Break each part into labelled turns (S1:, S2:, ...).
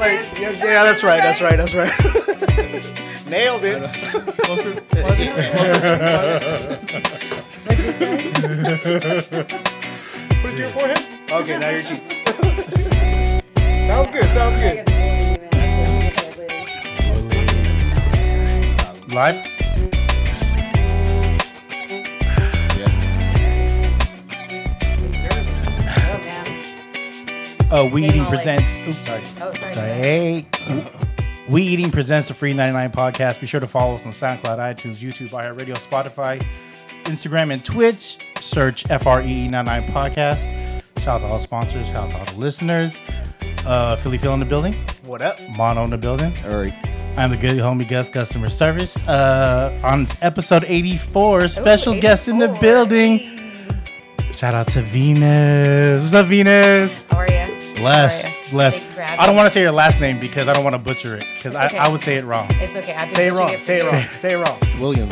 S1: Wait, yeah, yeah, that's right, that's right, that's right. Nailed it.
S2: Closer. closer,
S1: Put it to your forehead. Okay, now you're cheap. Sounds good, sounds good.
S2: closer. Live? Yeah.
S3: Uh, we
S4: They
S3: Eating
S4: all like-
S3: presents. oops, sorry. Hey. We Eating presents the Free 99 podcast. Be sure to follow us on SoundCloud, iTunes, YouTube, iHeartRadio, Spotify, Instagram, and Twitch. Search FREE99 E podcast. Shout out to all sponsors. Shout out to all the listeners. Uh, Philly Phil in the building.
S1: What up?
S3: Mono in the building.
S2: All right.
S3: I'm the good homie Gus Customer Service. Uh, on episode 84, special
S4: Ooh,
S3: guest in the
S4: 84.
S3: building.
S4: Hey.
S3: Shout out to Venus. What's up, Venus?
S4: How are you?
S3: Bless, bless. I don't want to say your last name because I don't want to butcher it because I,
S4: It's okay.
S3: I would say it wrong.
S4: It's okay. I've been
S1: Say it
S4: searching
S1: wrong,
S4: for
S1: say it
S4: you.
S1: wrong, say it wrong.
S2: William.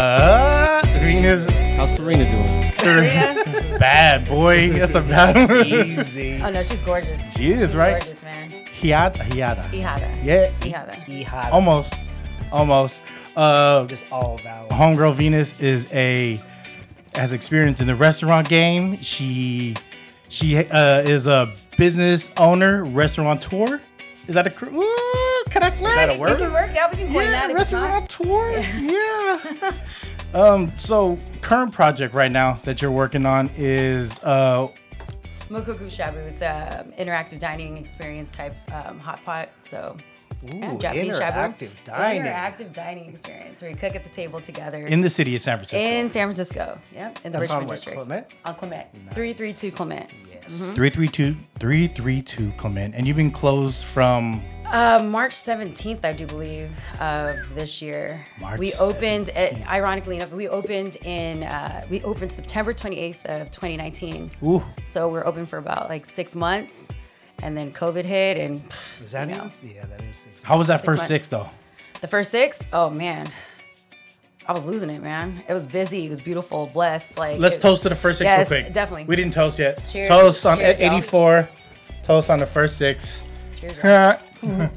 S3: Uh, Venus,
S2: How's Serena doing?
S4: Serena?
S3: bad boy. That's a bad one.
S1: Easy.
S4: Oh no, she's gorgeous.
S3: She is,
S4: She's
S3: right?
S4: Gorgeous, man.
S3: Hiata, hiata.
S4: Ihada.
S3: Yeah.
S4: Ihada.
S1: Yeehaw.
S3: Almost, almost. Uh,
S1: Just all vowels.
S3: homegirl Venus is a has experience in the restaurant game. She she uh, is a business owner, restaurateur. Is that a cr- ooh, can I flex?
S1: that a
S4: We
S1: word?
S4: can work. Yeah, we can coin
S3: Yeah,
S4: that if it's not.
S3: restaurateur. Yeah. um. So current project right now that you're working on is uh
S4: Mokoku Shabu. It's an interactive dining experience type um, hot pot. So yeah,
S1: Ooh,
S4: Japanese
S1: interactive
S4: shabu.
S1: dining.
S4: Interactive dining experience where you cook at the table together
S3: in the city of San Francisco.
S4: in San Francisco. Yep, in the
S1: That's
S4: Richmond
S1: on what,
S4: district.
S1: Clement?
S4: On Clement. 332 Clement.
S3: Three three two three three two Clement, and you've been closed from
S4: Uh, March 17th, I do believe, of this year.
S3: March
S4: we opened, uh, ironically enough, we opened in, uh, we opened September 28th of 2019.
S3: ooh
S4: So we're open for about like six months. And then COVID hit and pff,
S1: Is that
S4: you know.
S1: it? Yeah, that is six.
S3: how was that first
S4: months.
S3: six though?
S4: the first six, oh man, I was losing it, man. It was busy. It was beautiful, blessed. Like
S3: Let's
S4: it-
S3: toast to the first six
S4: Yes,
S3: real quick.
S4: definitely.
S3: We didn't toast yet.
S4: Cheers.
S3: Toast on
S4: Cheers, y'all.
S3: 84. Toast on the first six.
S4: Cheers, y'all.
S3: Sorry.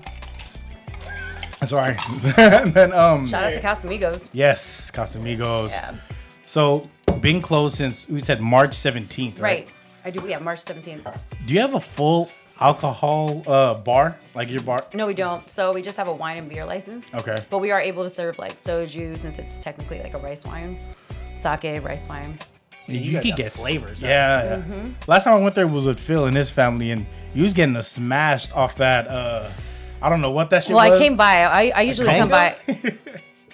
S3: and then um
S4: Shout out to Casamigos.
S3: yes, Casamigos.
S4: Yeah,
S3: So been closed since we said March 17th, right?
S4: right. I do. Yeah, March 17th.
S3: Do you have a full alcohol uh bar? Like your bar?
S4: No, we don't. So we just have a wine and beer license.
S3: Okay.
S4: But we are able to serve like soju since it's technically like a rice wine, sake, rice wine.
S1: you guys got flavors, huh?
S3: Yeah. yeah.
S4: Mm-hmm.
S3: Last time I went there was with Phil and his family and you was getting a smashed off that uh I don't know what that shit
S4: well,
S3: was.
S4: I came by. I, I usually come by.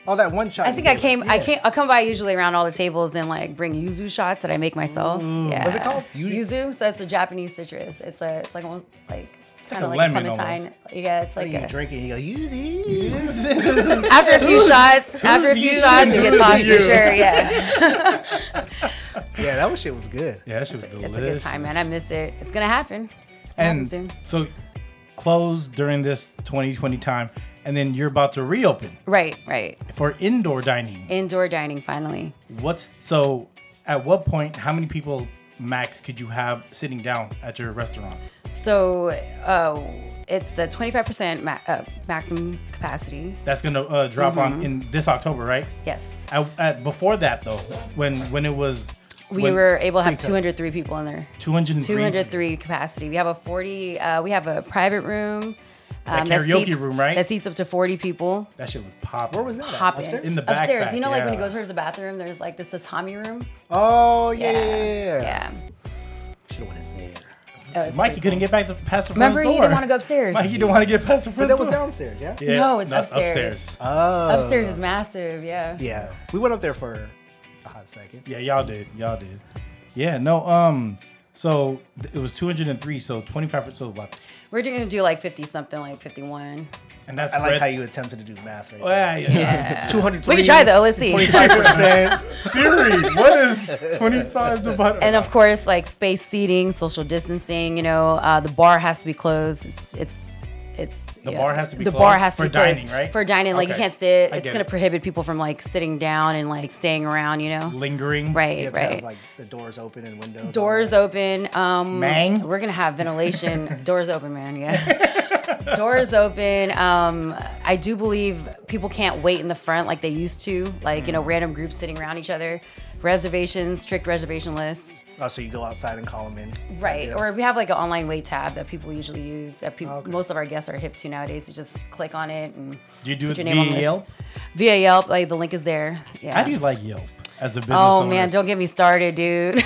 S1: All Oh, that one shot.
S4: I
S1: you
S4: think I
S1: gave
S4: came.
S1: us.
S4: I
S1: Yeah.
S4: came. I come by usually around all the tables and like bring yuzu shots that I make myself.
S3: Mm.
S4: Yeah.
S1: What's it called? Yu-
S4: Yuzu. So it's a Japanese citrus. It's a. It's like almost like. Kind
S3: a
S4: of like,
S3: lemon
S4: clementine. Yeah, it's like
S1: You
S4: a,
S1: drink it, you go, use it.
S4: after a few shots. After a few
S3: you?
S4: shots, it gets
S3: Who's
S4: tossed
S3: you?
S4: for sure. Yeah,
S1: Yeah, that was shit was good.
S3: Yeah, that shit was delicious.
S4: it's a good time, man. I miss it. It's gonna happen. It's gonna happen
S3: And
S4: soon.
S3: so closed during this 2020 time and then you're about to reopen
S4: Right, right.
S3: for indoor dining.
S4: Indoor dining finally.
S3: What's so at what point how many people max could you have sitting down at your restaurant?
S4: So uh, it's a 25% ma- uh, maximum capacity.
S3: That's gonna uh, drop
S4: Mm-hmm.
S3: on in this October, right?
S4: Yes.
S3: At, at, before that though, when when it was
S4: We
S3: when
S4: were able to have 203 people in there.
S3: 203,
S4: 203 capacity. We have a 40, uh, we have a private room. Um,
S3: karaoke
S4: seats,
S3: room, right?
S4: That seats up to 40 people.
S3: That shit was pop.
S1: Where was that? at?
S4: Hop
S1: Upstairs?
S4: in.
S3: In the back
S4: Upstairs.
S3: back,
S4: You know, like when you
S3: yeah.
S4: go towards the bathroom, there's like this tatami room.
S1: Oh, yeah, yeah, yeah.
S4: Yeah.
S1: Should have went in there.
S4: Oh, it's
S3: Mikey
S4: pretty cool.
S3: couldn't get back to past the
S4: Remember,
S3: front door.
S4: you didn't want to go upstairs.
S3: Mikey didn't want to get past the
S1: But
S3: front
S1: that was
S3: door.
S1: downstairs, yeah?
S3: Yeah,
S4: No, it's
S3: that's
S4: upstairs.
S1: Oh.
S3: uh,
S4: Upstairs is massive. Yeah.
S1: Yeah. We went up there for a hot second.
S3: Yeah, y'all did. Y'all did. Yeah, no. Um, so th- it was 203. So 25. So what?
S4: We're going to do like 50 something, like 51.
S3: And that's
S1: I like how you attempted to do math right
S3: Oh, yeah, yeah, yeah.
S1: there. 203.
S4: We can try though. Let's see.
S1: 25%.
S3: Siri, what is 25 divided?
S4: and uh, of course like space seating social distancing you know uh, the bar has to be closed it's it's it's the
S3: bar has to be
S4: the bar
S3: closed
S4: has to
S3: for
S4: be closed
S3: dining, right?
S4: for dining like you
S3: Okay.
S4: can't sit
S3: I
S4: it's
S3: get
S4: gonna
S3: it.
S4: prohibit people from like sitting down and like staying around you know
S3: lingering.
S4: right
S1: You have to
S4: right
S1: have, like the doors open and windows.
S4: doors open um
S3: Man.
S4: we're gonna have ventilation doors open man yeah Door is open. Um, I do believe people can't wait in the front like they used to. Like you
S3: Mm.
S4: know, random groups sitting around each other. Reservations, strict reservation list.
S1: Oh, so you go outside and call them in.
S4: Right.
S1: Yeah.
S4: Or we have like an online wait tab that people usually use. That people,
S1: Okay.
S4: most of our guests are hip to nowadays. You just click on it and
S3: Do you do
S4: put
S3: it
S4: your name on the
S3: via
S4: list.
S3: Yelp?
S4: Via Yelp, like the link is there. Yeah.
S3: How do you like Yelp as a business
S4: Oh
S3: owner?
S4: man, don't get me started, dude.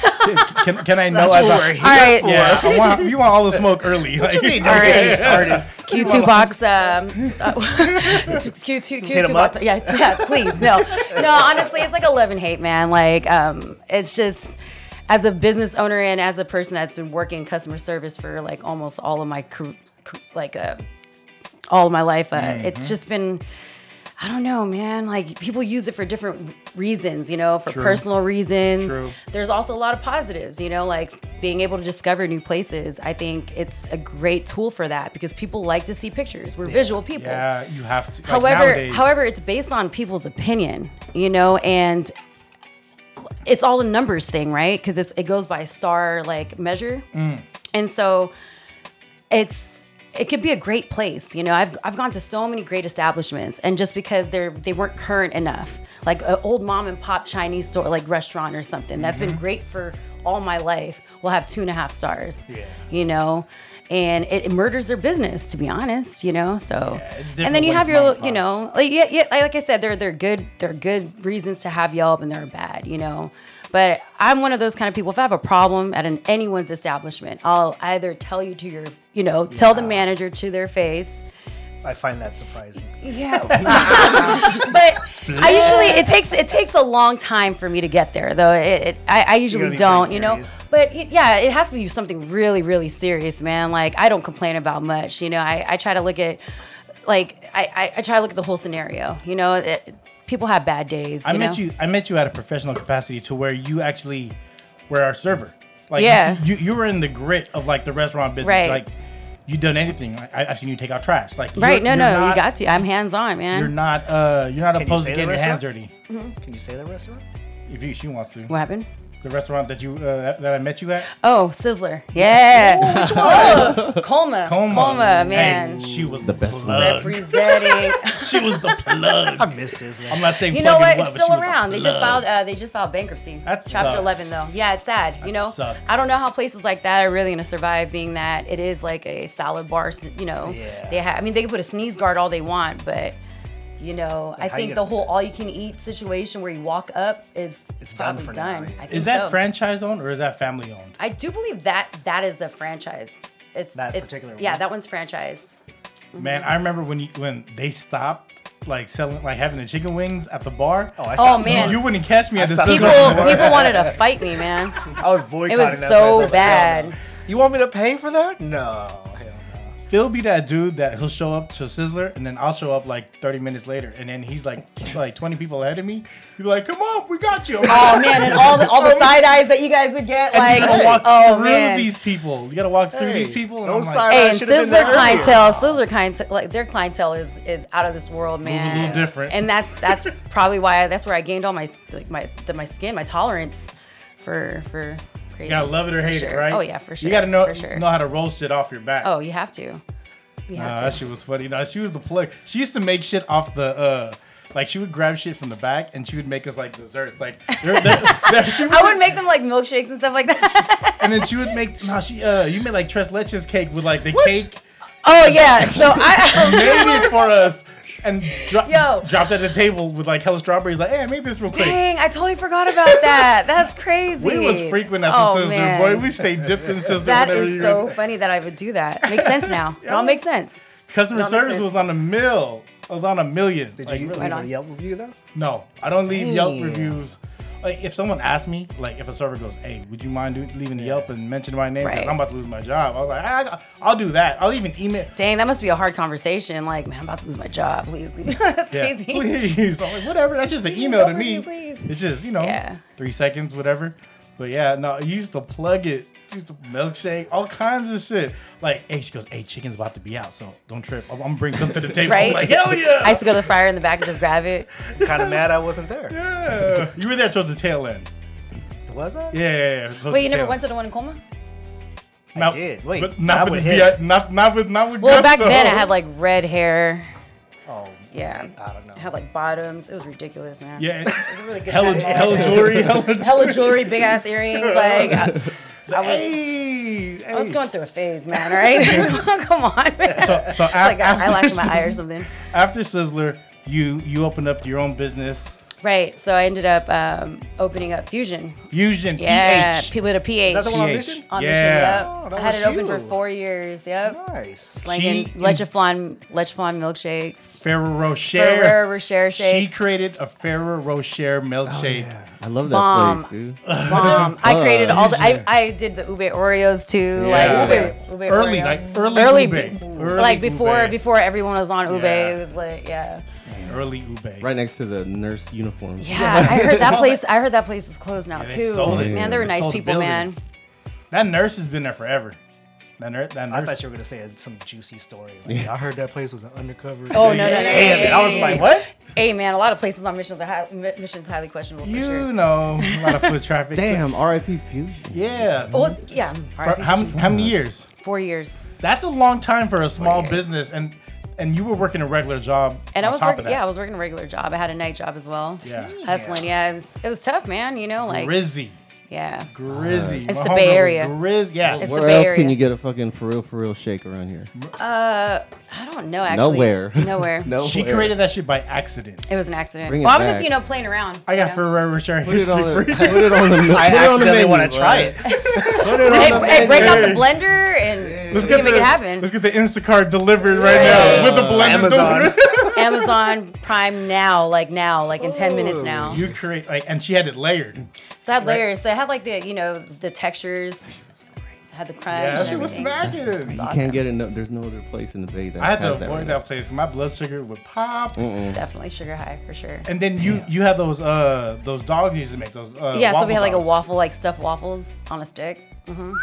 S3: can, can I know
S1: That's
S3: as
S1: what
S3: a-
S1: we're here
S4: All right.
S1: for.
S3: Yeah, I want, you want all the smoke early. Like,
S1: What do you mean,
S4: All
S1: don't get
S4: right.
S1: you started?
S4: Q2 box, um, uh, Q2,
S1: Hit
S4: Q2
S1: him
S4: box.
S1: up.
S4: Yeah, yeah, please, no. No, honestly, it's like a love and hate, man. Like, um, it's just, as a business owner and as a person that's been working in customer service for like almost all of my, car- car- like, uh, all of my life, uh,
S1: Mm-hmm.
S4: it's just been, I don't know, man. Like, people use it for different reasons, you know, for personal reasons.
S3: True.
S4: There's also a lot of positives, you know, like being able to discover new places. I think it's a great tool for that because people like to see pictures. We're visual people.
S3: Yeah, you have to. like,
S4: However,
S3: nowadays-
S4: however, it's based on people's opinion, you know, and it's all a numbers thing, right? Because it's it goes by star like measure, and so it's it could be a great place. You know, I've I've gone to so many great establishments, and just because they're they weren't current enough, like an old mom and pop Chinese store, like restaurant or something, that's
S3: Mm-hmm.
S4: been great for all my life. Will have two and a half stars.
S1: Yeah.
S4: you know. And it it murders their business, to be honest, you know. So,
S3: it's
S4: and then
S3: different
S4: you
S3: when
S4: have
S3: it's
S4: your,
S3: mom
S4: you
S3: and
S4: know,
S3: pops.
S4: know, like yeah, yeah, like, like I said, there there are good there are good reasons to have Yelp and there are bad, you know. But I'm one of those kind of people. If I have a problem at an, anyone's establishment, I'll either tell you to your, you know, tell the manager to their face.
S1: I find that surprising.
S4: Yeah, but I usually it takes it takes a long time for me to get there though. It, it, I, I usually
S1: be pretty
S4: don't, you know.
S1: serious.
S4: But it, yeah, it has to be something really really serious, man. Like I don't complain about much, you know. I, I try to look at like I, I, I try to look at the whole scenario, you know. It, people have bad days.
S3: I
S4: you
S3: met
S4: know?
S3: you. I met you at a professional capacity to where you actually were our server. Like,
S4: Yeah.
S3: you, you were in the grit of like the restaurant business.
S4: Right.
S3: Like, you done anything? Like, I, I've seen you take out trash. Like,
S4: right?
S3: you're-
S4: no,
S3: you're
S4: no,
S3: not-
S4: you got to. I'm hands on, man.
S3: You're not. Uh, you're not
S1: you
S3: opposed
S1: say
S3: to
S1: the
S3: getting your hands dirty.
S1: restaurant? Can you say the restaurant?
S3: If you, she wants to.
S4: what happened?
S3: The restaurant that you uh, that I met you at.
S4: Oh, Sizzler. Yeah. Oh, Colma.
S3: Coma.
S4: Colma. man.
S3: Hey, she was the
S2: The best
S3: plug.
S4: Representing.
S3: she was the plug.
S1: I miss Sizzler.
S3: I'm not saying
S4: You know
S3: plug
S4: what? It's
S3: in love, but she
S4: still
S3: was the
S4: around. They just
S3: plug.
S4: filed. Uh, they just filed bankruptcy.
S3: That
S4: Chapter
S3: sucks.
S4: eleven, though. Yeah, it's sad. you know,
S3: sucks.
S4: I don't know how places like that are really gonna survive, being that it is like a salad bar. You know,
S1: Yeah.
S4: they have. I mean, they can put a sneeze guard all they want, but. You know, I
S1: how you
S4: think the
S1: gonna-
S4: whole all-you-can-eat situation where you walk up is
S1: It's done
S4: probably
S1: for now,
S4: done.
S1: yeah.
S4: I think
S3: Is that
S4: so.
S3: franchise owned or is that family owned?
S4: I do believe that that is a franchised. It's
S1: That
S4: it's,
S1: particular
S4: Yeah,
S1: one?
S4: that one's franchised.
S3: Man, I remember when you, when they stopped like selling like having the chicken wings at the bar.
S1: Oh, I
S4: Oh
S1: stopped.
S4: man,
S3: you wouldn't catch me at the
S1: stopped
S3: Sizzler
S4: people
S1: Doesn't work.
S4: people wanted to fight me, man.
S1: I was boycotting
S4: It
S1: that
S4: was
S1: place. I
S4: so
S1: was like,
S4: bad.
S1: "Hell no." You want me to pay for that? No. Hell no.
S3: Phil be that dude that he'll show up to Sizzler and then I'll show up like 30 minutes later and then he's like t- like 20 people ahead of me. He'll be like, come on, we got you.
S4: Oh man, and all the all the side eyes that you guys would get,
S3: you
S4: like,
S3: gotta walk
S4: oh
S3: through
S4: man.
S3: these people. You gotta walk through
S1: Hey,
S3: these people. And
S1: those
S3: I'm
S1: side
S3: like,
S1: eyes
S4: Hey, and
S1: I should've been there
S4: Sizzler
S1: earlier.
S4: clientele, Sizzler clientele, like their clientele is is out of this world, man.
S3: little different.
S4: and that's that's probably why that's where I gained all my s- like my the, my skin, my tolerance for for crazy.
S3: you gotta love it or
S4: for
S3: hate
S4: sure.
S3: it, right?
S4: Oh yeah, for sure.
S3: You gotta know
S4: for sure.
S3: know how to roll shit off your back.
S4: Oh, you have to. You
S3: Nah,
S4: have to.
S3: that shit was funny. Nah, she was the plug. She used to make shit off the uh like she would grab shit from the back and she would make us like desserts. Like there- there- there- she would,
S4: I would make them like milkshakes and stuff like that.
S3: and then she would make no, she uh you made like tres leches cake with like the cake
S4: oh yeah. So I
S3: made it for us and dro-
S4: Yo.
S3: dropped at the table with like hella strawberries. Like, hey, I made this real quick.
S4: dang, I totally forgot about that. That's crazy.
S3: We was frequent at the
S4: Oh,
S3: sister,
S4: man.
S3: boy. We stayed dipped in sister.
S4: That
S3: whenever
S4: is
S3: you-
S4: so funny that I would do that. Makes sense now. It all makes sense.
S3: Customer
S4: That makes
S3: service
S4: sense.
S3: was on a mill. I was on a million.
S1: Did
S3: Like,
S1: you
S3: really.
S1: leave a
S4: on.
S1: Yelp review though?
S3: No, I don't leave Yelp
S1: Damn.
S3: reviews. Like if someone asks me, like if a server goes, "Hey, would you mind do, leaving the Yelp and mention my name? 'Cause
S4: Right.
S3: I'm about to lose my job." I was like, I, "I'll do that. I'll even email."
S4: Dang, that must be a hard conversation. Like, man, I'm about to lose my job. Please, leave. that's
S3: Yeah,
S4: crazy.
S3: Please, I'm like, whatever. That's just an email to
S4: over
S3: me.
S4: here, please.
S3: It's just you know,
S4: Yeah.
S3: three seconds, whatever. But yeah, no, you used to plug it, you used to milkshake, all kinds of shit. Like, hey, she goes, "Hey, chicken's about to be out, so don't trip. I'm, I'm gonna bring something to the table."
S4: Right?
S3: I'm like, Oh hell yeah.
S4: I used to go to the fryer in the back and just grab it.
S1: Kind of mad I wasn't there.
S3: yeah. You were there towards the tail end.
S1: Was I?
S3: Yeah. yeah, yeah, towards
S4: Wait,
S3: the
S4: you never
S3: tail
S4: went
S3: end.
S4: to the one in Colma?
S3: Not-
S5: did. Wait,
S3: but
S5: not
S3: not with
S5: with
S3: his
S5: him.
S3: vi- not not with not with.
S4: Well, back
S3: Gusto.
S4: then I had like red hair.
S3: Oh,
S4: Yeah.
S3: I don't know.
S4: I had like bottoms. It was ridiculous, man.
S3: yeah,
S4: It was a really good
S3: hella
S4: time.
S3: hella jewelry, hella.
S4: Hella jewelry, big ass earrings. Like, I, I was.
S3: Hey, hey.
S4: I was going through a phase, man. All right, come on, man.
S3: so so af-
S4: like an
S3: after
S4: eyelash in my eye or something.
S3: After Sizzler, you you opened up your own business,
S4: Right. So I ended up um, opening up Fusion.
S3: Fusion
S4: Yeah,
S3: PH.
S4: P- with a PH.
S5: That's the one on
S3: PH.
S5: mission.
S4: on
S3: Yeah.
S4: Mission, yep.
S5: that
S4: I had
S5: was
S4: it open for
S5: you.
S4: four years. Yep.
S5: Nice.
S4: Like
S3: She-
S4: in Lecheflan, Lecheflan milkshakes.
S3: Ferrero Rocher.
S4: Ferrero Rocher
S3: She
S4: shakes.
S3: created a Ferrero Rocher milkshake.
S4: Oh,
S6: I love that
S4: Bomb.
S6: place, dude.
S4: Bomb. Um, I created all the. I, I did the ube Oreos too.
S6: Yeah.
S4: Like ube, ube
S3: Early,
S4: Oreo.
S3: like early, ube.
S4: be-
S3: Early
S4: like before
S3: ube.
S4: before everyone was on ube.
S3: Yeah.
S4: It was like yeah.
S3: early ube.
S6: Right next to the nurse uniform.
S4: Yeah, I heard that place. I heard that place is closed now
S3: they
S4: too.
S3: sold
S6: it.
S4: Man, they were
S3: They
S4: nice
S3: sold the
S4: people,
S3: building.
S4: man.
S3: That nurse has been there forever. That, ner- that
S5: I
S3: nurse.
S5: thought you were gonna say some juicy story. Like, I heard that place was an undercover.
S4: Oh no, no, no, no,
S5: Damn
S4: no,
S5: it! I was like,
S4: no.
S5: what?
S4: Hey man, a lot of places on missions are high, mi- missions highly questionable. For
S3: You
S4: sure.
S3: know a lot of foot traffic. So-
S6: Damn, R.I.P. Fusion.
S3: yeah.
S4: Well, yeah.
S3: For
S4: RIP.
S3: how, m- how many years?
S4: four years,
S3: That's a long time for a small
S4: years.
S3: business, and and you were working a regular job.
S4: and
S3: on
S4: I was
S3: top of
S4: working.
S3: that.
S4: Yeah, I was working a regular job. I had a night job as well.
S3: Yeah.
S4: hustling. Yeah, it was it was tough, man. You know, like
S3: Grizzy,
S4: yeah.
S3: Grizzy.
S4: It's
S3: My
S4: the
S3: homegirl
S4: Bay
S3: was
S4: Area.
S3: Grizz, yeah.
S4: It's-
S6: Where
S4: the Bay
S6: else
S4: Area.
S6: can you get a fucking for real, for real shake around here?
S4: Uh, I don't know actually.
S6: Nowhere.
S4: Nowhere.
S6: Nowhere.
S3: she created that shit by accident.
S4: It was an accident.
S6: Bring it
S4: well, I was
S6: back.
S4: just you know playing around.
S3: I
S4: you
S3: got
S4: know.
S3: Ferrero Rocher
S6: Put it
S3: history
S6: on the,
S3: free.
S6: put it on the, put
S5: I
S6: it on the
S5: accidentally
S6: menu,
S5: want to try
S6: bro.
S5: it.
S6: Put it
S4: Hey,
S6: on the
S4: hey, break out the
S6: menu.
S4: blender and
S3: Let's
S4: we can
S3: get
S4: make
S3: the
S4: it happen.
S3: let's get the Instacart delivered right now
S4: Yeah.
S3: with the blender.
S5: Amazon.
S3: delivered.
S4: Amazon Prime now, like now, like in ten minutes now.
S3: Oh, You create like, and she had it layered.
S4: So I had layers. So I had like the you know the textures. I had the crunch.
S3: Yeah,
S4: and
S3: she was
S4: everything.
S3: smacking.
S6: You
S4: Awesome.
S6: can't get enough. There's no other place in the Bay that
S3: I had to
S6: has that.
S3: avoid
S6: right
S3: that place. My blood sugar would pop.
S4: Definitely sugar high for sure.
S3: And then you you had those uh those dogs you used to make those uh,
S4: yeah, so we had like a
S3: waffle.
S4: waffle, like stuffed waffles on a stick. hmm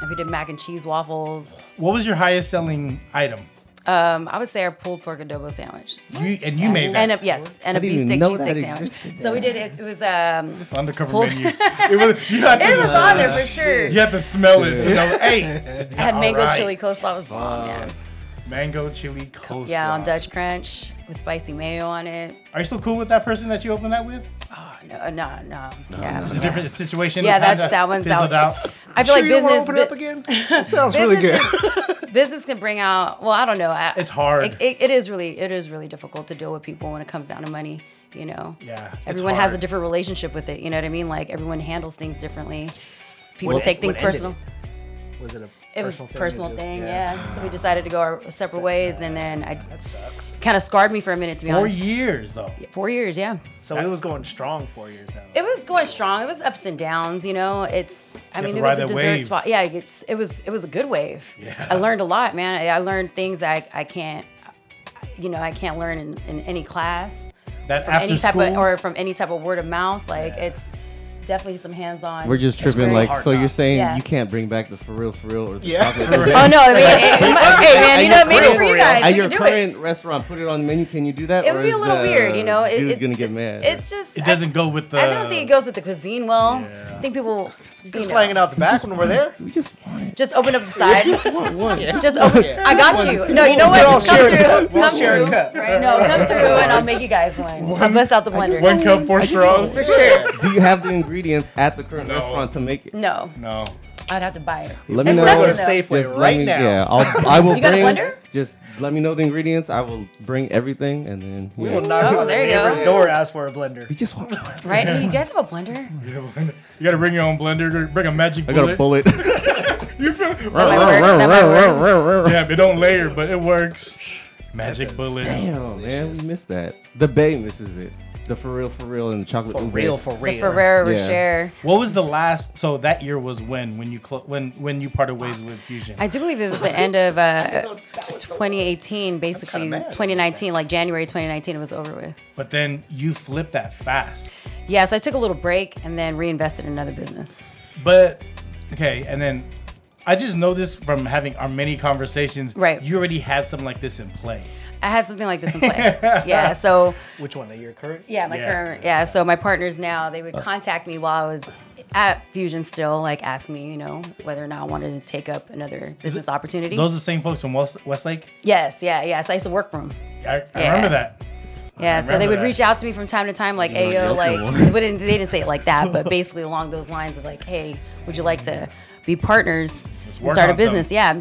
S4: And we did mac and cheese waffles.
S3: dogs. What was your highest selling item?
S4: Um, I would say our pulled pork adobo sandwich.
S3: You and you made that
S4: And a, yes, and a
S6: I didn't
S4: beef
S6: even
S4: stick
S6: know
S4: cheese
S6: that
S4: stick sandwich.
S6: existed.
S4: So we did. It, it was um,
S3: It's undercover
S4: Pull-
S3: menu. It was you had to,
S4: it was on there for sure.
S3: you had to smell it to know. Hey,
S4: I had mango
S3: alright.
S4: chili coleslaw. Was bomb, yeah.
S3: mango chili coleslaw.
S4: yeah, on Dutch crunch with spicy mayo on it.
S3: Are you still cool with that person that you opened that with?
S4: Oh no, no, no. yeah,
S3: It's a different situation.
S4: Yeah,
S3: it kinda
S4: that's- that one's
S3: fizzled
S4: out.
S3: out.
S4: I feel like
S5: Sure you wanna
S4: business.
S5: Open it up
S4: bu-
S5: again. That sounds really good.
S4: business- business can bring out. Well, I don't know. I,
S3: It's hard.
S4: It, it- it is really, it is really difficult to deal with people when it comes down to money. You know.
S3: Yeah, it's
S4: Everyone has a
S3: hard.
S4: different relationship with it. You know what I mean? Like everyone handles things differently. People
S5: What-
S4: take things
S5: what ended
S4: personal.
S5: Was it a?
S4: It was
S5: thing
S4: personal
S5: that just-
S4: thing, yeah. So we decided to go our separate ways, and then I
S5: That sucks.
S4: kind of scarred me for a minute, to be
S3: Four
S4: honest.
S3: years though.
S4: Four years, yeah.
S5: So it was going strong four years now.
S4: It was going strong. It was ups and downs, you know. It's, I
S3: You have
S4: mean,
S3: to
S4: it
S3: ride
S4: was a
S3: that
S4: dessert
S3: wave.
S4: spot. Yeah, it's, it was, it was a good wave. Yeah. I learned a lot, man. I, I learned things I, I can't, you know, I can't learn in, in any class,
S3: That
S4: any
S3: after
S4: type
S3: school.
S4: of, or from any type of word of mouth. Like it's definitely some hands-on.
S6: We're just tripping.
S4: experience.
S6: Like, so you're saying
S4: Yeah.
S6: you can't bring back the for real, for real, or the
S5: Yeah.
S6: chocolate? For real.
S4: Oh no! I mean, hey, hey, man, you know, maybe for you guys,
S6: At
S4: you
S6: your
S4: can do it.
S6: current restaurant, put it on the menu. Can you do that?
S4: It would
S6: or
S4: be a
S6: is
S4: little
S6: the
S4: weird, you know. It,
S6: dude's
S4: it-
S6: gonna get mad.
S4: It's just
S3: it doesn't uh, go with the.
S4: I, I don't think it goes with the cuisine well. I think people
S5: Just
S4: you know,
S5: slanging out the back when we're there.
S6: we just want it.
S4: just open up the side.
S6: Want one.
S4: Just open. I got you. No, you know what?
S5: We'll all
S4: Just come
S5: share
S4: through.
S5: a cup. We'll
S4: Come
S5: all share a
S4: through.
S5: cup.
S4: Right? No, come through, and I'll make you guys one. I'll bust out the blender.
S3: One cup, four straws.
S6: Do you have the ingredients at the current
S3: No.
S6: restaurant to make it?
S4: No,
S3: No.
S4: I'd have to buy it.
S6: Let me
S4: It's
S6: know.
S4: nothing, though.
S6: Just
S5: Safeway
S6: let
S5: right
S6: me-
S5: now.
S6: Yeah, I'll, I will
S4: You got a
S6: bring.
S4: blender?
S6: Just let me know the ingredients. I will bring everything, and then
S5: We
S6: yeah.
S5: will knock
S4: Oh,
S5: on
S4: there
S5: the
S4: you go.
S5: neighbor's door. Ask for a blender.
S6: We just want one.
S4: Right? Do you guys have a blender?
S3: You gotta bring your own blender. Bring a magic
S6: I gotta
S3: bullet.
S6: pull it.
S3: You feel?
S4: That might work. That might work.
S3: Yeah, it don't layer, but it works. Magic bullet.
S6: Damn, man, we missed that. The Bay misses it. The for real, for real, and the chocolate.
S5: For
S6: ube.
S5: real, for
S4: The
S5: real.
S4: Ferrero
S6: Yeah.
S4: Rocher.
S3: What was the last? So that year was when when you clo- when when you parted ways with Fusion.
S4: I do believe it was the end of uh, 2018, basically 2019, like January 2019. It was over with.
S3: but then you flipped that fast.
S4: Yes, I took a little break and then reinvested in another business.
S3: But okay, and then I just know this from having our many conversations.
S4: Right.
S3: You already had something like this in play.
S4: I had something like this in play. yeah, so
S5: Which one? That you're current?
S4: yeah, my
S3: Yeah.
S4: current yeah, so my partners now they would contact me while I was at Fusion still like asked me, you know, whether or not I wanted to take up another business opportunity.
S3: Those are the same folks from West, Westlake.
S4: yes, yeah, yeah. So I used to work for them.
S3: I, I
S4: Yeah.
S3: remember that.
S4: Yeah, so they
S3: remember
S4: would
S3: that.
S4: reach out to me from time to time, like, "Hey, yo, like," they wouldn't they didn't say it like that, but basically along those lines of like, "Hey, would you like to be partners and
S3: work
S4: start a
S3: on
S4: business?" Yeah,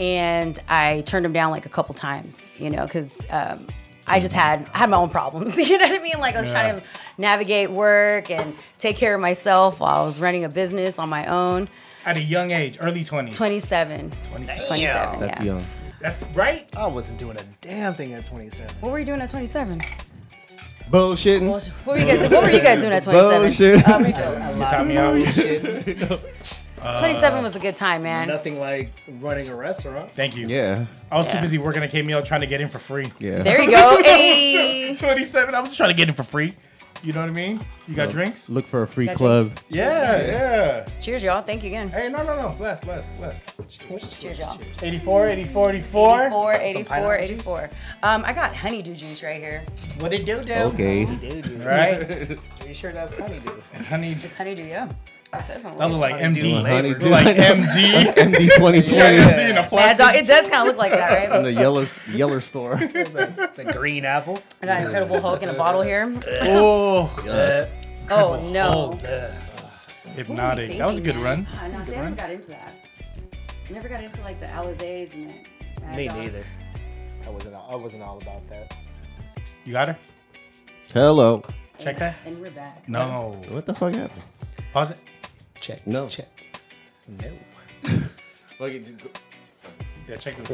S4: and I turned them down like a couple times, you know, because um, I just had I had my own problems, you know what I mean? Like I was trying to navigate work and take care of myself while I was running a business on my own.
S3: At a young age, early 20s.
S4: 27,
S3: 27.
S4: 27,
S6: That's
S4: yeah.
S6: young.
S3: That's right.
S5: I wasn't doing a damn thing at 27.
S4: What were you doing at 27?
S3: Hmm?
S6: Bullshitting.
S4: What were you guys? What were you guys doing at 27?
S6: Bullshit.
S4: Uh,
S5: A
S4: refill.
S3: You
S5: lot
S3: taught me out.
S5: shit.
S4: 27 was a good time, man.
S5: Nothing like running a restaurant.
S3: Thank you.
S6: Yeah.
S3: I was too
S4: Yeah.
S3: busy working at KML trying to get in for free.
S6: Yeah.
S4: There you go. Hey.
S3: 27. I was just trying to get in for free. You know what I mean? You got drinks?
S6: Look for a free
S4: Got
S6: club.
S4: drinks.
S3: Yeah, yeah.
S4: Cheers, y'all. Thank you again.
S3: Hey, no, no, no. Less, less, less.
S4: Cheers, y'all.
S3: 84, 84, 84.
S4: 84, 84, 84. Um, I got honeydew juice right here.
S5: What it do, do?
S6: Okay.
S5: Dude,
S3: All right?
S5: Are you sure that's honeydew?
S3: Honey.
S4: It's honeydew, yeah. It says on the label.
S3: That look like MD.
S6: Honey,
S3: Look like MD.
S6: MD 2020
S3: MD in a
S4: Yeah, dog,
S3: plastic.
S4: it does kind of look like that,
S6: in
S4: right?
S6: the yellow yellow store.
S5: The green apple.
S4: I got Incredible Hulk in a bottle here.
S3: Oh,
S4: Oh, no.
S3: hypnotic. That was a good run.
S4: I know, see, I never got into Uh, that. Never got into like the Alizés and the.
S5: Me neither. I wasn't. I wasn't all about that.
S3: You got her?
S6: Hello.
S3: Check that?
S4: And we're back.
S3: No.
S6: What the fuck happened?
S3: Pause it.
S5: Check.
S6: No.
S5: Check. No.
S3: Yeah, check this.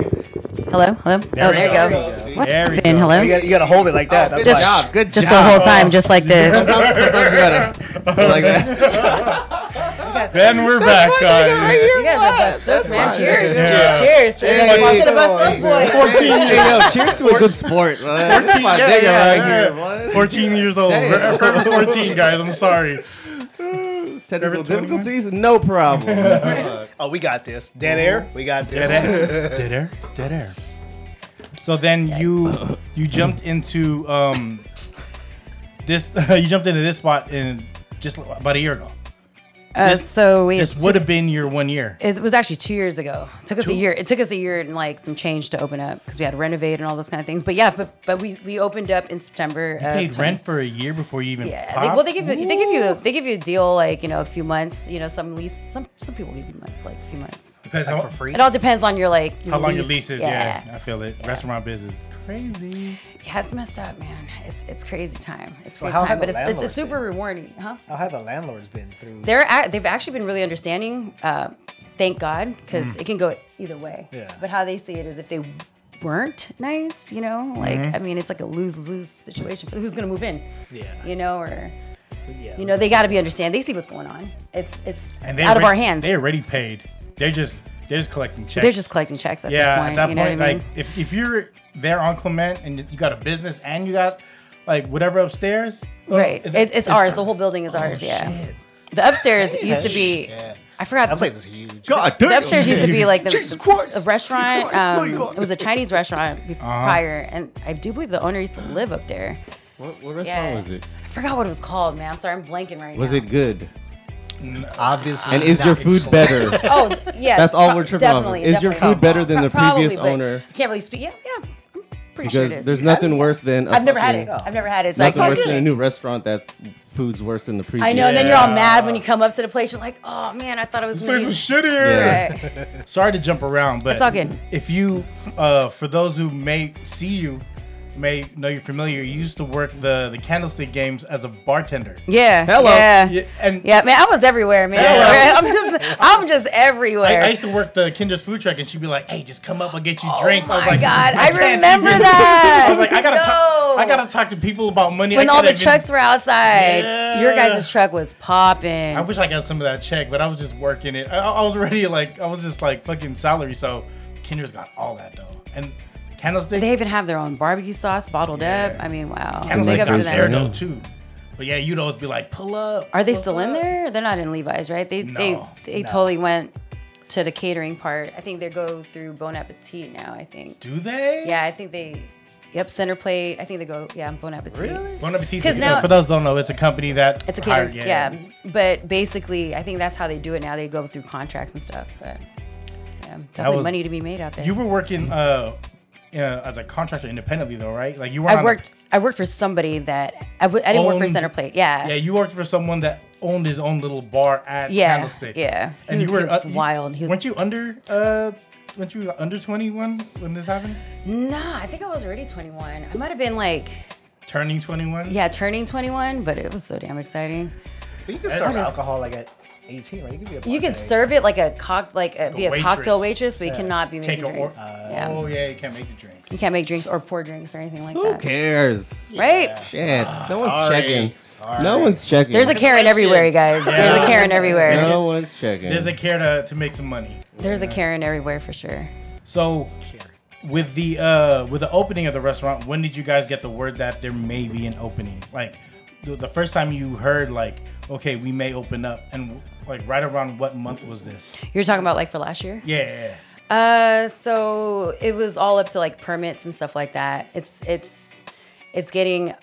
S4: Hello, hello. oh,
S3: we
S4: there you
S3: go.
S4: go. What?
S3: There we
S4: Ben,
S3: go.
S4: hello.
S5: You gotta, you gotta hold it like that. That's
S6: Good
S5: why.
S6: job. Good
S4: Just
S6: job.
S4: the whole time, just like this.
S6: Sometimes you gotta like that.
S3: Ben, we're back, guys.
S4: You guys are bustos, man. Cheers.
S3: Yeah.
S4: Cheers. Cheers.
S6: Hey.
S4: Cheers. to the bustos boys.
S6: Hey, yo, cheers to a good sport, man. That's my
S3: Yeah,
S6: nigga
S3: yeah,
S6: right
S3: yeah.
S6: here, boy.
S3: 14 years old.
S6: Damn.
S3: We're forever 14, guys. I'm sorry. 21?
S6: Technical difficulties, no problem.
S5: Oh, we got this. Dead air. We got this.
S3: Dead air. Dead air. Dead air. So then you you jumped into um this you jumped into this spot in just about a year ago.
S4: Uh, so we
S3: This would have been your one year.
S4: it was actually two years ago. It took us a year. It took us a year and like some change to open up because we had to renovate and all those kind of things. But yeah, but but we we opened up in September. of
S3: Paid
S4: 20
S3: rent for a year before you even.
S4: Yeah. They,
S3: popped?
S4: well, they give you- they give you a, they give you a deal like you know a few months. You know some lease some some people give you like, like a few months.
S3: Depends how,
S5: For free.
S4: It all depends on your like your
S3: how long your lease is. Yeah, I feel it.
S4: Yeah.
S3: Restaurant business, crazy.
S4: Yeah, it's messed up, man. It's it's crazy time. It's crazy
S5: how
S4: time,
S5: have
S4: but
S5: the
S4: it's it's, it's
S5: landlords
S4: super rewarding, huh?
S5: How have the landlords been through?
S4: they're ac they've actually been really understanding. Uh, thank God, because
S3: Mm.
S4: it can go either way.
S5: Yeah.
S4: But how they see it is if they weren't nice, you know, like
S3: Mm-hmm.
S4: I mean, it's like a lose lose situation for who's gonna move in,
S5: Yeah.
S4: you know, or
S5: yeah.
S4: you know, they got to be understand. They see what's going on. It's it's
S3: And they
S4: out of
S3: already-
S4: our hands.
S3: They
S4: They're,
S3: already paid. They're just they're just collecting checks.
S4: just collecting checks at
S3: yeah.
S4: this point.
S3: at that
S4: you
S3: point,
S4: know what I
S3: like
S4: mean?
S3: if, if you're there on Clement and you got a business and you got like whatever upstairs, well,
S4: right. It, it's ours. The whole building
S3: Oh,
S4: is ours. yeah. The upstairs used to be.
S5: Yeah.
S4: I forgot.
S5: That place is huge.
S6: God
S4: The
S6: damn.
S4: upstairs used to be like the,
S6: Jesus
S4: the-
S6: Christ.
S4: a restaurant.
S6: Jesus Christ.
S4: Um,
S6: No, you are.
S4: it was a Chinese restaurant
S3: Uh-huh.
S4: be- prior, and I do believe the owner used to live up there.
S6: What, what restaurant
S4: Yeah.
S6: was it?
S4: I forgot what it was called, man. I'm sorry, I'm blanking right
S6: Was
S4: now.
S6: it good?
S5: Obviously.
S6: And is
S5: not.
S6: your
S5: It's
S6: food better?
S4: Oh th- yeah.
S6: That's all
S4: pro-
S6: we're tripping over.
S4: definitely,
S6: Is your
S4: definitely.
S6: food better than the
S4: Pro- probably,
S6: previous
S4: but
S6: owner?
S4: I can't really speak. Yeah, yeah. I'm pretty sure it
S6: Because
S4: is.
S6: there's
S4: I-
S6: nothing worse than i
S4: I've never had it. I've never had it. So I
S6: Nothing
S4: can't.
S6: worse than a new restaurant that food's worse than the previous.
S4: I know, and then you're all
S3: Yeah.
S4: mad when you come up to the place. You're like, oh man, I thought it was.
S3: this
S4: gonna
S3: place
S4: be-
S3: was shittier.
S6: Yeah.
S4: Right.
S3: Sorry to jump around, but
S4: It's all good.
S3: if you, uh, for those who may see you, may know you're familiar, you used to work the the candlestick games as a bartender.
S4: Yeah.
S6: Hello.
S4: Yeah.
S3: Yeah, and
S4: Yeah, man, I was everywhere, man. I'm just, I'm just
S3: I,
S4: everywhere.
S3: I used to work the Kinder's food truck, and she'd be like, "Hey, just come up, I'll get you drinks."
S4: oh my
S3: I was like,
S4: god, I,
S3: "I can't
S4: remember
S3: even-"
S4: that.
S3: I was like, "I gotta,
S4: Yo.
S3: talk, I gotta talk to people about money."
S4: When
S3: I
S4: all the
S3: can't even-
S4: trucks were outside, your
S3: Yeah.
S4: guys' truck was popping.
S3: I wish I got some of that check, but I was just working it. I, I was already like, I was just like fucking salary. So Kinder's got all that though, and Candlestick.
S4: They even have their own barbecue sauce bottled
S3: Yeah.
S4: up. I mean, wow.
S3: Candlestick
S4: Big
S6: like
S4: up to
S6: those
S3: there
S4: them.
S6: areas.
S3: though too. But yeah, you'd always be like, "Pull up."
S4: Are they
S3: pull
S4: still in
S3: up."
S4: there? They're not in Levi's, right? They they
S3: No,
S4: they totally went to the catering part. I think they go through Bon Appetit now. I think.
S3: Do they?
S4: Yeah, I think they Yep, center plate. I think they go, yeah, Bon Appetit.
S3: Bon Appetit.
S4: 'Cause now-
S3: for those who don't know, it's a company that
S4: It's a
S3: hired-
S4: caterer, yeah. But basically, I think that's how they do it now. They go through contracts and stuff. But yeah, definitely
S3: was-
S4: money to be made out there.
S3: You were working uh, uh, as a contractor independently though, right? Like you were.
S4: I worked. I worked for somebody that I w- I didn't work for Center Plate. Yeah.
S3: Yeah, you worked for someone that owned his own little bar at
S4: Yeah,
S3: Candlestick.
S4: yeah.
S3: and
S4: He
S3: you
S4: was-
S3: were
S4: he was
S3: uh, you-
S4: wild. He was-
S3: weren't you under? Uh, weren't you under twenty one when this happened?
S4: Nah, I think I was already 21. I might have been like,
S3: Turning twenty one.
S4: yeah, turning 21, but it was so damn exciting.
S5: But you can serve
S4: just-
S5: alcohol like at 18, right? You can be a
S4: You could
S5: bartender.
S4: serve it like a cock, like a, be a
S3: waitress.
S4: cocktail waitress, but you cannot be
S3: Take
S4: making
S3: a or-
S4: drinks. yeah.
S3: Oh yeah, you can't make the drinks.
S4: You can't make drinks or pour drinks or anything like
S6: Who
S4: that.
S6: cares?
S4: Right?
S6: Shit. No one's
S3: Ah, sorry.
S6: checking. No one's checking.
S4: There's a Karen
S5: question.
S4: everywhere, you guys. There's a Karen everywhere.
S6: No one's checking.
S3: There's a care to, to make some money.
S4: There's a Karen everywhere for sure.
S3: So with the uh with the opening of the restaurant, when did you guys get the word that there may be an opening? Like the, the first time you heard like okay, we may open up and like right around what month was this?
S4: You're talking about like for last year?
S3: Yeah, yeah, yeah.
S4: Uh, so it was all up to like permits and stuff like that. It's it's it's getting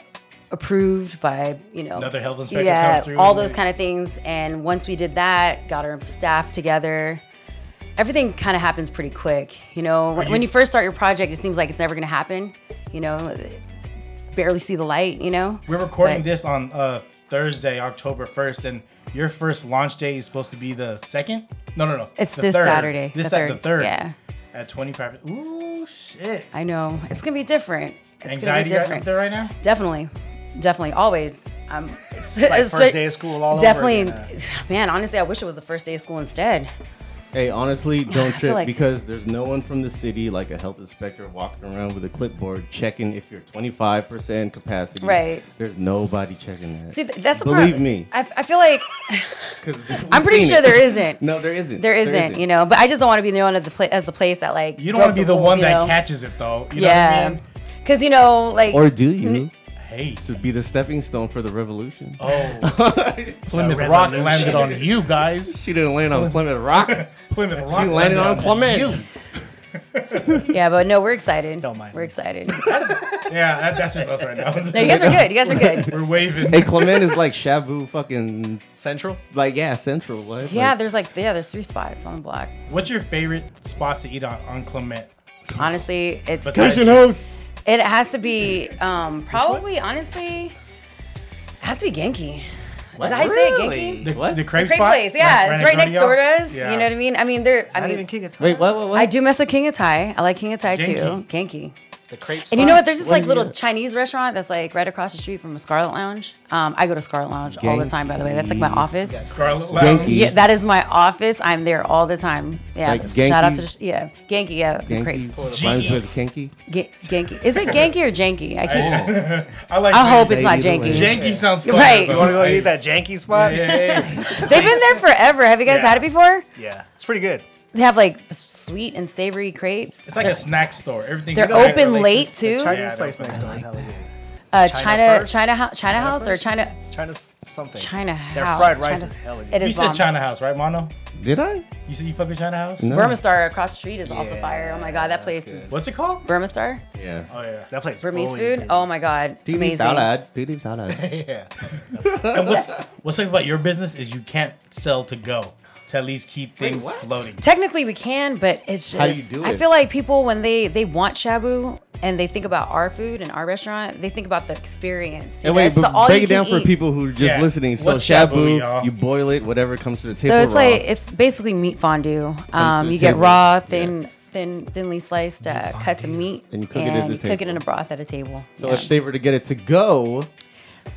S4: approved by you know
S3: Another health inspector
S4: yeah,
S3: comes through
S4: all
S3: and
S4: those
S3: they-
S4: kind of things. And once we did that, got our staff together. Everything kind of happens pretty quick, you know. When, when
S3: you-
S4: you first start your project, it seems like it's never gonna happen, you know. Barely see the light, you know.
S3: We're recording
S4: But-
S3: this on uh Thursday, October 1st and your first launch day is supposed to be the second? No, no, no.
S4: It's
S3: the
S4: this
S3: third.
S4: Saturday,
S3: This
S4: the
S3: at the
S4: third,
S3: third.
S4: yeah.
S3: At 25. Ooh, shit.
S4: I know it's gonna be different. It's gonna be
S3: Anxiety right
S4: different.
S3: up there right now?
S4: Definitely, definitely, always. Um, it's
S5: like
S4: it's
S5: first
S4: like-
S5: day of school all over
S4: Definitely,
S5: again,
S4: man. Honestly, I wish it was the first day of school instead.
S6: Hey, honestly, don't
S4: feel
S6: trip
S4: like-
S6: because there's no one from the city, like a health inspector, walking around with a clipboard checking if you're 25% capacity.
S4: Right.
S6: There's nobody checking that.
S4: See, th- that's a
S6: believe
S4: problem.
S6: me.
S4: I, I feel like
S6: 'cause
S4: I'm
S6: we've
S4: pretty
S6: seen
S4: sure
S6: it.
S4: there isn't.
S6: No, there isn't.
S4: there isn't, you know. But I just don't want to be known as the pla- as the place that like
S3: You don't
S4: broke
S3: want to be the
S4: rules,
S3: one
S4: you
S3: that
S4: know?
S3: catches it though. You know what I
S4: yeah,
S3: mean?
S4: because you know, like
S6: Or do you?
S4: Mm-hmm.
S3: Hey.
S6: To be the stepping stone for the revolution.
S3: Oh, Plymouth Rock
S5: revolution.
S3: landed on you guys.
S6: She didn't land on Plymouth Rock.
S3: Plymouth Rock
S6: She landed on
S3: you.
S6: Clement.
S4: yeah, but no, we're excited.
S5: Don't mind
S4: We're
S5: me.
S4: excited.
S3: Yeah, that, that's just us right
S4: no, you
S3: now.
S4: guys are good. You guys are good.
S3: We're waving.
S6: Hey, Clement is like Shabu fucking,
S5: Central?
S6: like, yeah, central. What?
S4: Yeah,
S6: Like,
S4: there's like yeah, there's three spots on the block.
S3: What's your favorite spots to eat on, on Clement?
S4: Honestly, it's
S3: Besides-
S6: Station House.
S4: It has to be um, probably, honestly, it has to be Genki. Is that how you say it, Genki?
S3: The,
S6: What?
S3: the crepe
S4: Great
S3: spot?
S4: place, yeah.
S3: Ran-
S4: it's right next
S3: Ranagordio?
S4: door to us.
S3: Yeah.
S4: You know what I mean? I mean, they're. I
S5: Not
S4: mean,
S5: even King of Thai.
S6: Wait, what? What? what?
S4: I do mess with King of Thai. I like King of Thai
S3: Genki.
S4: too. Genki.
S5: The crepe
S4: And you know
S5: spot?
S4: what? There's this like little Chinese restaurant that's like right across the street from a Scarlet Lounge. Um, I go to Scarlet Lounge all the time. By the way, that's like my office.
S3: Scarlet Lounge.
S6: Genki.
S4: Yeah, that is my office. I'm there all the time. Yeah,
S6: Like
S4: shout out to
S6: Genki?
S4: the, yeah, Genki, yeah, the crepes.
S6: Genki. Rhymes with Kenki.
S4: Ge- Genki, is it Genki or Janky? I keep
S3: I like.
S4: I hope it's
S6: Say
S4: not
S6: either way.
S4: janky.
S3: Janky sounds fun.
S4: Right.
S3: but
S5: You want to go
S3: I-
S5: eat that janky spot?
S3: Yeah, yeah, yeah.
S4: They've been there forever. Have you guys
S3: Yeah.
S4: had it before?
S5: Yeah, it's pretty good.
S4: They have like sweet and savory crepes.
S3: It's like a snack store. Everything's
S4: They're
S3: snack
S4: open
S3: related.
S4: late too.
S5: Chinese
S3: Yeah, I
S5: place
S3: don't-
S5: next door is hella good.
S4: uh,
S5: China
S4: China,
S5: first?
S4: China, Hou- China, House or
S5: first?
S4: China,
S5: China's something.
S4: China House.
S5: Their fried rice
S4: China's-
S5: is hella good.
S4: It
S3: You
S4: is
S3: said
S4: bomb.
S3: China House, right, Mono?
S6: Did I?
S3: You said you fuck with China House.
S6: No.
S4: Burma Star across the street is also fire. Oh my god, that place is.
S3: What's it called?
S4: Burma Star,
S6: Yeah.
S3: Oh yeah.
S5: That place
S4: Burmese
S5: always
S4: food.
S5: busy.
S4: Oh my god, amazing.
S6: salad. Didi salad.
S5: yeah.
S3: And what's what sucks about your business is you can't sell to go to at least keep things
S5: what?
S3: floating.
S4: Technically, we can, but it's just.
S6: How do you do
S4: I
S6: it?
S4: feel like people when they they want shabu. And they think about our food and our restaurant. They think about the experience. you
S6: And
S4: know,
S6: wait,
S4: it's the
S6: but
S4: all
S6: break
S4: you
S6: it down
S4: can
S6: for
S4: eat.
S6: people who are just
S3: Yeah.
S6: listening. So
S3: What's shabu,
S6: shabu,
S3: y'all?
S6: you boil it, whatever comes to the table.
S4: So it's
S6: raw.
S4: like it's basically meat fondue. Um,
S6: the
S4: you get
S6: table.
S4: raw,
S6: Yeah.
S4: thin, thin, thinly sliced uh, cuts of meat,
S6: And you cook it at the
S4: you cook it
S6: table.
S4: in a broth at a table.
S6: So
S4: Yeah.
S6: if they were to get it to go,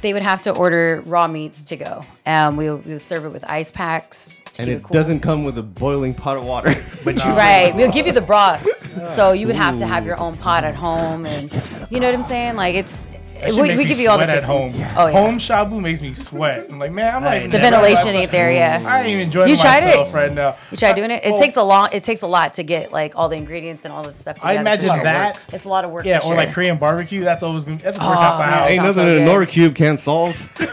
S4: they would have to order raw meats to go. Um, we, we would serve it with ice packs to keep
S6: and it
S4: it cool.
S6: doesn't come with a boiling pot of water, but you
S4: Right, we'll give you the broths. So you would have to have your own pot at home, and you know what I'm saying? Like it's
S3: That shit
S4: we,
S3: makes
S4: we
S3: me
S4: give you all the
S3: sweat at
S4: fixings.
S3: home.
S4: Oh yeah,
S3: Home shabu makes me sweat. I'm like, man, I'm not
S5: I
S3: even
S4: the
S5: never
S4: ventilation
S3: I'm-
S4: ain't there. Yeah,
S3: I ain't even enjoying
S4: You tried
S3: myself
S4: it?
S3: right now. Oh,
S4: you try doing it. It
S3: Well,
S4: takes a long. It takes a lot to get like all the ingredients and all the stuff.
S3: I
S4: Together. It's a
S3: imagine
S4: lot of
S3: that-
S4: work. it's a lot of work.
S3: Yeah,
S4: for
S3: or like
S4: sure.
S3: Korean barbecue. That's always gonna, that's the worst
S4: Oh,
S3: out the
S4: man.
S3: house.
S6: ain't
S4: sounds
S6: nothing
S4: so
S6: a
S4: good.
S6: Nora cube can't solve.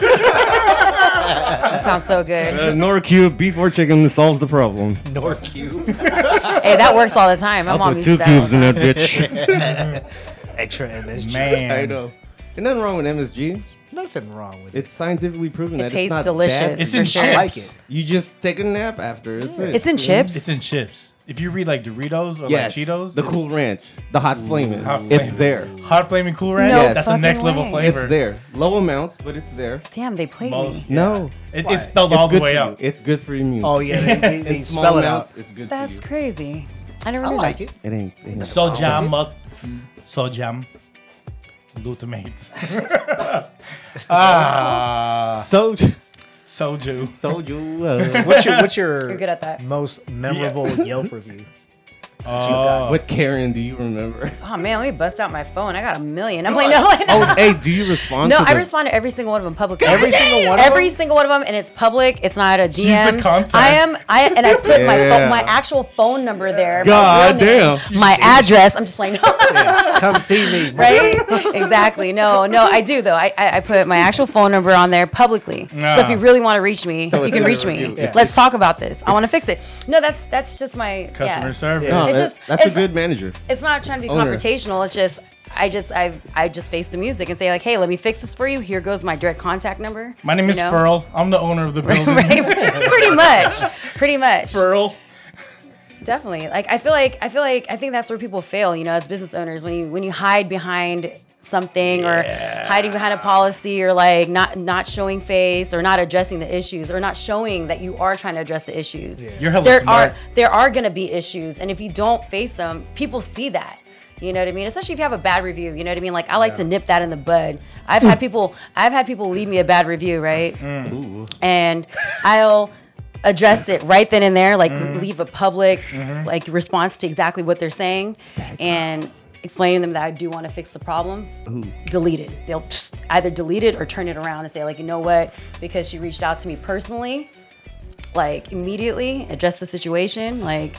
S4: that sounds so good.
S6: A Nora cube beef or chicken solves the problem.
S5: North Cube.
S4: Hey, that works all the time. My
S6: I'll
S4: mom used
S6: put two
S4: that. all
S6: cubes
S4: the
S6: in
S4: time.
S6: that bitch.
S5: extra MSG.
S3: Man.
S6: I know. And nothing wrong with MSG.
S5: Nothing wrong with it.
S6: It's scientifically proven
S4: It
S6: that it's
S4: tastes
S6: not
S4: delicious.
S6: bad.
S3: It's in
S4: For sure.
S3: chips.
S5: I like it.
S6: You just take a nap after. It's it.
S4: It's in chips.
S3: It's in chips. If you read like Doritos or
S6: Yes.
S3: like Cheetos,
S6: The Cool Ranch. The Hot Flaming.
S3: Hot
S6: It's
S3: Flamin'.
S6: there.
S3: hot flaming Cool Ranch.
S4: No
S3: that's the
S4: fucking
S3: next level
S4: way.
S3: flavor.
S6: It's there. Low amounts, but it's there.
S4: Damn, they played
S3: Most-
S4: me.
S6: No.
S3: It, it's spelled
S6: It's
S3: all the
S6: good
S3: way
S6: for
S3: up.
S6: You. It's good for your immune.
S5: Oh
S6: system.
S5: yeah, they, they, they
S6: In small
S5: spell it out.
S6: amounts, it's good for
S4: That's
S6: you.
S4: crazy. I never
S5: I
S4: knew
S5: like
S4: that.
S5: it.
S6: It ain't. It ain't
S3: So jam, mut- so jam, glutamate. ah,
S6: so
S3: soju.
S6: soju. Uh,
S5: What's your what's your
S4: You're good at that.
S5: most memorable Yelp review?
S3: Oh,
S6: what Karen do you remember?
S4: Oh man, let me bust out my phone. I got a million. I'm like, no, I know.
S6: Oh,
S5: Oh,
S6: hey, do you respond?
S4: No,
S6: to
S4: I
S6: the-
S4: respond to every single one of them publicly.
S5: Every single one of
S4: Every
S5: them?
S4: single one of them, and it's public. It's not a DM.
S3: the contact.
S4: I am. I and I put my
S6: Yeah.
S4: phone, my actual phone number there. my real
S6: God
S4: name,
S6: damn.
S4: My address. I'm just playing.
S5: Come see me.
S4: right? exactly. No, no, I do though. I, I, I put my actual phone number on there publicly.
S3: Nah.
S4: So if you really want to reach me,
S6: So
S4: you
S6: it's
S4: can
S6: not a
S4: reach me.
S6: review. Yeah.
S4: Let's talk about this. I want to fix it. No, that's that's just my
S3: customer
S4: yeah.
S3: service.
S6: No,
S4: It's
S6: that-
S4: just-
S6: that's a
S4: it's-
S6: good manager.
S4: It's not trying to be
S6: Owner.
S4: confrontational. It's just I just I I just face the music and say like, hey, let me fix this for you. Here goes my direct contact number.
S3: My name
S4: you
S3: is
S4: know?
S3: Furl. I'm the owner of the building.
S4: Right? pretty much, pretty much,
S3: Furl.
S4: definitely. Like I feel like I feel like I think that's where people fail. You know, as business owners, when you when you hide behind something or hiding behind a policy or like not not showing face or not addressing the issues or not showing that you are trying to address the issues.
S3: You're hella
S4: there
S3: smart.
S4: are there are gonna be issues, and if you don't face them, people see that. You know what I mean? Especially if you have a bad review. You know what I mean? Like I like to nip that in the bud. I've had people I've had people leave me a bad review, right?
S3: Mm.
S4: and I'll address it right then and there, like
S6: Mm-hmm.
S4: leave a public like response to exactly what they're saying, and explaining to them that I do want to fix the problem. Delete it. They'll just either delete it or turn it around and say like, you know what? Because she reached out to me personally, like immediately address the situation. Like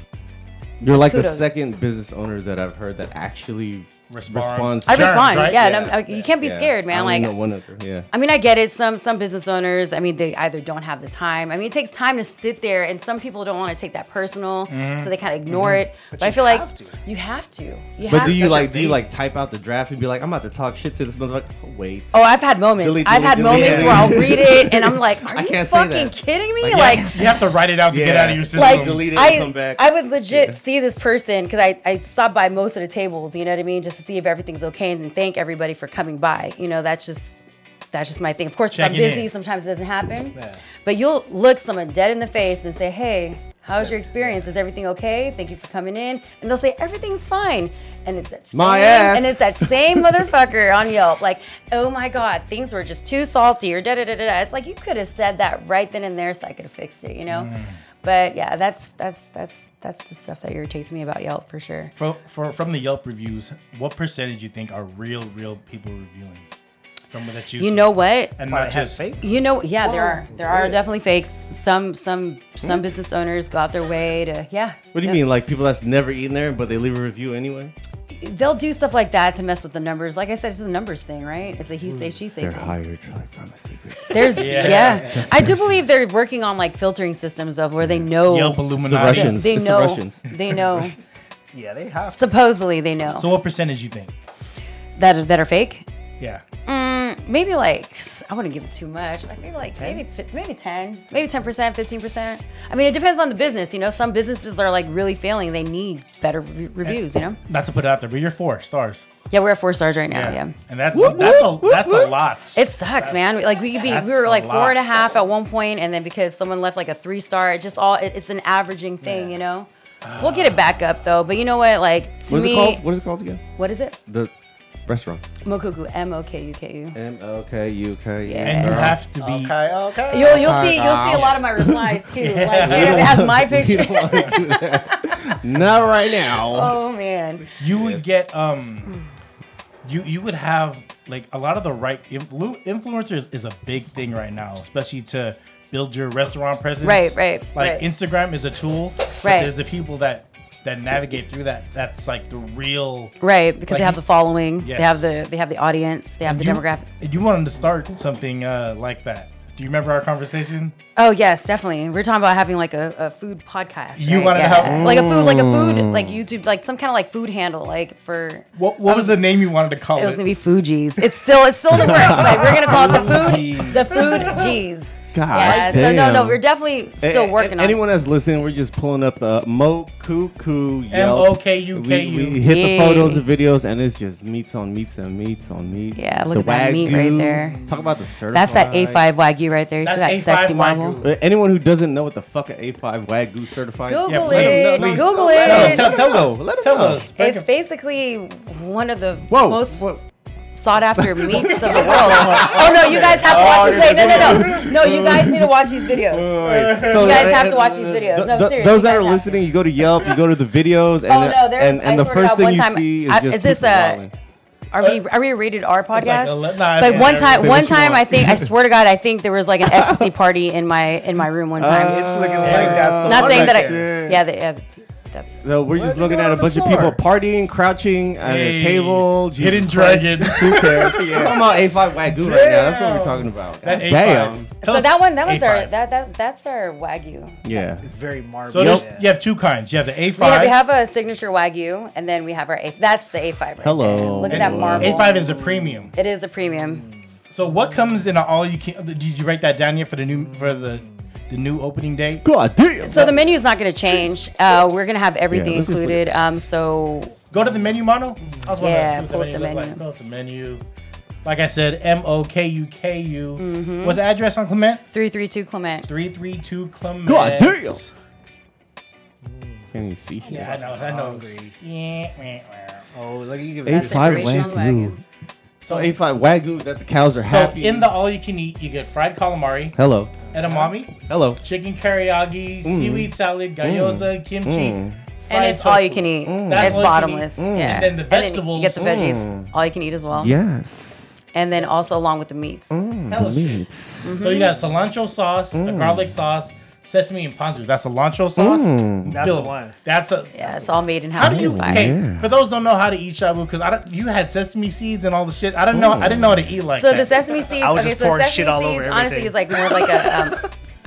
S6: You're like the
S4: Kudos.
S6: second business owner that I've heard that actually
S3: Responds.
S6: responds.
S4: I
S3: Germs,
S4: respond,
S3: right?
S4: yeah.
S6: Yeah.
S4: And I'm, I, you can't be
S6: Yeah.
S4: scared,
S6: I
S4: man.
S6: only
S4: Like
S6: know one other. Yeah.
S4: I mean, I get it. Some some business owners, I mean, they either don't have the time. I mean, it takes time to sit there, and some people don't want to take that personal,
S6: Mm-hmm.
S4: so they kind of ignore it. But, I
S5: you
S4: feel like
S5: have to.
S4: you have to. You
S6: But
S4: have
S6: do
S4: to.
S6: you like do you like type out the draft and be like, I'm about to talk shit to this motherfucker? Wait.
S4: Oh, I've had moments.
S6: Delete,
S4: I've
S6: delete,
S4: had
S6: delete.
S4: moments
S6: Yeah.
S4: where I'll read it, and I'm like, "Are you
S6: can't say
S4: fucking
S6: that.
S4: kidding me?" Like,
S3: You have to write it out to get
S6: Yeah.
S3: out of your system.
S4: like
S6: delete it and
S4: I,
S6: come back.
S4: I would legit see this person because I, I stop by most of the tables, you know what I mean, just to see if everything's okay and then thank everybody for coming by. You know, that's just that's just my thing. Of course, if
S3: Checking
S4: I'm busy,
S3: in.
S4: sometimes it doesn't happen.
S5: Yeah.
S4: But you'll look someone dead in the face and say, "Hey, how's your experience? Is everything okay? Thank you for coming in." And they'll say, "Everything's fine." And it's that same,
S6: My ass.
S4: And it's that same motherfucker on Yelp, like, "Oh my God, things were just too salty," or da da da da. da. It's like you could have said that right then and there, so I could have fixed it, you know.
S6: Mm.
S4: But yeah, that's that's that's that's the stuff that irritates me about Yelp for sure.
S3: For, for, from the Yelp reviews, what percentage you think are real, real people reviewing? From that you
S4: You
S3: see?
S4: know what?
S3: and
S5: Might
S3: not
S5: have
S3: just
S5: fake.
S4: You know, yeah, there are there are
S5: really?
S4: definitely fakes. Some some some business owners go out their way to yeah.
S6: Hmm. What do you
S4: yeah.
S6: mean? Like people that's never eaten there, but they leave a review anyway?
S4: They'll do stuff like that to mess with the numbers. Like I said, it's a numbers thing, right? It's a
S6: Hmm.
S4: he say she say thing.
S6: hired like from a secret.
S4: There's
S3: Yeah.
S4: yeah. I do believe they're working on like filtering systems of where they know
S3: Yelp
S6: The
S3: Illuminati.
S6: Russians.
S4: they
S6: it's
S4: know
S6: the Russians.
S4: they know
S5: Yeah, they have to.
S4: supposedly they know
S3: So what percentage you think?
S4: that that are fake.
S3: Yeah.
S4: Maybe like I wouldn't give it too much. Like maybe like maybe maybe fi- maybe ten, maybe ten percent, fifteen percent. I mean, it depends on the business. You know, some businesses are like really failing. They need better re- reviews. You know.
S3: Not to put it out there, but you're four stars.
S4: Yeah, we're at four stars right now. Yeah.
S3: And that's that's a that's a lot.
S4: It sucks, man. We- Like we could be,
S3: That's
S4: we were
S3: a
S4: like four
S3: lot.
S4: and a half at one point, and then because someone left like a three star, it just all it, it's an averaging thing, you know. We'll get it back up though, but you know what? Like to
S6: What's
S4: me,
S6: it called? What is it called again?
S4: what is it?
S6: The restaurant.
S4: Mokuku, M O K U K U.
S6: M L K U K. E
S4: Yeah.
S3: and you have to be
S5: Okay, okay.
S4: You'll you'll see you'll
S3: uh,
S4: see a lot of my replies too. Like it has my picture.
S6: Not right now.
S4: Oh man,
S3: you would get um you you would have like a lot of the right influ- influencers is a big thing right now, especially to build your restaurant presence.
S4: Right, right,
S3: Like
S4: right.
S3: Instagram is a tool. but
S4: Right.
S3: There's the people that that navigate through that. That's like the real
S4: right? Because
S3: Like
S4: they have
S3: you-
S4: the following,
S3: Yes.
S4: they have the they have the audience, they have the
S3: you,
S4: demographic.
S3: You wanted to start something uh, like that. Do you remember our conversation?
S4: Oh yes, definitely. We're talking about having like a, a food podcast.
S3: You
S4: right?
S3: wanted to Mm.
S4: Yeah.
S3: have-
S4: like a food, like a food, like YouTube, like some kind of like food handle, like for
S3: What What was the name you wanted to call
S4: it
S3: it?
S4: was gonna be Fuji's. It's still it's still in the works. Like we're gonna call it the food the food G's.
S6: God
S4: Yeah. So no, no,
S6: Ah, damn.
S4: we're definitely
S6: A-
S4: still
S6: a-
S4: working on
S6: Anyone that's listening, we're just pulling up the Mokuku Yelp.
S3: M.O.K.U.K.U..
S6: We, we hit
S4: Yay.
S6: the photos and videos, and it's just meats on meats and meats on meats.
S4: Yeah, look
S6: the
S4: at that meat right there.
S6: Talk about the certified.
S4: it. That's that A five wagyu right there. You See that
S3: That's
S4: sexy
S3: A5
S4: marble.
S6: Uh, Anyone who doesn't know what the fuck an A5 Wagyu certified Oh.
S4: Google
S3: Yeah, let 'em know,
S4: it.
S3: please.
S4: Google
S3: No,
S4: it.
S3: tell, tell us.
S6: Let 'em
S3: tell
S6: know.
S3: us. Break
S4: it's
S3: 'em.
S4: basically one of the
S6: Whoa,
S4: most
S6: whoa.
S4: sought after meats of the world. Oh no, you guys have to watch this. Wait, no, no, no, no. You guys need to watch these videos.
S6: So,
S4: You guys
S6: uh,
S4: have to watch
S6: uh,
S4: these videos.
S6: th-
S4: No,
S6: th-
S4: seriously.
S6: those that
S4: you
S6: are
S4: guys have to.
S6: listening, you go to Yelp, you go to the videos, and
S4: Oh, no, there's-
S6: and, and
S4: I
S6: the
S4: swear to
S6: first
S4: God,
S6: thing
S4: one
S6: you
S4: time-
S6: see is
S4: I-
S6: just
S4: is this
S6: people
S4: a-
S6: wowing.
S4: Are we are we rated R podcast?
S3: a le-
S4: Like,
S3: "Oh, nah, yeah,
S4: one
S3: yeah,
S4: time, one
S3: say what you
S4: time,
S3: want.
S4: I think I swear to God, I think there was like an ecstasy party in my in my room one time.
S3: Uh,
S1: It's looking like that's the
S4: Not
S1: one
S4: saying
S1: right
S4: that
S1: there.
S4: I, yeah, they, yeah, that's
S6: So we're just
S1: they
S6: looking
S1: doing
S6: at a
S1: on the
S6: bunch
S1: floor?
S6: of people partying, crouching uh, at a
S3: Hey,
S6: table. Jesus
S3: Hidden
S6: Christ.
S3: Dragon.
S6: Who cares? We're talking about A5 Wagyu right now. That's what we're
S3: Damn.
S6: talking about.
S3: That
S6: God
S3: A5.
S6: Damn.
S3: Tell
S4: so
S3: us
S4: that one that one's our
S3: A5.
S4: that, that that's our wagyu.
S6: Yeah.
S5: It's very marvelous.
S3: So there's, you have two kinds. You have the A5.
S4: We have, we have a signature wagyu, and then we have our a. That's the A five. Right
S6: Hello.
S4: there. Look at
S6: And
S4: that marble.
S3: A5 is the premium.
S4: It is a premium.
S3: So what comes in a all you can? Did you write that down yet for the new for the the new opening day?
S6: God damn.
S4: So the menu is not going to change. Uh, we're going to have everything
S6: let's just look
S4: included. Um, so
S3: Go to the menu model. I was wondering
S4: Yeah,
S3: what
S4: pull up the
S3: looked
S4: menu.
S3: Like. Pull up the menu. Like I said, M O K U K
S4: Mm-hmm.
S3: U. What's the address on Clement?
S4: three three two Clement.
S3: Three three two Clement.
S6: God damn. Can you see shit?
S3: Yeah, I know. I know.
S5: Hungry.
S3: Yeah, wah, wah.
S5: Oh, look at you.
S4: That's
S6: A5
S4: inspirational
S6: Wagyu.
S4: Wagyu.
S6: So A5 Wagyu that the cows are
S3: So
S6: happy.
S3: in the all you can eat, you get fried calamari,
S6: Hello.
S3: edamame,
S6: Hello.
S3: chicken
S1: Mm.
S3: teriyaki, seaweed salad, gyoza, kimchi.
S4: And
S3: fried
S4: it's all you
S3: tofu.
S4: can eat.
S3: Mm. That's
S4: It's
S3: all you can eat. Mm.
S4: bottomless.
S1: Mm.
S4: Yeah.
S3: And then the
S4: you get the
S3: vegetables.
S4: veggies. All you can eat as well.
S6: Yes.
S4: And then also along with the meats.
S3: Mm. Hella
S1: Mm.
S3: shit.
S6: Meats.
S3: So you got cilantro sauce, a garlic sauce, sesame and ponzu. That's cilantro sauce.
S1: Mm.
S5: That's
S3: Dude,
S5: the one.
S3: That's a.
S4: Yeah, it's all made in
S3: How
S4: house.
S3: do you?
S4: It's fire.
S3: Okay,
S6: Yeah.
S3: for those don't know how to eat shabu, because I don't. You had sesame seeds and all the shit. I don't know. I didn't know how to eat like
S4: So
S3: that.
S4: the sesame seeds.
S5: was
S4: okay,
S5: just
S4: so
S5: pouring
S4: sesame
S5: shit all over
S4: seeds honestly
S5: everything.
S4: is like more like a. Um,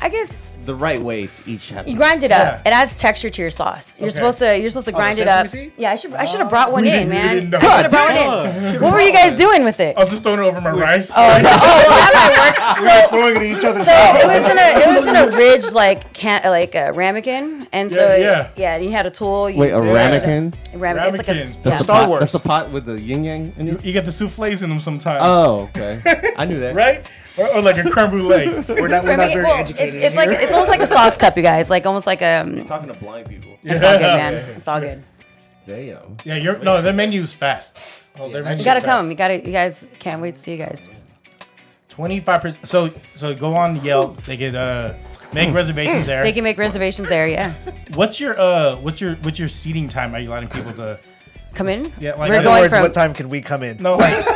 S4: I guess
S6: The right way to each have.
S4: you grind it up.
S3: Yeah.
S4: It adds texture to your sauce. You're
S3: Okay.
S4: supposed to. You're supposed to grind it
S5: Oh, sesame
S4: up.
S5: seed? Oh.
S4: Yeah, I should. I should have brought one
S3: We
S4: in,
S3: didn't- we
S4: man.
S3: didn't know.
S4: I should have brought one in. What were you guys doing with it?
S3: I was just throwing it over my rice.
S4: Oh, no. oh well, that might work. So,
S1: Throwing it at each other's
S4: so it was in a it was in a ridge like can like a ramekin, and so
S3: Yeah, yeah.
S4: yeah, yeah. and you had a tool. You,
S6: Wait, a ramekin?
S4: Ramekin. It's like a
S3: Ramekin.
S4: yeah.
S6: That's the
S1: Star
S6: pot-
S1: Wars.
S6: That's the pot with the yin yang in it?
S3: You get the souffles in them sometimes,
S1: Uh,
S6: Oh, okay. I knew that.
S3: right? Or, or like a creme brulee.
S1: We're not, we're not
S4: Ramekin-
S1: very
S4: well, it's,
S1: educated.
S4: it's like it's almost like a sauce cup, you guys. Like almost like um.
S6: Talking to blind people.
S4: It's all good, man. It's all good.
S6: Damn.
S3: Yeah, you're no. Their menu's fat. Oh, their menu's
S4: You gotta
S3: fat.
S4: come. You gotta. You guys can't wait to see you guys.
S3: Twenty five percent. So so go on Yelp. They could uh make reservations there.
S4: Mm. They can make reservations there. Yeah,
S3: What's your uh what's your what's your seating time? Are you allowing people to
S4: come in.
S3: Yeah, like-
S4: we're
S3: In
S1: in other
S4: going
S1: words,
S4: from.
S1: what time can we come in?
S3: no like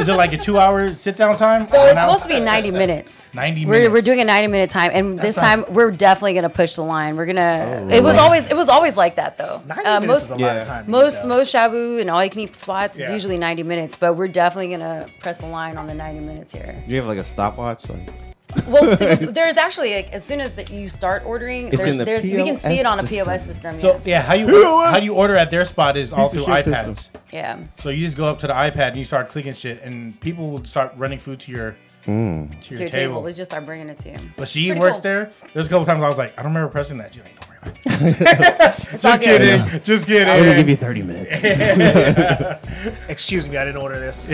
S3: is it like a two hour sit down time?
S4: So it's supposed to be 90 minutes.
S3: 90
S4: we're, We're
S3: minutes.
S4: doing a 90 minute time, and this
S3: not-
S4: time we're definitely gonna push the line. We're gonna.
S3: Oh,
S4: it was always it was always like that though.
S1: Nine
S4: Uh,
S1: minutes
S4: most
S1: is a lot
S6: yeah.
S1: of time. to eat,
S4: most
S1: though.
S4: most shabu and all you can eat spots is
S3: Yeah.
S4: usually 90 minutes, but we're definitely gonna press the line on the 90 minutes here.
S6: You have like a stopwatch? Like,
S4: Well, see, there's actually like, as soon as that you start ordering,
S6: It's
S4: there's,
S6: in the
S4: there's we can see it on a
S6: POS
S4: POS system.
S3: So yeah, how you
S6: POS.
S3: how you order at their spot is all
S6: Piece
S3: through
S6: of shit
S3: iPads.
S6: system.
S4: yeah. yeah.
S3: So you just go up to the iPad and you start clicking shit, and people will start running food to your
S6: Hmm.
S3: to your
S4: Your
S3: table.
S4: table. Let's just start bringing it to you.
S3: But she
S4: Pretty
S3: works
S4: cool.
S3: there. There's a couple times I was like, I don't remember pressing that. She's like, don't worry about it.
S4: all
S3: just
S4: good.
S3: kidding. Just kidding.
S6: I'm gonna give you 30 minutes.
S1: Excuse me, I didn't order this.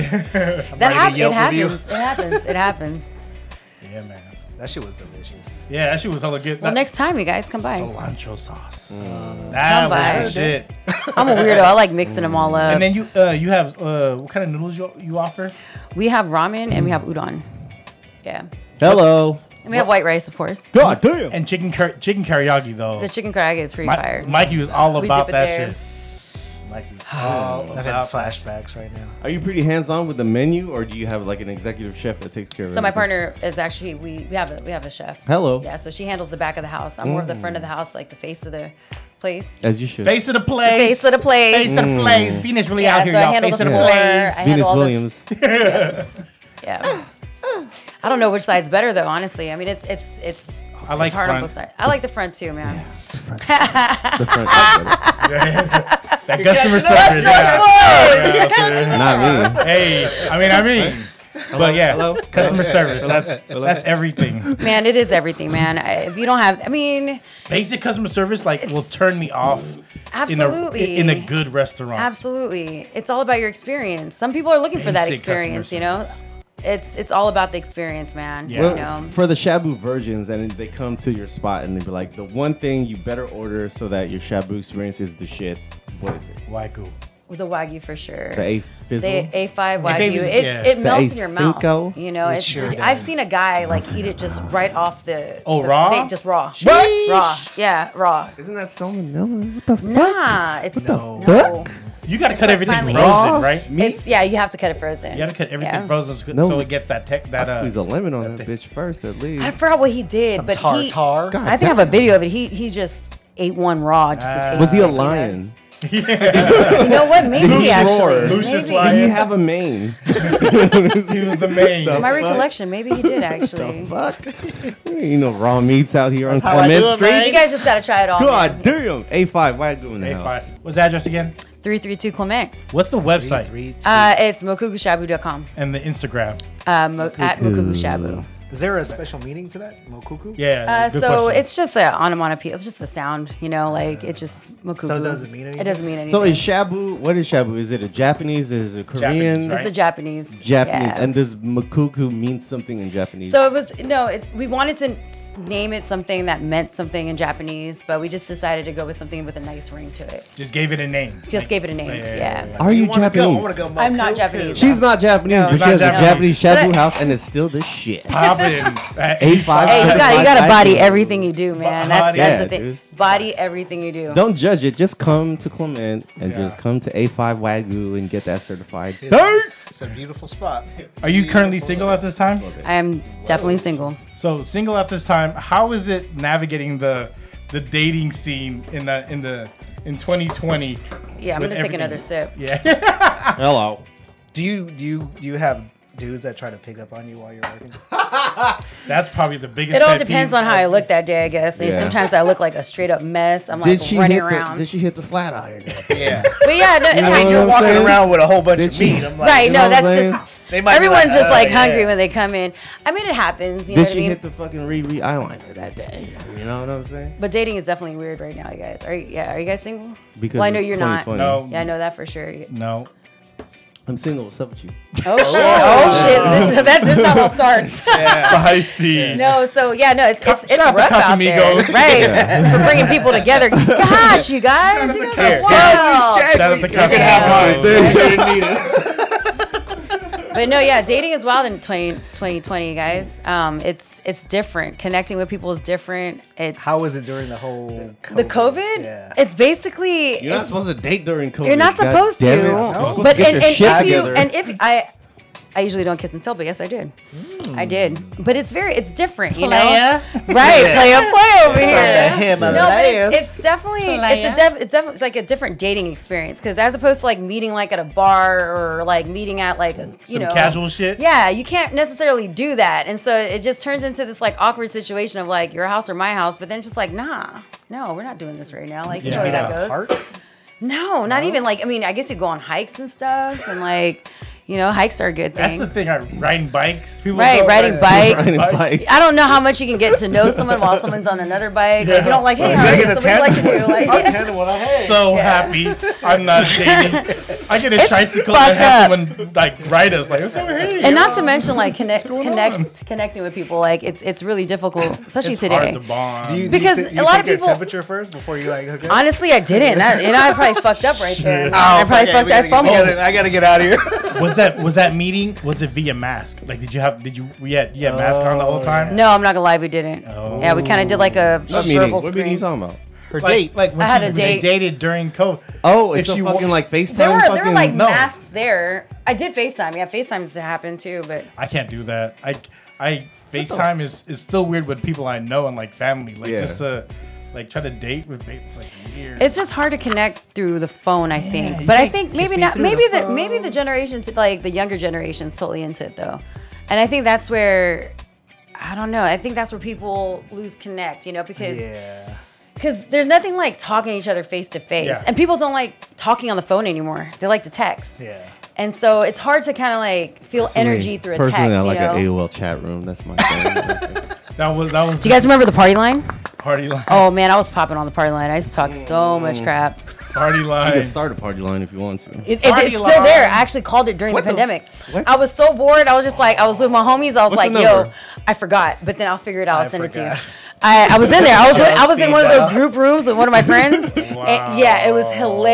S4: That
S1: writing a
S4: hap- it
S1: Yelp review.
S4: happens. It happens. It happens.
S3: yeah, man.
S1: That shit was delicious.
S3: Yeah, that shit was hella good.
S4: Well,
S3: That-
S4: next time you guys come by.
S3: cilantro sauce. That
S4: Come
S3: was
S4: by.
S3: the shit.
S4: I'm a weirdo. I like mixing them all up.
S3: And then you uh, you have uh, what kind of noodles you, you offer?
S4: we have ramen and we have udon. Yeah.
S6: Hello.
S4: And we have white rice, of course.
S6: God damn.
S3: And chicken car- chicken teriyaki though.
S4: The chicken karage is pretty
S3: Mi-
S4: fire.
S3: Mikey was all
S4: We
S3: about
S4: dip it
S3: that
S4: there.
S3: shit. Mikey was all
S1: I've had
S3: about
S1: flashbacks right now.
S6: Are you pretty hands on with the menu or do you have like an executive chef that takes care of it?
S4: so my partner is actually we we have a, we have a chef.
S6: Hello.
S4: Yeah. So she handles the back of the house. I'm more of the front of the house, like the face of the place.
S6: As you should.
S3: face of the place.
S4: Face of the place.
S3: Face of the place. Phoenix really
S4: Yeah,
S3: out here,
S4: so I
S3: y'all.
S4: handle
S3: Face
S4: the
S3: of the
S4: floor.
S3: place.
S4: I-
S6: Venus
S4: all the-
S6: Williams.
S4: Yeah. I don't know which side's better though. Honestly, I mean, it's it's it's.
S3: I like
S4: it's hard
S3: front.
S4: on both sides. I like the front too, man.
S6: The front-
S3: That customer service. Yeah.
S4: Yeah.
S6: Not me.
S3: Hey, I mean, I mean, but yeah,
S2: hello?
S3: customer service. That's that's everything.
S4: Man, it is everything, man. I- If you don't have, I mean,
S3: Basic customer service like will turn me off.
S4: absolutely,
S3: In a, in a good restaurant.
S4: absolutely, it's all about your experience. Some people are looking for that
S3: Basic customer
S4: experience, you know. It's it's all about the experience, man.
S3: Yeah.
S4: You
S6: Well,
S4: know,
S6: for the shabu virgins, and they come to your spot and they be like, the one thing you better order so that your shabu experience is the shit. What is it?
S3: Waiku.
S4: with the wagyu for sure.
S6: The A fizzle.
S4: the A5
S3: If it
S4: Wagyu,
S3: was-
S4: it,
S3: yeah.
S4: it
S6: The
S4: melts in your
S6: Acinco?
S4: mouth. You know, it's,
S5: sure
S4: I've
S5: does.
S4: seen a guy like eat it just right off the.
S3: Oh,
S4: the
S3: raw?
S4: thing, just raw.
S6: What?
S4: Raw. Yeah, raw.
S6: Isn't that salmonella? What the fuck?
S4: Nah, it's no.
S6: fuck?
S3: You got to cut
S4: like
S3: everything
S4: finally-
S3: frozen, right?
S4: It's yeah, you have to cut it frozen.
S3: You got to cut everything
S4: Yeah.
S3: frozen so,
S6: No.
S3: so it gets that tech that
S6: I squeeze a
S3: uh,
S6: lemon on that bitch first, at least.
S4: I forgot what he did,
S5: Some
S4: but he.
S5: tartar. God
S4: I think I have a video of it. He he just ate one raw just
S5: Ah.
S4: to taste.
S6: Was he a
S4: it, you know?
S6: lion?
S4: You know what? Maybe actually. Maybe.
S3: Lucius
S6: Did he
S3: Lion.
S6: have a mane?
S3: he was the main.
S4: To my recollection, maybe he did actually.
S6: Fuck. There ain't no raw meats out here on
S5: how I
S6: Clement
S5: do it,
S6: Street.
S5: man.
S4: You guys just gotta try it all.
S6: God damn. A5, why doing that?
S3: A5. What's the address again?
S4: Three three two Clement.
S3: What's the website
S5: Three, two.
S4: Uh, it's mokugushabu.com.
S3: and the Instagram?
S4: Uh, mo- at mokugushabu.
S5: Is there a special meaning to that? Mokuku?
S3: Yeah.
S4: Uh, so
S3: good question.
S4: it's just a onomatopoeia. It's just a sound, you know, like it just makuku.
S5: So it doesn't mean anything?
S4: It doesn't mean anything.
S6: So is shabu, what is shabu? Is it a Japanese? Is it a Korean?
S3: Japanese,
S4: it's
S3: right?
S4: a Japanese.
S6: Japanese.
S4: yeah.
S6: And does makuku mean something in Japanese?
S4: so it was no. It, we wanted to name it something that meant something in Japanese, but we just decided to go with something with a nice ring to it.
S3: just gave it a name.
S4: Just gave it a name. Yeah.
S6: Are you,
S5: wanna
S6: Japanese?
S5: Go, I wanna go
S4: I'm not
S5: Mokuku.
S4: Japanese.
S6: She's not Japanese, but she
S3: not
S6: has a Japanese
S3: Japanese.
S6: shabu house, and it's still this shit.
S3: Poppin'.
S6: A5.
S4: Hey, you got you got to
S6: I-
S4: body everything you do, man. That's
S3: Body.
S4: that's the
S6: Yeah,
S4: thing. Body everything you do.
S6: Don't judge it. Just come to Clement and
S3: Yeah.
S6: just come to A5 Wagyu and get that certified.
S5: It's a- It's a beautiful spot.
S3: Are you currently single at this time?
S4: I am definitely single.
S3: So single at this time. How is it navigating the the dating scene in the in the in 2020?
S4: Yeah, I'm gonna take
S3: With everything.
S4: another sip.
S3: Yeah.
S6: Hello.
S5: Do you do you do you have dudes that try to pick up on you while you're working?
S3: That's probably the biggest.
S4: It all
S3: pet peeve. Oh,
S4: depends on how I look that day, I guess. And
S6: Yeah.
S4: Sometimes I look like a straight up mess. I'm
S6: Did
S4: like
S6: she
S4: running
S6: hit
S4: around.
S6: the, Did she hit the flat iron?
S5: yeah.
S4: But yeah, no, and
S6: know
S4: like,
S6: what I'm
S5: You're walking
S6: saying?
S5: around with a whole bunch
S6: Did
S5: of
S6: she-
S5: meat. I'm like,
S4: right?
S6: know
S4: No,
S6: what I'm
S4: that's
S6: saying?
S4: just
S5: They might be
S4: everyone's
S5: like,
S4: just
S5: "Oh,
S4: like
S5: yeah."
S4: hungry when they come in. I mean, it happens. You know
S6: Did
S4: what I
S6: she
S4: mean?
S6: hit the fucking Riri eyeliner that day? You know what I'm saying?
S4: But dating is definitely weird right now, you guys. Are you, yeah? Are you guys single?
S6: Because
S4: well, I know
S6: it's
S4: you're not.
S6: 2020.
S3: No.
S4: Yeah, I know that for sure. You-
S3: No.
S6: I'm single. What's up with you?
S4: Oh shit! Oh shit! This, that, this is how it all starts.
S3: Spicy.
S4: No, so yeah, no, it's it's, it's
S3: shout out to
S4: rough out there,
S3: Casamigos.
S4: right? For bringing people together. Gosh, you guys, you guys are
S3: Casamigos.
S4: wild.
S3: Shout out to Cosmo.
S5: have
S4: But no, yeah, dating is wild in 20, 2020, guys. Um, it's it's different. Connecting with people is different. It's
S5: How was it during the whole COVID?
S4: the COVID?
S5: Yeah.
S4: It's basically
S6: You're
S4: it's-
S6: not supposed to date during COVID.
S4: you're not supposed to. But and, and if you and if I I usually don't kiss and tell, but yes, I did. I did. But it's very it's different, you know. Right, play a play over here.
S5: him
S4: No, but it's, it's definitely it's a def, it's definitely like a different dating experience because as opposed to like meeting like at a bar or like meeting at like a, you
S3: Some
S4: know
S3: casual shit.
S4: yeah, you can't necessarily do that. And so it just turns into this like awkward situation of like your house or my house, but then it's just like, nah, no, we're not doing this right now. Like, you know
S3: Yeah.
S4: where that
S5: Yeah.
S4: goes.
S5: Park?
S4: No, not even like, I mean, I guess you go on hikes and stuff and like, you know, hikes are a good
S3: That's
S4: thing.
S3: the thing. I riding bikes. People
S4: Right,
S3: go,
S4: riding
S3: uh,
S4: bikes.
S6: Riding
S3: Bikes.
S6: bike.
S4: I don't know how much you can get to know someone while someone's on another bike. Like, you don't like, hey, how are
S5: I
S4: you?
S5: get a
S4: Somebody likes you. Like,
S3: So happy. I'm not dating. I get a tricycle
S4: fucked
S3: and have
S4: up.
S3: someone like ride us. Like, what's over here?
S4: and not to mention like connect,
S3: going
S4: connect,
S3: on?
S4: connecting with people. Like, it's it's really difficult, especially
S3: it's
S4: today.
S3: hard to bond.
S5: Do you,
S4: Because
S5: do you, thi-
S4: a
S5: you
S4: lot
S5: take
S4: of
S5: their
S4: people-
S5: temperature first before you like hook up?
S4: Honestly, I didn't. That, you know, I probably fucked up right there. I probably
S5: Okay,
S4: fucked.
S5: Oh, we
S4: I
S5: gotta
S4: fumbled.
S5: get- we gotta- I gotta get out of here.
S3: was that was that meeting? Was it via mask? Like, did you have did you we had you had mask on the whole time?
S4: No, I'm not gonna lie, we didn't. Yeah, we kind of did like a, a
S6: What meeting?
S4: verbal
S6: What meeting you
S4: screen.
S6: talking about?
S5: Her
S3: Like, like when
S4: I had
S3: she,
S4: a
S3: when
S4: date.
S3: they dated during COVID.
S6: Oh, it's
S3: If
S6: a
S3: you
S6: fucking
S3: wa-
S6: like FaceTime.
S4: There were there were
S6: fucking-
S4: like
S3: no.
S4: masks there. I did Facetime. Yeah, Facetimes happened too, but
S3: I can't do that. I I FaceTime is is still weird with people I know and like family. Like
S6: Yeah.
S3: just to like try to date with fa- it's like weird.
S4: it's just hard to connect through the phone. I
S3: you
S4: think, but I
S3: can't
S4: think
S3: kiss
S4: maybe
S3: me
S4: not.
S3: through
S4: Maybe
S3: the
S4: the, maybe the generations like the younger generations totally into it though. And I think that's where I don't know. I think that's where people lose connect, you know, because
S5: Yeah.
S4: because there's nothing like talking to each other face to face,
S3: Yeah.
S4: and people don't like talking on the phone anymore. They like to text.
S5: Yeah.
S4: And so it's hard to kind of like feel energy through a text.
S6: Personally, I like
S4: you know?
S6: an AOL chat room. That's my thing.
S3: That was that was
S4: Do you guys remember the party line?
S3: party line.
S4: Oh man, I was popping on the party line. I used to talk
S3: Mm.
S4: so much crap.
S3: Party
S6: you
S3: line.
S6: can start a party line if you want to.
S4: It- it- it's still there. I actually called it during the pandemic. I was so bored. I was just like, I was with my homies. I was
S6: What's the
S4: like, yo,
S6: number?
S4: I forgot, but then I'll figure it out. I'll
S5: I
S4: send it to
S5: forgot.
S4: you. I, I was in there. I was I was in one of those
S5: Wow.
S4: group rooms with one of my friends. and yeah, it was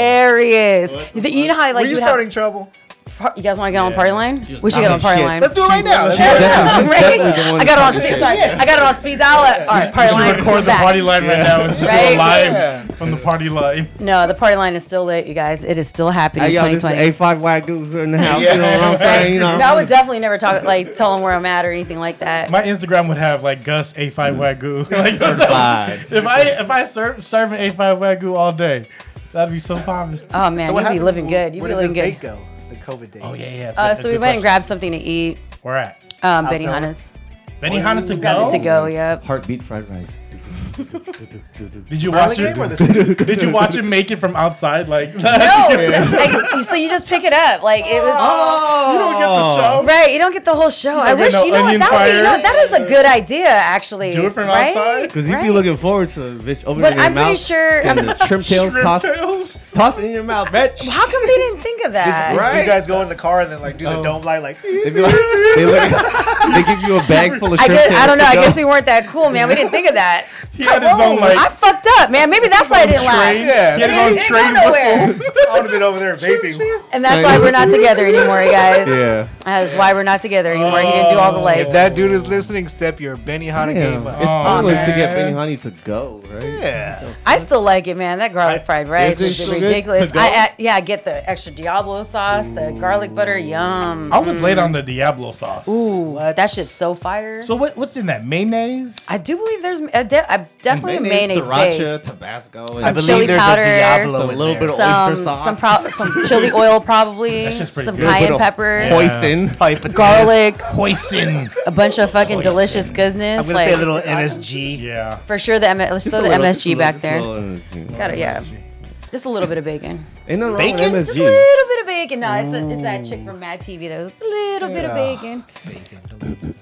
S4: hilarious. You th- You know how like
S5: Were you
S4: you'd
S5: starting
S4: have,
S5: trouble?
S4: par- you guys want to get on the party line? We should get on the
S6: Oh,
S4: party
S6: shit.
S4: line.
S5: Let's do it right now. Let's do it right now.
S4: Yeah,
S6: definitely the
S4: right?
S6: one
S4: I got it on
S6: talking
S4: speed.
S6: shit.
S4: Sorry, I got it on speed dial. All right, party
S3: You
S4: line.
S3: record the
S4: back.
S3: party line right now and just do
S4: Right?
S3: a live
S5: Yeah.
S3: from the party line.
S4: No, the party line is still lit, you guys. It is still happening.
S6: Hey, yo, this is
S4: 2020.
S6: A5 white dude in the house. You know what I'm saying? You know.
S4: No, I would definitely never talk like tell them where I'm at or anything like that.
S3: My Instagram would have like Gus A5 Wagyu. like,
S6: Five.
S3: if I if I serve serve an A5 Wagyu all day, that'd be so popular.
S4: Oh man,
S5: So what
S4: you'd be
S5: happened-
S4: living good. You'd
S5: where
S4: be
S5: did this
S4: living
S5: date
S4: good.
S5: go? The COVID date.
S3: Oh yeah, yeah.
S4: Uh, so we went and grabbed something to eat.
S3: We're at
S4: Um, Benihana's.
S3: Benihana to
S4: Got
S3: go.
S4: it to go. Yep.
S6: Heartbeat fried rice.
S3: Did you
S5: Early
S3: watch
S5: game or the
S3: it?
S5: second?
S3: Did you watch him make it from outside? Like
S4: No, like, so you just pick it up. Like it was.
S3: you don't get the show.
S4: Oh. Right, you don't get the whole show. I
S3: don't get
S4: wish
S3: no
S4: you know what
S3: onion
S4: that would, you know
S3: fire.
S4: that is a good idea actually.
S3: Do it from
S4: right?
S3: outside?
S6: Because you
S4: Right.
S6: be looking forward to a bitch opening
S4: But
S6: your
S4: I'm
S6: mouth.
S4: pretty sure. I'm,
S6: and the shrimp tails
S3: Shrimp
S6: toss,
S3: tails.
S6: toss it in your mouth, bitch.
S4: how come they didn't think of that?
S5: Do you guys go in the car and then like do the dome light like?
S6: They be like, they, look, they give you a bag full of
S4: I,
S6: shrimp
S4: guess,
S6: tails.
S4: I don't know.
S6: to
S4: I
S6: go.
S4: guess we weren't that cool, man. We didn't think of that.
S3: He had his own like.
S4: I fucked up, man. Maybe that's why I didn't
S3: train.
S4: last.
S3: He had his own
S4: It didn't go
S3: train
S4: nowhere.
S3: whistle.
S5: I would have been over there vaping.
S4: And that's why we're not together anymore, you guys.
S6: Yeah.
S4: That's why we're not together anymore. He didn't do all the lights.
S5: If that dude is listening, step your Benihana
S6: Damn,
S5: game
S6: it's
S5: up.
S6: pointless to get
S3: man.
S6: Benihani to go, right?
S5: Yeah.
S4: I still like it, man. That garlic fried rice is,
S6: is it so good
S4: ridiculous.
S6: to go?
S4: I, I yeah, I get the extra Diablo sauce, the garlic butter, yum.
S3: I was late on the Diablo sauce.
S4: Ooh, that shit's so fire.
S3: So what, what's in that mayonnaise?
S4: I do believe there's a de- I definitely a mayonnaise
S6: sriracha,
S4: base.
S6: Tabasco,
S5: I
S6: and
S5: believe
S4: chili
S5: there's
S4: powder,
S5: a Diablo
S6: some
S5: in
S6: little
S5: there.
S6: bit of
S4: Some
S6: oyster sauce,
S4: some pro- some chili oil probably,
S3: shit's pretty
S4: some
S3: good.
S4: cayenne
S6: Little-
S4: pepper,
S3: Yeah.
S6: poison.
S5: Pipe
S4: garlic,
S3: Hoisin.
S4: a bunch of fucking delicious goodness.
S5: I'm gonna
S4: like
S5: say a little NSG.
S3: Yeah.
S4: for sure the M- let's
S6: Just
S4: throw
S6: a
S4: the
S6: little-
S4: MSG
S6: just a
S4: back there.
S6: little- just a little-
S4: Got it, yeah. Just a little bit of bacon.
S6: Ain't nothing
S5: Bacon?
S6: wrong with
S4: Just a
S6: MSG.
S4: little bit of bacon. No, it's, a, it's that chick from Mad TV that was a little bit of bacon.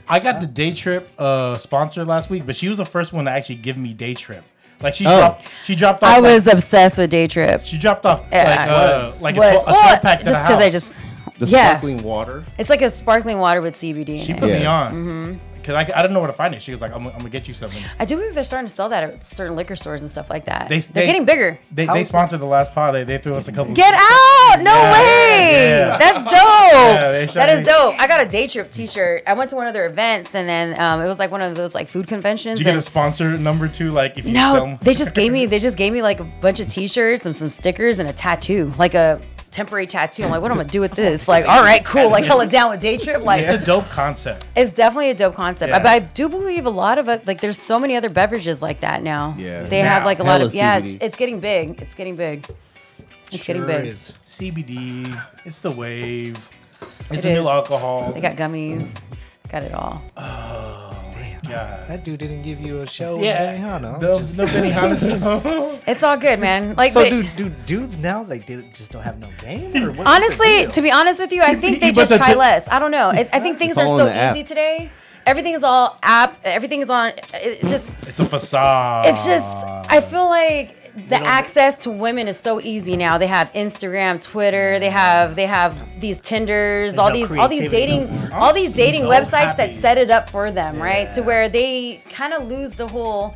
S3: I got the day trip uh, sponsor last week, but she was the first one to actually give me day trip. Like she
S6: Oh.
S3: dropped, she dropped off.
S4: I
S3: like-
S4: was obsessed with Day Trip.
S3: she dropped off
S4: Yeah,
S3: like
S4: I
S3: uh,
S4: was.
S3: like a,
S4: Was.
S3: 12, a
S4: Well,
S3: 12 pack to
S4: just
S3: the house.
S4: I just
S6: The
S4: Yeah.
S6: sparkling water.
S4: it's like a sparkling water with CBD.
S3: she
S4: in
S3: put
S4: it.
S3: me
S6: Yeah.
S3: on
S4: Mm-hmm.
S3: because I, I didn't know where to find it. She was like, "I'm, gonna- I'm gonna get you something."
S4: I do believe they're starting to sell that at certain liquor stores and stuff like that.
S3: They-
S4: They, are
S3: they-
S4: getting bigger.
S3: They, they sponsored the last pod. They, they threw us a couple.
S4: Get out! No
S3: Yeah,
S4: way!
S3: yeah.
S4: That's dope.
S3: they showed
S4: that is
S3: me-
S4: dope. I got a day trip T-shirt. I went to one of their events, and then um, it was like one of those like food conventions.
S3: Did you get
S4: and
S3: a sponsor number two? Like if you
S4: No,
S3: sell-
S4: they just gave me they just gave me like a bunch of t-shirts and some stickers and a tattoo, like a temporary tattoo. I'm like, what am I gonna do with this? Like, all right, cool. Like, hella down with day trip. Like,
S3: it's a dope concept.
S4: it's definitely a dope concept.
S3: Yeah.
S4: But I do believe a lot of it, like, there's so many other beverages like that now.
S6: Yeah.
S4: they
S3: Now,
S4: have like a lot
S6: hella
S4: of yeah.
S6: CBD.
S4: It's, it's getting big. It's getting big. It's getting big.
S3: CBD. It's the wave.
S4: It
S3: It's a
S4: is.
S3: new alcohol.
S4: They got gummies. Got it all.
S3: yeah.
S5: That dude didn't give you a show.
S3: Yeah,
S5: Benihana.
S3: no,
S5: Just-
S3: no Benihana.
S4: It's all good, man. Like,
S5: so
S4: but-
S5: do, do dudes now like they just don't have no game? Or what is the
S4: Honestly,
S5: deal?
S4: to be honest with you, I think they
S3: You
S4: just
S3: must have
S4: try
S3: took-
S4: less. I don't know. I, I think things
S6: all
S4: are
S6: on
S4: so
S6: the app.
S4: easy today. Everything is all app. Everything is on. It's just.
S3: it's a facade.
S4: It's just. I feel like the access to women is so easy now. They have Instagram, Twitter. They have they have these Tinders, all
S5: no
S4: these all these
S5: creativity
S4: dating all these dating
S3: so
S4: websites that
S3: happy.
S4: set it up for them, right? To where they kind of lose the whole.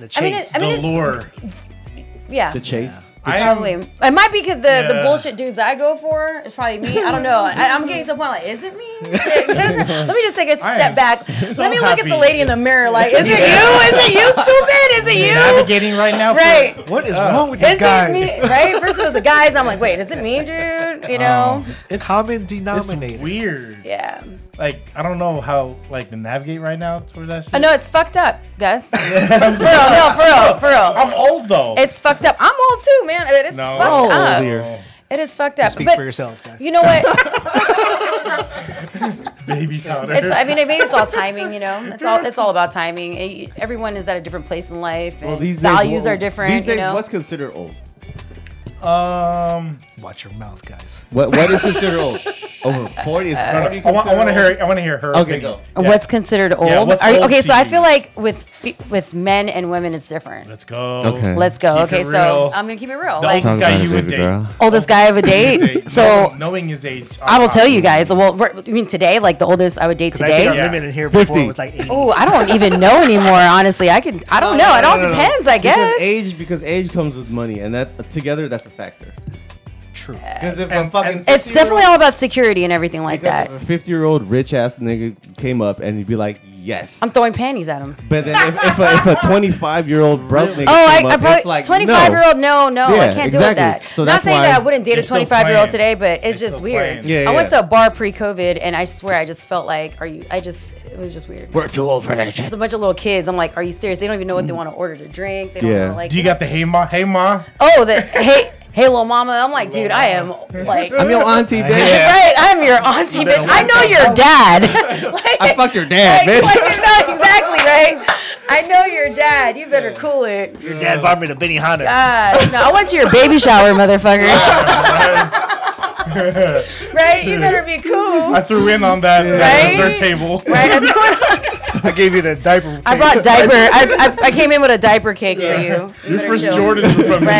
S5: the
S4: I mean, it-
S5: chase.
S4: I mean,
S3: the
S4: it's-
S3: lure.
S4: Yeah.
S6: The chase.
S3: I am-
S4: Probably. It might be because the, the
S3: Yeah.
S4: bullshit dudes I go for is probably me. I don't know. I, I'm getting to a point like, is it me? Shit, Let me just take a
S3: I
S4: step
S3: am
S4: back. Let me look at
S3: happy.
S4: the lady in the mirror. Like, is it you? Is it you, stupid? Is it you?
S3: navigating right now. for-
S4: Right.
S5: what is wrong with
S4: Is
S5: these
S4: it
S5: guys?
S4: me? Right? First it was the guys. I'm like, wait, is it me, dude? You know?
S3: Oh.
S5: Common
S3: It's
S5: denominator.
S3: weird.
S4: yeah.
S3: Like I don't know how like to navigate right now towards that shit.
S4: I know it's fucked up, Gus. for real, no, for real, for real.
S3: I'm old though.
S4: It's fucked up. I'm old too, man. It is
S3: No.
S4: fucked up.
S3: Oh,
S6: Earlier.
S4: It is fucked up.
S5: Speak
S4: but
S5: for yourselves, guys.
S4: You know what?
S3: baby powder.
S4: It's, I mean, maybe it's all timing, you know. It's all it's all about timing. It- everyone is at a different place in life, and values
S6: well,
S4: are different.
S6: These days,
S4: you know,
S6: what's considered old?
S3: um,
S5: Watch your mouth, guys.
S6: What what is considered old? Over forty
S4: Uh,
S6: is forty.
S3: I want, I want to hear. I want to hear her.
S6: Okay,
S3: opinion.
S6: go.
S3: Yeah.
S4: what's considered old?
S3: what's
S4: Are you-
S3: old
S4: okay,
S3: to
S4: so I
S3: you?
S4: feel like with fe- with men and women, it's different.
S3: Let's go.
S6: Okay.
S4: Let's go.
S3: Keep it
S4: okay,
S3: real.
S4: so I'm gonna keep it real.
S3: The
S4: Like
S3: oldest guy you would date.
S4: oldest guy I would date.
S3: Date.
S4: So
S3: knowing, knowing his age, Uh,
S4: I will tell you guys. Well, we're- I mean today, like the oldest I would date
S5: I think our
S4: today.
S3: Yeah.
S5: limit in here before
S6: 50.
S5: was like 80.
S4: Oh, I don't even know anymore. Honestly, I can. I don't know. it all depends. I
S6: Because
S4: guess.
S6: age, because age comes with money, and that together, that's a factor.
S5: True.
S6: Because if a
S3: And-
S6: fucking
S3: and-
S4: It's
S6: 50-year-old
S4: definitely all about security and everything like
S6: Because
S4: that.
S6: if a 50 year old rich ass nigga came up and he'd be like, yes.
S4: I'm throwing panties at him.
S6: but then if, if, a, if a 25 year old broke nigga
S4: Oh, I,
S6: came
S4: I
S6: up, it's
S4: probably
S6: like,
S4: twenty five
S6: no.
S4: year old. No, no, I
S6: Yeah,
S4: can't deal
S6: exactly.
S4: with that.
S6: So
S4: Not
S6: that's
S4: saying
S6: why
S4: that I wouldn't date a
S3: they're still
S4: twenty five year old
S3: playing.
S4: today, but it's
S3: They're
S4: just
S3: still
S4: weird.
S3: playing.
S6: Yeah,
S4: I went
S6: yeah.
S4: to a bar pre COVID, and I swear I just felt like, are you? I just it was just weird.
S6: We're too old for that
S4: It's
S6: shit.
S4: a bunch of little kids. I'm like, are you serious? They don't even know what they want to order to drink. They don't
S6: Yeah.
S4: know like.
S3: Do you got the hey ma? Hey ma.
S4: oh, the hey, hey, little mama. I'm like, dude, I am like.
S6: I'm your auntie, bitch.
S3: Yeah.
S4: Right, I'm your auntie, bitch. I know your dad. Like-
S6: I fucked your dad,
S4: like,
S6: bitch.
S4: like, you know exactly, right? I know your dad. You better cool it.
S5: Your dad bought me the Benihana.
S4: God, Uh, no, I went to your baby shower, motherfucker. right? You better be cool.
S3: I threw in on that, that
S4: Right?
S3: dessert table.
S4: Right? I'm going
S5: I gave you the diaper.
S4: I brought diaper. I, I, I came in with a diaper cake for you. better
S3: Your first
S4: chill.
S3: Jordans were from me.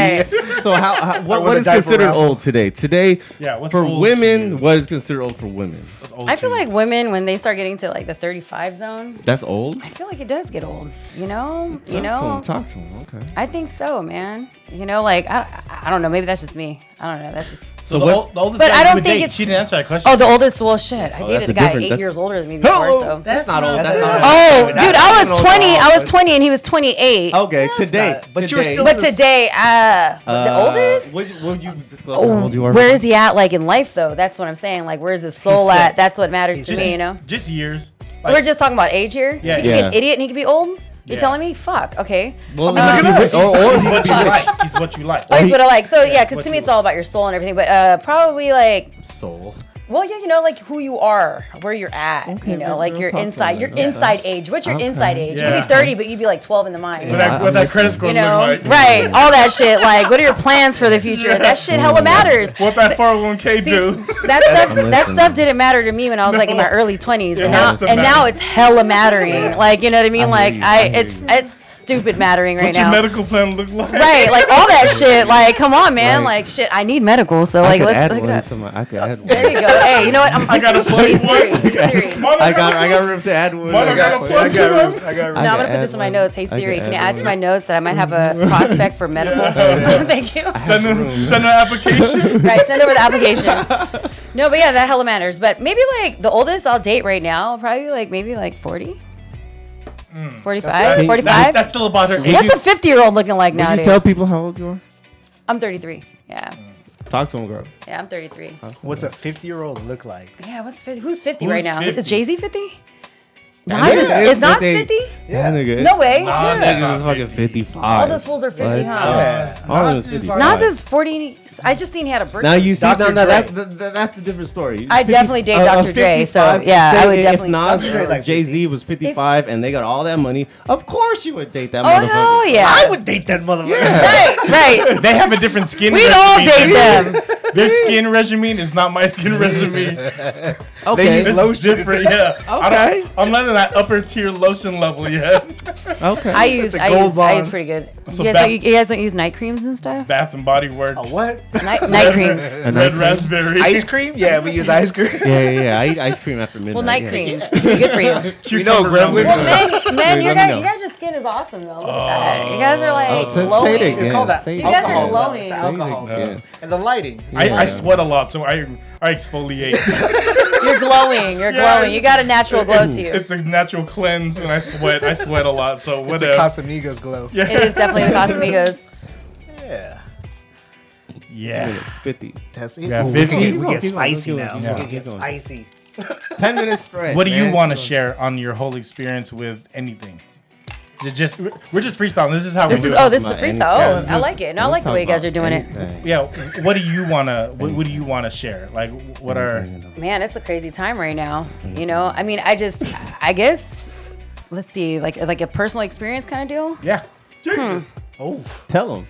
S4: Right.
S6: So, how, how what, what
S5: a
S6: is
S5: diaper
S6: considered
S5: raffle.
S6: old today? Today,
S3: Yeah, what's
S6: for
S3: old to you?
S6: women, what is considered old for women?
S4: I feel like women when they start getting to like the 35 zone,
S6: That's old?
S4: I feel like it does get old. You know? You
S6: Talk
S4: know?
S6: to him, talk to him. Okay.
S4: I think so, man. You know, like I, I don't know. Maybe that's just me. I don't know. That's just.
S3: So
S6: the
S3: the,
S6: ol-
S3: the oldest
S4: But
S3: guy
S4: I
S3: you
S4: don't
S3: would
S4: think
S3: date,
S4: it's-
S3: She didn't answer that question.
S4: Oh, the oldest. Well, shit. I
S6: that's
S4: dated
S6: a
S4: Oh, a guy
S6: different-
S4: eight
S6: that's-
S4: years older than me before.
S6: Oh,
S4: So.
S5: That's not old.
S2: That's
S5: That's
S2: not
S5: not
S2: old.
S5: old.
S4: Oh, dude, I Oh.
S5: not
S4: was
S5: old
S4: 20.
S5: at all,
S4: I was
S5: but-
S4: 20 and he was 28.
S6: Okay, today.
S5: not- but you were
S6: today,
S5: still
S4: But today, uh, the oldest. Oh,
S6: Would, would you disclose how old you are?
S4: Where is he at, like in life, though? That's what I'm saying. Like, where's his soul
S5: sick.
S4: at? That's what matters to
S3: just,
S4: me, you know.
S3: Just years.
S4: We're just talking about age here.
S3: Yeah,
S4: he could
S6: yeah.
S4: be an idiot and he could be old. You're
S3: Yeah.
S4: telling me? Fuck. Okay.
S6: Well,
S4: Uh,
S6: look at us. Or old
S3: He's what you like. He's what you like.
S4: Oh, he's
S6: he-
S4: what I like. So yeah, because
S3: what
S4: to
S3: you
S4: me it's all about your soul and everything. But uh, probably like
S6: soul.
S4: Well, yeah, you know, like who you are, where you're at,
S6: Okay,
S4: you know,
S6: we'll-
S4: like
S6: we'll
S4: your
S6: talk
S4: inside,
S6: about
S4: your
S6: it. Okay.
S4: inside age. What's your inside age? You
S3: Yeah.
S4: could be 30, but you'd be like 12 in the mind.
S3: What
S6: Yeah,
S3: that,
S6: I'm
S3: what that credit score
S4: You
S3: look
S4: know,
S3: like.
S4: right? All that shit. Like, what are your plans for the future? That shit hella matters.
S3: What that 401k
S4: See,
S3: do.
S4: that stuff, that
S6: listening.
S4: stuff didn't matter to me when I was like in my
S3: No.
S4: early 20s,
S3: It
S4: and now
S3: has to
S4: and now
S3: matter.
S4: it's hella mattering. Like, you know what I mean?
S6: hear
S4: like,
S6: you. I
S4: I,
S6: hear
S4: it's it's stupid mattering right
S3: What your
S4: now.
S3: medical plan look like.
S4: Right, like all that shit. Like, come on, man.
S6: Right.
S4: Like, shit, I need medical. So,
S6: I
S4: like,
S6: could
S4: let's
S6: add
S4: look
S6: one
S4: it up.
S6: to my. I could add one.
S4: There you go. Hey, you know what? I'm,
S3: I got a plus one.
S4: Siri. No,
S3: Mom,
S6: I got I got
S3: a
S6: room to add one.
S3: Mom, I got a
S5: I
S3: plus one.
S5: got
S6: I
S4: I'm
S6: can
S4: gonna put
S6: add
S4: this in my
S6: one.
S4: notes. Hey
S6: I can
S4: Siri, can you
S6: add
S4: add to
S6: one.
S4: my notes that I might have a prospect for medical? Thank you.
S3: Send him, send an application.
S4: Right, send over the application. No, but yeah, that hella matters. But maybe like the oldest I'll date right now, probably like maybe like 40, 45,
S6: that's-
S4: 45.
S3: That's still about her age.
S4: What's a 50 year old looking like
S6: Can you
S4: nowadays?
S6: tell people how old you are?
S4: I'm 33. Yeah,
S6: Talk to them, girl.
S4: yeah, I'm 33.
S5: What's a 50 year old look like?
S4: Yeah, what's 50? Who's 50
S3: Who's
S4: right now?
S3: 50?
S4: Is Jay Z 50? Nas is, is Nas 50?
S6: Yeah, nigga.
S4: No way.
S3: Nas
S6: That
S3: is
S6: nigga's
S3: not
S6: fucking
S3: 50.
S6: 55.
S4: All those fools are 50,
S6: What?
S4: huh?
S5: Yeah.
S6: All of
S3: Nas
S6: them
S3: is
S6: 50.
S3: like-
S4: Nas is 40. I just seen he had a birthday.
S6: Now you see,
S5: Dr.
S6: no, no,
S5: Dre.
S6: that, that, that- that's a different story.
S4: I definitely date Dr. Dre, so,
S6: 55
S4: yeah, I
S6: say
S4: would
S6: if
S4: definitely-
S6: Nas
S4: Dr. Dre
S5: is
S6: or
S5: like
S6: Jay Z was 55 and they got all that money, of course you would date that
S4: oh,
S6: motherfucker.
S4: hell yeah.
S5: I would date that motherfucker.
S4: Right, right.
S3: They have a different skin.
S4: We'd all date
S3: regime.
S4: them.
S3: Their skin regime is not my skin regime.
S6: Okay.
S5: They use
S3: It's
S5: lotion.
S3: different, yeah. I
S6: Okay.
S3: don't, I'm not in that upper tier lotion level yet.
S6: okay.
S4: I use,
S5: a
S4: I
S5: gold
S4: use, I
S5: bond.
S4: use pretty good.
S3: So
S4: You guys, don't,
S3: back-
S4: you guys don't use night creams and stuff?
S3: Bath and Body Works.
S5: A what?
S4: Night, night creams.
S3: Red raspberry.
S5: Ice cream? Yeah, we use ice cream.
S6: yeah, yeah, yeah. I eat ice cream after midnight.
S4: Well, night
S6: yeah.
S4: creams. Good for you.
S5: You know,
S3: Cucumber
S5: Gremlin.
S3: melon.
S4: Men, men
S6: Wait,
S4: your
S6: let me
S4: guys,
S6: know.
S4: you guys, your skin is awesome, though. Look at that. You guys are like
S6: Oh, say- say it
S4: glowing.
S6: again.
S5: It's called that.
S6: Say it
S4: You guys are
S5: alcohol.
S4: glowing.
S5: It's
S4: Say it
S5: alcohol.
S6: again.
S5: And the lighting.
S3: I, I sweat a lot, so I I exfoliate.
S4: You're glowing. You're
S3: Yeah.
S4: glowing. You got a natural glow to you.
S3: it's a natural cleanse, and I sweat. I sweat a lot, so
S5: It's
S3: whatever.
S5: a Casamigos glow.
S3: yeah.
S4: It is definitely the Casamigos.
S5: Yeah.
S3: yeah.
S6: It's 50.
S5: That's it.
S3: Yeah,
S5: Ooh,
S3: 50?
S5: We can
S6: Keep going,
S5: get
S6: keep going,
S5: spicy
S6: keep going,
S5: now.
S6: keep
S5: We
S6: going,
S5: can
S6: keep
S5: get
S6: going.
S5: spicy.
S6: 10 minutes spread.
S3: What do you
S6: man.
S3: want to share on your whole experience with anything? It's just we're we're just freestyling. This is how
S4: This
S3: we
S4: is
S3: do
S4: oh,
S3: it.
S4: this is freestyle. Oh, I like it. No, I like the way you guys are doing it.
S3: Yeah. What do you wanna what, what do you wanna share? Like what are
S4: Man, it's a crazy time right now. You know, I mean, I just, I guess, let's see, like like a personal experience kind of deal.
S3: Yeah.
S2: Jesus.
S3: Oh
S6: Tell them.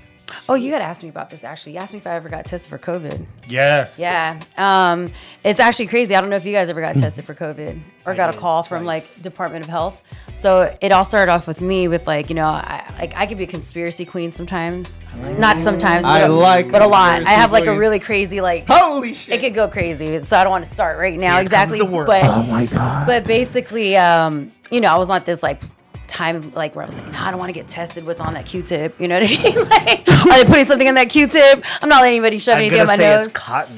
S4: Oh, you gotta ask me about this. Actually, you asked me if I ever got tested for COVID.
S3: yes.
S4: Yeah, um, it's actually crazy. I don't know if you guys ever got
S5: Mm.
S4: tested for COVID or got a call from like Department of Health. So it all started off with me with like you know I like I could be a conspiracy queen sometimes,
S5: Mm.
S4: not sometimes,
S6: I
S4: but,
S6: like
S4: but a lot. I
S6: conspiracy
S4: have like a
S6: queens.
S4: really crazy like
S6: Holy shit.
S4: it could go crazy. So I don't want to start right now
S5: Here comes
S4: exactly.
S5: the worm. Oh
S4: But
S6: my god.
S4: but basically, um, you know, I was on this like time of, like where I was like, no, I don't want to get tested. What's on that Q-tip? You know what I mean? like, are they putting something in that Q-tip? I'm not letting anybody shove
S5: I'm
S4: anything
S5: gonna
S4: in my
S5: say
S4: nose.
S5: it's cotton.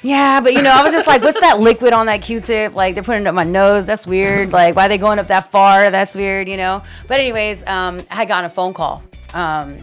S4: yeah, but you know, I was just like, what's that liquid on that Q-tip? Like they're putting it up my nose. That's weird. Like why are they going up that far? That's weird. You know. But anyways, um, I had gotten a phone call. Um,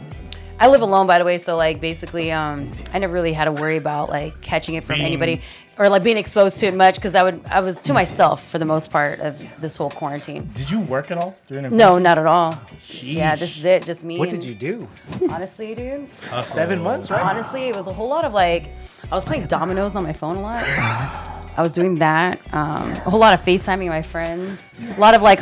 S4: I live alone, by the way, so like basically, um, I never really had to worry about like catching it from
S5: Mm.
S4: anybody or like being exposed to it much because I would I was to myself for the most part of this whole quarantine.
S3: Did you work at all during the
S4: No, not at all. Yeah, this is it, just me.
S5: What
S4: and-
S5: did you do?
S4: honestly, dude?
S5: Seven months, right?
S4: Honestly, it was a whole lot of like I was playing dominoes on my phone a lot. I was doing that. Um, a whole lot of FaceTiming my friends. A lot of like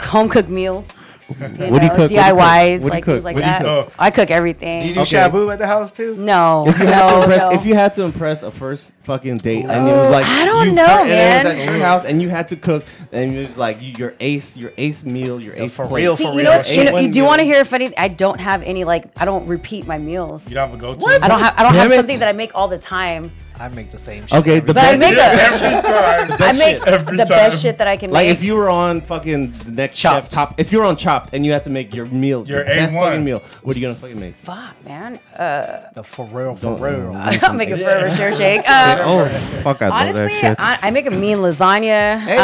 S4: home cooked meals. You
S6: What do
S4: know,
S6: you cook? What do you cook?
S4: DIYs,
S6: What do you
S4: like
S6: cook?
S4: things like
S6: What do you
S4: that.
S3: cook?
S4: I cook everything.
S5: Did you do
S6: Okay.
S5: shabu at the house too?
S4: No,
S6: If you, had to
S4: no,
S6: impress,
S4: no.
S6: if you had to impress a first fucking date and it was like
S4: I don't
S6: you
S4: know,
S6: and it was
S4: man.
S6: at your house and you had to cook and it was like you, your ace your ace meal your ace
S5: for
S6: plate.
S5: real,
S4: See,
S5: for
S4: you
S5: real.
S4: know, what- you,
S6: Ain't
S4: know, you
S6: one
S4: do
S6: good.
S4: want to hear funny. I don't have any like. I don't repeat my meals.
S3: You don't have a go to?
S4: I don't have. I don't
S6: Damn
S4: have
S6: it.
S4: something that I make all the time.
S5: I make the same shit.
S6: Okay, the
S4: But I
S6: best,
S4: make a,
S3: every time.
S4: I make
S3: every
S4: the
S3: time.
S4: best shit that I can
S6: like
S4: make.
S6: if you were on fucking the next chef
S5: Chopped.
S6: top if you were on Chopped and you had to make your meal
S3: Your
S6: best
S3: A1.
S6: fucking meal what are you gonna fucking make?
S4: Fuck, man.
S5: The for real, for
S6: Don't-
S5: real.
S4: I'll make a forever share shake. Um,
S6: Oh fuck! I love
S4: honestly, I, I make a mean lasagna.
S6: Hey,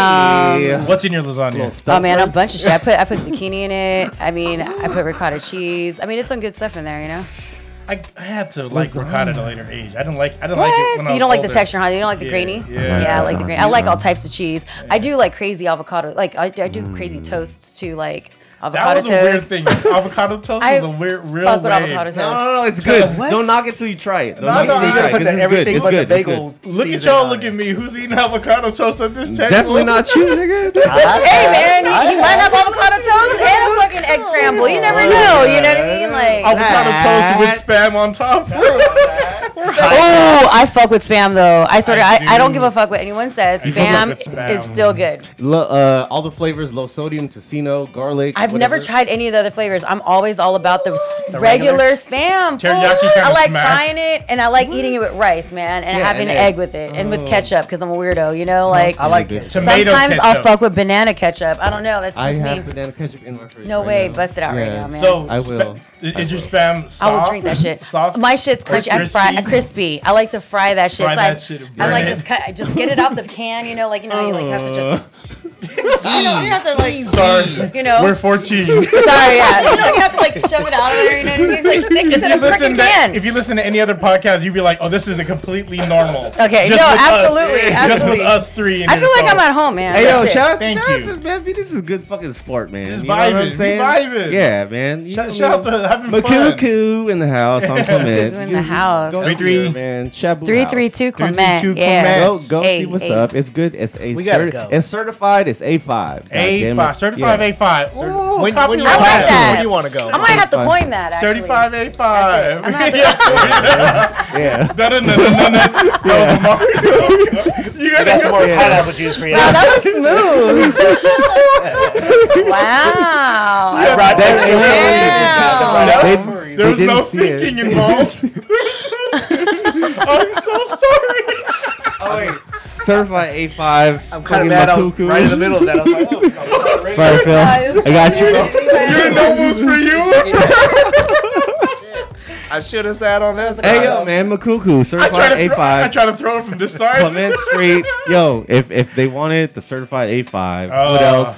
S4: Um,
S3: What's in your lasagna?
S4: oh man, a bunch of shit. I put I put zucchini in it. I mean, I put ricotta cheese. I mean, it's some good stuff in there, you know.
S3: I, I had to like ricotta at a later age. I didn't like I didn't like it.
S4: What?
S3: When
S4: So you
S3: I was
S4: don't like the
S3: older.
S4: texture, huh? You don't like the
S3: Yeah,
S4: grainy?
S3: yeah.
S4: I like the grainy. I like all types of cheese. I do like crazy avocado. Like I, I do crazy toasts too, like
S3: Hmm. That
S4: avocado
S3: was a weird
S4: toast.
S3: thing. avocado toast
S4: I
S3: was a weird, real
S4: Fuck with
S3: wave.
S4: avocado toast.
S6: No, no, no, it's good.
S3: What?
S6: Don't knock it till you try it. Don't
S3: No, no,
S6: knock it
S3: you
S6: till you
S3: gotta
S6: try it.
S3: put
S6: 'cause
S5: the
S6: it's
S5: everything
S6: good.
S5: but the
S6: It's good. It's
S5: bagel.
S3: Look at
S5: season
S3: y'all.
S5: on
S3: Look
S5: it.
S3: at me. Who's eating avocado toast at this
S6: good.
S3: table?
S6: Definitely not you, nigga.
S4: Hey man, you, you might have avocado toast and a fucking egg scramble. You never know. You know what I mean? Like
S3: avocado toast with spam on top.
S4: Oh, I fuck with spam though. I swear
S3: I
S4: to I, I don't
S3: do.
S4: give a fuck what anyone says.
S3: I do fuck
S4: Spam,
S3: with spam.
S4: is still good.
S6: Lo- uh, all the flavors: low sodium, tocino, garlic.
S4: I've never
S6: whatever.
S4: tried any of the other flavors. I'm always all about the, s- regular, spam. fool.
S3: Teriyaki kinda
S4: I like
S3: smack.
S4: frying it and I like eating it with rice, man, and
S6: Yeah,
S4: having
S6: and
S4: an
S6: egg.
S4: egg with it
S3: Oh.
S4: and with ketchup because I'm a weirdo. You know, like
S5: I like it.
S3: Mm-hmm. Tomato
S4: sometimes
S3: ketchup.
S4: I'll fuck with banana ketchup. I don't know. That's
S6: I
S4: just
S6: have
S4: me.
S6: banana ketchup in my fridge.
S4: No
S6: right
S4: way,
S6: now.
S4: bust it out right
S6: Yeah.
S4: now, man.
S3: So
S6: I
S3: spa-
S6: will.
S3: Is, is your spam soft?
S4: I will drink that shit.
S3: Soft.
S4: My shit's
S3: Or
S4: crunchy. I fry I crispy. I like to fry that shit.
S3: Fry
S4: so I-
S3: that shit and
S4: I
S3: burn
S4: like
S3: it.
S4: just cut, I just get it out the can. You know, like you know, you like have to
S3: Oh.
S6: Oh.
S4: just. you know, you have to like,
S3: Sorry,
S4: you know.
S3: we're 14.
S4: sorry, yeah. You, know, you have to like shove it out of there. You know, what I mean? it's like sticks in a freaking
S3: to,
S4: can.
S3: if you listen to any other podcast, you'd be like, "Oh, this is a completely normal."
S4: Okay,
S3: Just
S4: no,
S3: with us.
S4: absolutely,
S3: Just with
S4: absolutely.
S3: us three. and
S4: I feel
S3: it's
S4: like I'm
S3: all-
S4: at home, man.
S6: Hey yo,
S4: That's it.
S6: shout out,
S3: Thank
S6: shout out
S3: you.
S6: to Memphis. This is good fucking sport, man.
S3: Just
S6: You know what
S3: vibing.
S6: I'm
S3: We
S6: saying?
S3: viving.
S6: Yeah, man. You
S3: Shout,
S6: know
S3: shout out
S6: what
S3: to having
S6: I mean?
S3: fun.
S6: Makuku in the house. I'm Clement.
S4: Makuku in the house.
S6: Go
S3: Three,
S6: see her,
S3: three.
S6: man. Shabu
S4: Three,
S6: house.
S4: three, two,
S3: three,
S4: Clement.
S3: two,
S4: yeah.
S6: Go,
S3: Clement.
S6: go
S4: Hey,
S6: see what's
S4: hey.
S6: up. It's good. It's a
S5: We gotta
S6: certi-
S5: go.
S6: It's certified. It's A five.
S3: A five, certified A five. Ooh,
S5: When-
S3: copyright.
S5: when you-
S4: I like that.
S5: Where do you wanna go?
S4: I might have to
S6: Certified.
S4: coin that. Actually.
S3: Certified A
S4: I'm
S3: five.
S4: gonna
S6: Yeah.
S3: That was Mario. You
S5: I got
S3: gotta
S5: some
S3: go.
S5: more
S6: Yeah.
S5: pineapple juice for you.
S4: Wow, that was smooth. wow.
S5: I brought that to
S6: That's
S5: you. I brought that
S6: true. They-
S5: for you.
S3: There was
S6: They
S3: no
S6: didn't see it.
S3: thinking involved. I'm so sorry.
S5: Oh, wait.
S6: Certified A five.
S5: I'm kind of mad. I was right in the middle of that. I was like, oh, no.
S6: Sorry, Phil. I got you.
S3: Your nobles for you.
S5: I should have sat on that.
S6: Hey yo, man, Makuku,
S3: I try to
S6: certified A
S3: throw, I
S6: five,
S3: try to throw it from this side.
S6: Clement Street. Yo, if if they wanted the certified A five,
S3: Oh.
S6: what else?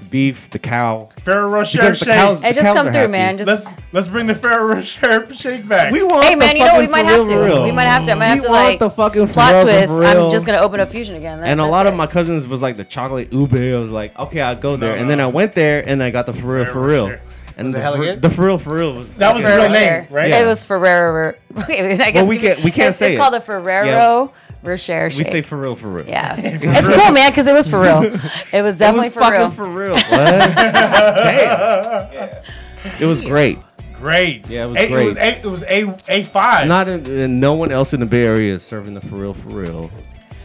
S6: the beef, the cow.
S3: Ferrero Rocher
S6: Because the cows-
S3: shake.
S4: Hey, just
S6: cows
S4: come
S6: are
S4: through,
S6: happy.
S4: man. Just
S3: Let's let's bring the Ferrero Rocher shake back.
S6: We want
S4: hey,
S6: the
S4: man. You know we
S6: fucking
S4: might
S6: for
S4: have
S6: real, for
S4: to.
S6: real.
S4: We might have to. I might
S6: We
S4: have to
S6: want
S4: like
S6: the fucking for real,
S4: plot
S6: for
S4: twist.
S6: real.
S4: I'm just gonna open a fusion again. That-
S6: And a
S4: that's
S6: lot of
S4: it.
S6: my cousins was like the chocolate ube. I was like, okay, I'll go there. and then
S3: no.
S6: I went there and I got the for real, for
S3: Ferrero
S6: real.
S3: Rocher.
S6: And
S1: Was
S6: the,
S1: it hella
S6: for-
S1: good?
S6: the for real, for real was
S3: That was the
S4: Ferrero
S3: real name,
S4: Rocher.
S3: right?
S6: Yeah.
S4: It was Ferrero. Okay, I guess
S6: we can't- we can't
S4: it's,
S6: say
S4: it's
S6: it.
S4: called a Ferrero Rocher
S6: we say
S4: shake.
S6: for real, for real.
S4: yeah, it's cool, man, because it was for real. It was
S6: It
S4: definitely
S6: was fucking
S4: for real.
S6: for real. What? Damn. It was great.
S3: Great.
S6: Yeah, it was
S3: A- It was
S6: great.
S3: a, it was a a five.
S6: Not in, and no one else in the Bay Area is serving the for real, for real.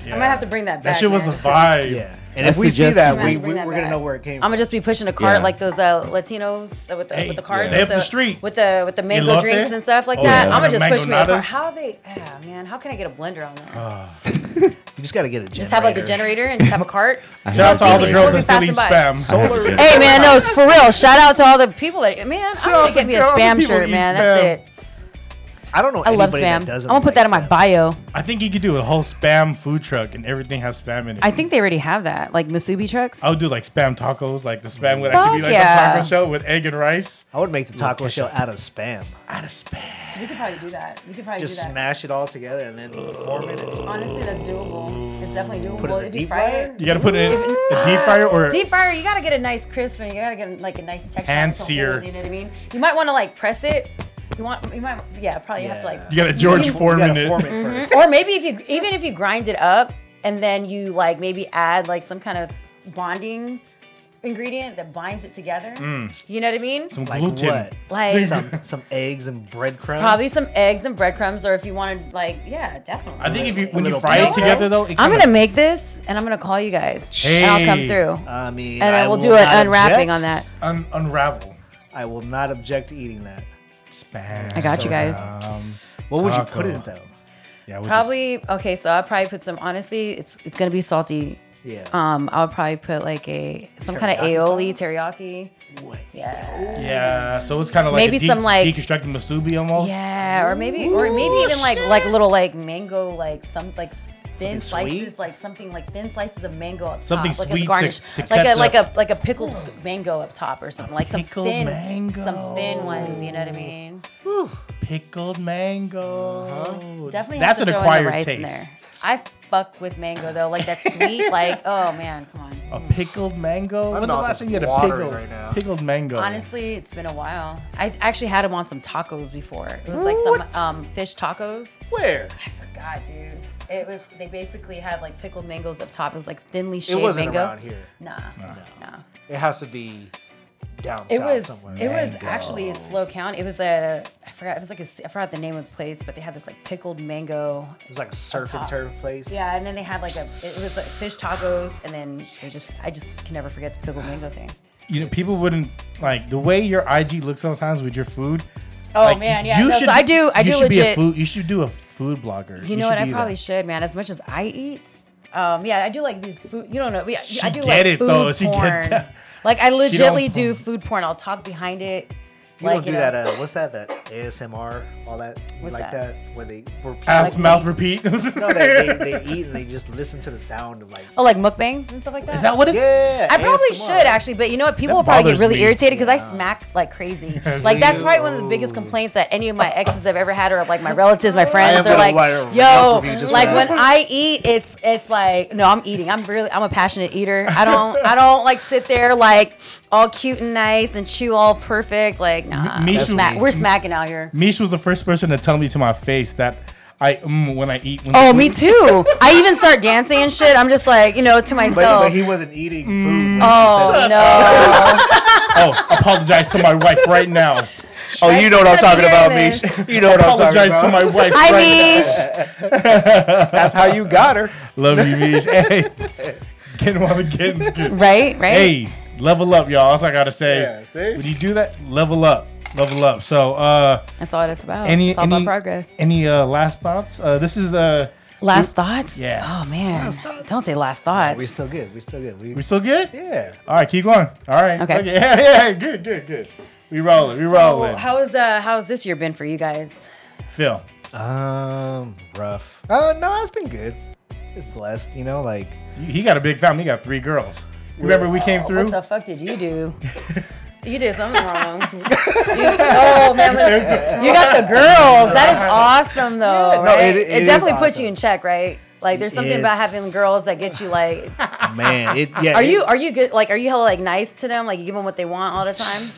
S3: Yeah.
S4: I'm gonna have to bring that back.
S3: That shit was
S4: man.
S3: a vibe.
S5: Yeah. And
S6: I
S5: if we see
S6: suggest
S5: that,
S6: you-
S5: we,
S4: Might
S5: we, we're
S4: bring that
S5: going to
S4: back.
S5: know where it came
S4: I'm gonna just be pushing a cart
S6: Yeah.
S4: like those uh, Latinos uh, with the
S3: Hey,
S4: with the cards,
S3: they
S4: with
S3: up the street.
S4: with the with the mango
S3: Elote?
S4: drinks and stuff like
S3: Oh,
S4: that.
S6: yeah.
S4: I'm gonna
S3: The
S4: just push me a
S3: mangonadas?
S4: cart. How they? Ah, man, how can I get a blender on that?
S6: Oh,
S5: You just got to get a generator.
S4: just have like a generator and just have a cart.
S3: Shout out to all the
S4: People
S3: girls
S4: be
S3: that still
S4: passing
S3: eat
S4: by.
S3: spam.
S5: Solar.
S4: Hey man, no, it's for real. Shout out to all the people that man, I'm
S3: out
S4: gonna
S3: to
S4: get me a
S3: all the
S4: spam
S3: people
S4: shirt,
S3: who
S4: man.
S3: eat
S4: That's
S3: spam.
S4: it.
S5: I don't know
S4: I love
S5: anybody
S4: spam.
S5: that
S4: I'm
S5: doesn't
S4: gonna put
S5: like
S4: that in my
S5: spam.
S4: bio.
S3: I think you could do a whole spam food truck and everything has spam in it.
S4: I think they already have that, like Masubi trucks.
S5: Oh.
S3: I would do like spam tacos. Like the spam would actually be
S4: Fuck
S3: like
S4: yeah.
S3: a taco shell with egg and rice.
S5: I would make the taco shell out of spam.
S3: Out of spam.
S4: We could probably do that. We could probably
S5: Just smash it all together and then form it. and-
S4: Honestly, that's doable. It's definitely doable.
S5: Put it in the
S4: If you
S5: deep
S4: fry
S5: fryer?
S4: it-
S3: You gotta put it in the deep fryer or
S4: Deep fryer, you gotta get a nice crisp and you gotta get like a nice texture.
S3: Hand
S4: to hold,
S3: sear.
S4: You know what I mean? You might want to like press it. You want? You might? Yeah, probably have to like.
S3: you gotta George
S5: You
S3: Foreman
S5: gotta
S3: it.
S5: form it first.
S4: Or maybe if you even if you grind it up and then you like maybe add like some kind of bonding ingredient that binds it together.
S5: Mm.
S4: You know what I mean?
S3: Some
S5: Like
S3: gluten.
S5: what?
S4: like
S5: Some some eggs and breadcrumbs.
S4: probably some eggs and breadcrumbs, or if you wanted like yeah, definitely.
S3: I think if you
S5: A
S3: when you
S5: little
S3: fry it
S5: panko.
S3: together though, it
S4: I'm
S3: kinda-
S4: gonna make this and I'm gonna call you guys and I'll
S3: Hey.
S4: come through.
S5: I mean,
S4: And
S5: I
S4: then we'll
S5: will
S4: do an
S5: not object.
S4: unwrapping on that.
S3: un- unravel.
S5: I will not object to eating that.
S3: Spam.
S4: I got you guys.
S3: Um,
S5: What would you
S3: Taco.
S5: put in it though?
S3: yeah, we
S4: Probably okay, so I'll probably put some honestly, it's it's gonna be salty.
S5: Yeah.
S4: Um, I'll probably put like a some kind of
S5: Teriyaki
S4: aioli,
S5: sauce?
S4: teriyaki.
S5: What?
S4: Yeah.
S3: Yeah, so it's kind of like
S4: Maybe
S3: a de-
S4: some, like-
S3: deconstructed masubi almost.
S4: Yeah, or maybe or maybe even like like little like mango like some like s-
S5: Something
S4: thin slices,
S5: sweet?
S4: like something like thin slices of mango up
S3: Something
S4: top,
S3: sweet
S4: like
S3: to-
S4: a garnish,
S3: to
S4: like a
S3: catch
S4: like
S3: up.
S4: a like a pickled mango up top or something, like some
S3: pickled
S4: thin
S3: mango.
S4: some thin ones. You know what I mean?
S3: Pickled mango.
S4: Definitely.
S3: That's
S4: have to
S3: an
S4: throw in the
S3: acquired
S4: rice
S3: taste.
S4: In there. I fuck with mango though, like that sweet, like oh man, come on.
S3: A pickled mango. When's the
S5: mouth
S3: last
S5: is
S3: time you had a
S5: watering
S3: pickled,
S5: right now.
S3: pickled mango?
S4: Honestly, it's been a while. I actually had them on some tacos before. It was like some um, fish tacos.
S5: Where?
S4: I forgot, dude. It was they basically had like pickled mangoes up top. It was like thinly
S5: It
S4: shaved
S5: wasn't
S4: mango.
S5: around here.
S4: Nah, nah.
S5: It has to be down
S4: It
S5: south
S4: was
S5: somewhere.
S4: it was actually in Slow County. It was at a I forgot it was like a, I forgot the name of the place, but they had this like pickled mango.
S5: It's like a surf and turf place.
S4: Yeah, and then they had like a it was like fish tacos, and then they just I just can never forget the pickled mango thing.
S3: you know, people wouldn't like the way your IG looks sometimes with your food.
S4: Oh
S3: like,
S4: man, yeah. no, so I do I
S3: you
S4: do
S3: should Be a
S4: legit.
S3: food, you should do a food blogger.
S4: You know what?
S3: should
S4: I
S3: be
S4: probably
S3: that.
S4: should, man. As much as I eat, um, yeah, I do like these food. You don't know. Yeah,
S3: She
S4: I do
S3: get
S4: like
S3: it,
S4: food
S3: though. She get
S4: porn.
S3: that.
S4: Like I
S3: She don't
S4: legitly do
S3: porn.
S4: food porn. I'll talk behind it.
S5: You
S4: like,
S5: don't do
S4: know,
S5: that. Uh, what's that? That ASMR, all that. You
S4: What's
S5: like
S4: that?
S5: that? Where they where people
S3: ass
S5: like,
S3: mouth repeat.
S5: No, they, they, they eat and they just listen to the sound of like.
S4: oh, like mukbangs and stuff like that.
S3: Is that what it is?
S5: Yeah.
S4: I probably
S5: ASMR.
S4: should actually, but you know what? People
S3: That
S4: will probably get
S3: bothers
S4: really
S3: me.
S4: irritated because I smack like crazy. Like that's probably one of the biggest complaints that any of my exes have ever had, or of, like my relatives, my friends,
S5: am
S4: are like,
S5: gonna write a
S4: "Yo,
S5: Yelp review just for
S4: like
S5: that.
S4: when I eat, it's it's like no, I'm eating. I'm really, I'm a passionate eater. I don't, I don't like sit there like all cute and nice and chew all perfect. Like nah,
S3: me
S4: we're,
S3: too.
S4: smack, we're smacking out here.
S3: Mish was the first person to tell me to my face that I mm, when I eat. When
S4: Oh,
S3: the
S4: me
S3: food-
S4: too. I even start dancing and shit. I'm just like, you know,
S5: But,
S4: to myself.
S5: but he wasn't eating food.
S4: oh no.
S3: Oh, apologize to my wife right now.
S5: oh,
S4: you know what I'm talking about, Mish.
S5: You know what
S3: apologize to my wife.
S4: Hi,
S3: right
S4: Mish.
S5: That's how you got her.
S3: Love you, Mish. Hey, getting one of the kittens.
S4: Right, right.
S3: Hey, level up, y'all. That's what I gotta say.
S5: Yeah, see?
S3: When you do that, level up, level up. So, uh,
S4: That's all it's about.
S3: any
S4: it's all
S3: any
S4: about progress.
S3: any uh, last thoughts? Uh, this is uh,
S4: Last thoughts?
S3: Yeah.
S4: Oh man. Don't say last thoughts.
S5: Oh, We still good. We still good. We,
S3: we still good.
S5: yeah.
S3: All right, keep going. All right.
S4: Okay.
S3: Yeah, yeah, good, good, good. We rolling. We rolling.
S4: So, how's uh how's this year been for you guys?
S3: Phil.
S5: Um, rough. Uh, no, it's been good. It's blessed, you know. Like
S3: He got a big family. He got three girls. Remember we came
S4: What
S3: through?
S4: the fuck did you do? You did something wrong. You, oh man, look, you got the girls. That is awesome, though.
S1: no,
S4: right?
S1: it-
S4: it,
S1: it is
S4: definitely puts
S1: awesome.
S4: you in check, right? Like, there's something about
S1: It's-
S4: having girls that get you like.
S1: Man, it, yeah.
S4: Are
S1: it-
S4: you are you good? Like, are you hella like nice to them? Like, you give them what they want all the time.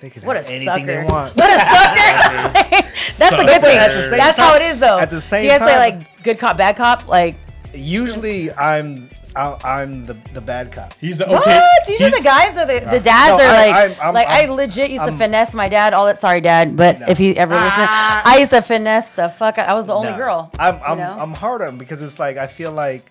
S5: They could
S4: What a
S5: have anything
S4: sucker!
S5: they want.
S4: What a sucker! That's a good thing.
S1: At the
S5: same
S4: That's how it
S5: time-
S4: is, though.
S5: at the
S4: Do
S5: same
S4: you guys play
S5: time-
S4: like good cop, bad cop? Like,
S5: Usually, I'm i I'm the, the bad cop.
S3: He's the okay.
S4: What? Usually
S3: he's-
S4: the guys are the, the dads
S5: No,
S4: are
S5: I-
S4: like
S5: I'm- I'm-
S4: like i
S5: I'm-
S4: legit used to finesse my dad all that sorry dad but if he ever
S3: Ah.
S4: listened I used to finesse the fuck out I was the only
S5: No.
S4: girl
S5: I'm
S4: you
S5: I'm,
S4: know?
S5: I'm hard on 'em because it's like I feel like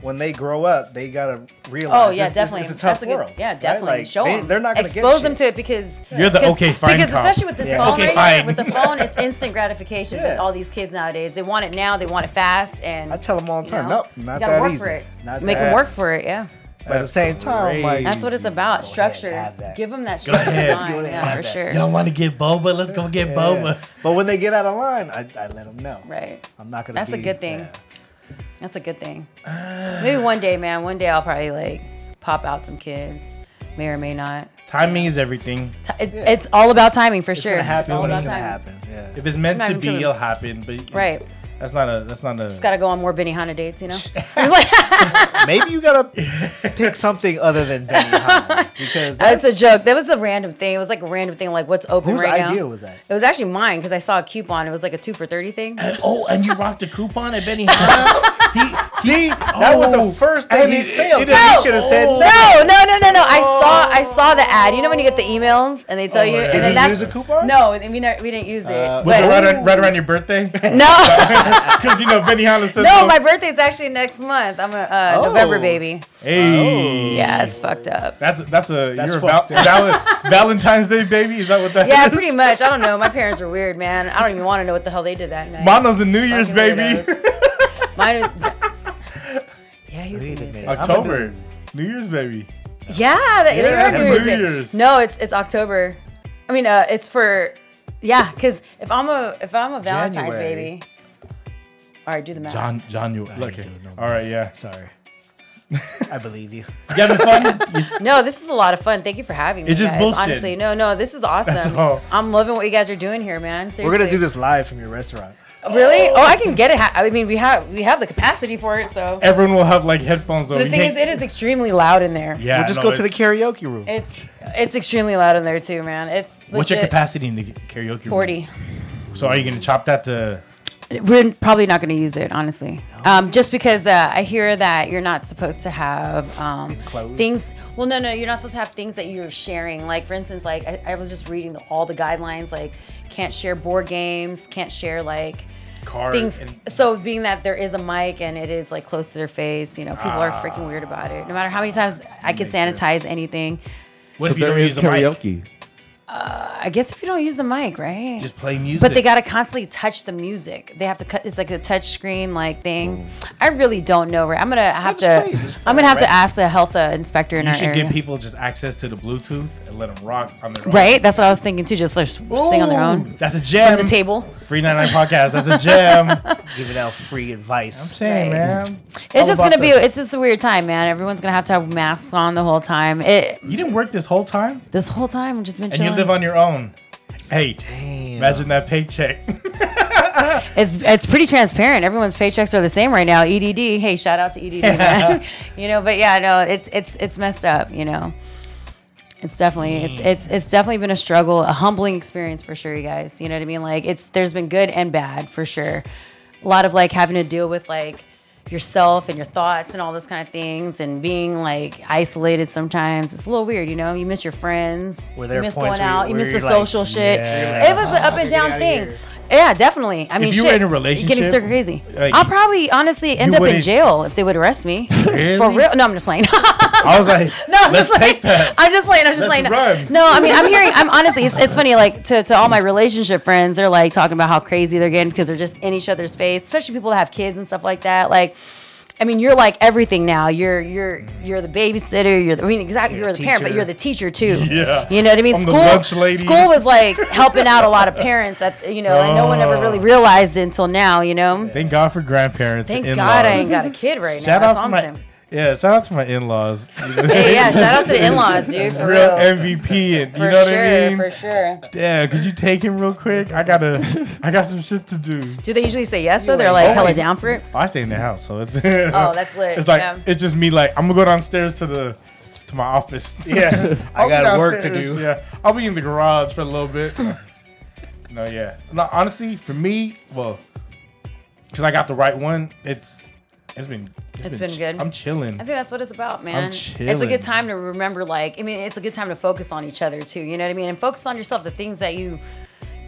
S5: when they grow up, they gotta realize.
S4: oh
S5: this-
S4: yeah
S5: this-
S4: definitely
S5: It's, a tough
S4: That's a
S5: world.
S4: good, yeah
S5: right?
S4: definitely
S5: Like,
S4: show
S5: they,
S4: them
S5: They're not gonna
S4: expose
S5: get
S4: them
S5: shit.
S4: to it because
S3: You're the
S4: because-
S3: okay fine
S4: because
S3: cop.
S4: especially with this
S5: Yeah.
S4: phone
S3: Okay,
S4: right
S3: fine.
S4: here, with the phone it's instant gratification with
S5: Yeah.
S4: all these kids nowadays they want it now they want it fast and
S5: I tell them all the
S4: you
S5: time,
S4: know,
S5: nope, not
S4: you gotta
S5: that
S4: work
S5: easy.
S4: for it
S5: Not
S4: make
S5: that.
S4: them work for it yeah
S5: But at the same time, I'm like,
S4: that's what it's about structure
S5: have that.
S4: give them that structure
S3: ahead.
S4: line yeah for sure
S3: Y'all want to get boba? Let's go get boba.
S5: yeah. but when they get out of line, I, I let them know.
S4: right.
S5: I'm not gonna.
S4: That's a
S5: be-
S4: good thing.
S5: yeah.
S4: That's a good thing. Maybe one day, man. One day I'll probably like pop out some kids. May or may not.
S3: Timing is everything.
S4: Ti- it- It's all about timing for sure.
S5: It's gonna happen.
S4: all
S5: when
S4: about
S5: It's gonna
S4: timing.
S5: happen. Yeah.
S3: If it's meant
S4: Not
S3: to
S4: even
S3: be,
S4: true.
S3: it'll happen. But
S4: Right.
S3: That's not a. That's not a.
S4: Just gotta go on more Benihana dates, you know. It's like-
S5: Maybe you gotta pick something other than Benny Hana because
S4: That's
S5: that's
S4: a joke. That was a random thing. It was like a random thing, like what's open
S5: Whose
S4: right
S5: idea
S4: now.
S5: was that?
S4: It was actually mine because I saw a coupon. It was like a two for thirty thing.
S3: oh, and you rocked a coupon at Benny. he,
S5: see that was
S3: Oh,
S5: the first thing
S3: and
S5: he
S3: he-
S5: failed. He,
S3: he didn't-
S5: should have said
S3: Oh.
S5: no.
S4: No, no, no, no, no. I saw, I saw the ad. You know when you get the emails and they tell you,
S3: yeah.
S4: and
S3: Did
S4: then
S5: you
S4: that's
S5: use the coupon?
S4: No, and we, never, we didn't use it.
S3: Uh, was it
S4: but-
S3: right, ar- right around your birthday?
S4: no.
S3: Because you know Benny Hollis says.
S4: No, my birthday's actually next month. I'm a uh,
S3: Oh.
S4: November baby.
S3: Hey.
S4: Yeah, it's fucked up.
S3: That's that's a
S5: That's
S3: you're a val-
S5: fucked up.
S3: val- Valentine's Day baby. Is that what that is?
S4: Yeah, pretty much. I don't know. My parents were weird, man. I don't even want to know what the hell they did that night.
S3: Mono's the New Year's
S4: Fucking
S3: baby.
S4: weirdos. Mine was. Yeah, he was
S5: Wait a
S4: weird.
S5: minute.
S3: October. New Year's baby.
S4: Yeah, that, they
S5: Yeah,
S4: were
S5: New
S4: New Year's.
S3: Year's.
S4: No, it's it's October. I mean, uh, it's for yeah, because if I'm a if I'm a Valentine's
S5: January.
S4: baby. All right, do the math.
S3: John John you
S5: you
S3: okay.
S5: doing no
S3: All right, yeah.
S5: Sorry, I believe you.
S3: You having fun? You s-
S4: No, this is a lot of fun. Thank you for having me.
S3: It's just
S4: guys.
S3: bullshit.
S4: Honestly, no, no, this is awesome.
S3: all.
S4: I'm loving what you guys are doing here, man. Seriously.
S5: We're gonna do this live from your restaurant.
S4: Really? Oh, I can get it. ha- I mean, we have we have the capacity for it. So
S3: everyone will have like headphones on.
S4: the thing is, it is extremely loud in there.
S3: Yeah,
S5: we'll just
S3: no,
S5: go to the
S3: it's-
S5: karaoke room.
S4: It's it's extremely loud in there too, man. It's
S3: What's your
S4: legit
S3: capacity in the karaoke? room?
S4: Forty.
S3: So are you gonna chop that to?
S4: We're probably not going to use it, honestly. Um, just because uh, I hear that you're not supposed to have um,
S5: Enclosed?
S4: things. Well, no, no, you're not supposed to have things that you're sharing. Like, for instance, like I, I was just reading the, all the guidelines. Like, can't share board games, can't share like
S3: Card
S4: things.
S3: and-
S4: so, being that there is a mic and it is like close to their face, you know, people are freaking weird about it. No matter how many times I can sanitize anything,
S3: What
S6: But
S3: if you
S6: there
S3: don't use
S6: is
S3: the mic?
S6: karaoke.
S4: I guess if you don't use the mic, right?
S3: Just play music.
S4: But they got to constantly touch the music. They have to cut. It's like a touch screen like thing. I really don't know. Right? I'm gonna have to.
S5: play it, just
S4: I'm gonna have to
S3: right?
S4: ask the health uh, inspector in
S3: You
S4: our
S3: should
S4: area.
S3: give people just access to the Bluetooth and let them rock on their own.
S4: right? That's what I was thinking too. Just like, s- sing on their
S3: Ooh,
S4: own
S3: That's a gem.
S4: from the table.
S3: Free 99 podcast. That's a gem. I'm
S5: Giving out free advice.
S3: saying,
S4: Right.
S3: man.
S4: It's just
S3: about
S4: gonna be.
S3: the-
S4: It's just a weird time, man. Everyone's gonna have to have masks on the whole time. It
S3: You didn't work this whole time,
S4: this whole time I've just been
S3: and you
S4: chilling.
S3: live on your own. Hey, imagine that paycheck.
S4: it's it's pretty transparent. Everyone's paychecks are the same right now. EDD. Hey, shout out to EDD, man. you know, but yeah, no, it's it's it's messed up. You know, it's definitely
S5: Mm.
S4: it's it's it's definitely been a struggle, a humbling experience for sure, you guys. You know what I mean? Like it's there's been good and bad for sure. A lot of like having to deal with like yourself and your thoughts and all those kind of things and being like isolated sometimes it's a little weird you know you miss your friends
S5: Were there
S4: you miss
S5: points
S4: going
S5: where you-
S4: out you
S5: where
S4: miss the
S5: you're like,
S4: social shit
S3: "Yeah,
S4: it was an up and down
S5: outta
S4: thing
S5: here."
S4: yeah definitely i mean
S3: you were
S4: shit,
S3: in a
S4: getting
S3: relationship,
S4: stir crazy
S3: like,
S4: i'll probably honestly end
S3: you
S4: up in
S3: wouldn't-
S4: jail if they would arrest me for real no i'm just playing
S3: I was like,
S4: No, I'm
S3: let's
S4: just
S3: take
S4: like,
S3: that.
S4: I'm just playing. I'm just
S3: Let's
S4: playing.
S3: run.
S4: No, I mean, I'm hearing. I'm honestly, it's, it's funny. Like to, to all my relationship friends, they're like talking about how crazy they're getting because they're just in each other's face, especially people that have kids and stuff like that. Like, I mean, you're like everything now. You're you're you're the babysitter. You're the, I mean, exactly. You're,
S5: You're a
S4: the parent, but
S5: teacher.
S4: you're the teacher too.
S3: Yeah.
S4: You know what I mean?
S3: I'm the
S4: school
S3: lunch lady.
S4: school was like helping out a lot of parents. That you know, and no one ever
S3: Oh.
S4: really realized it until now. You know.
S3: Thank God for grandparents.
S4: Thank
S3: and
S4: God I
S3: in-laws.
S4: ain't got a kid right now.
S3: Shout
S4: That's all
S3: out to
S4: I'm
S3: my.
S4: saying.
S3: Yeah, shout out to my in-laws. You know,
S4: Hey, yeah, shout out to the in-laws, dude. For
S3: Real
S4: real.
S3: MVP, and you
S4: for
S3: know
S4: sure,
S3: what I mean.
S4: for sure.
S3: Damn, could you take him real quick? I gotta, I got some shit to do.
S4: Do they usually say yes though? They're like hella down for it.
S3: Oh, I stay in the house, so it's.
S4: Oh, that's lit.
S3: It's like
S4: yeah.
S3: it's just me. Like I'm gonna go downstairs to the to my office.
S5: Yeah, I
S3: I'll be
S5: got work to
S3: downstairs,
S5: do.
S3: Yeah, I'll be in the garage for a little bit. no, yeah. No, honestly, for me, well, because I got the right one, it's it's been
S4: It's been
S3: ch-
S4: good.
S3: I'm chilling.
S4: I think that's what it's about, man. It's a
S3: chilling.
S4: good time to remember, like, I mean, it's a good time to focus on each other too. You know what I mean? And focus on yourself, the things that you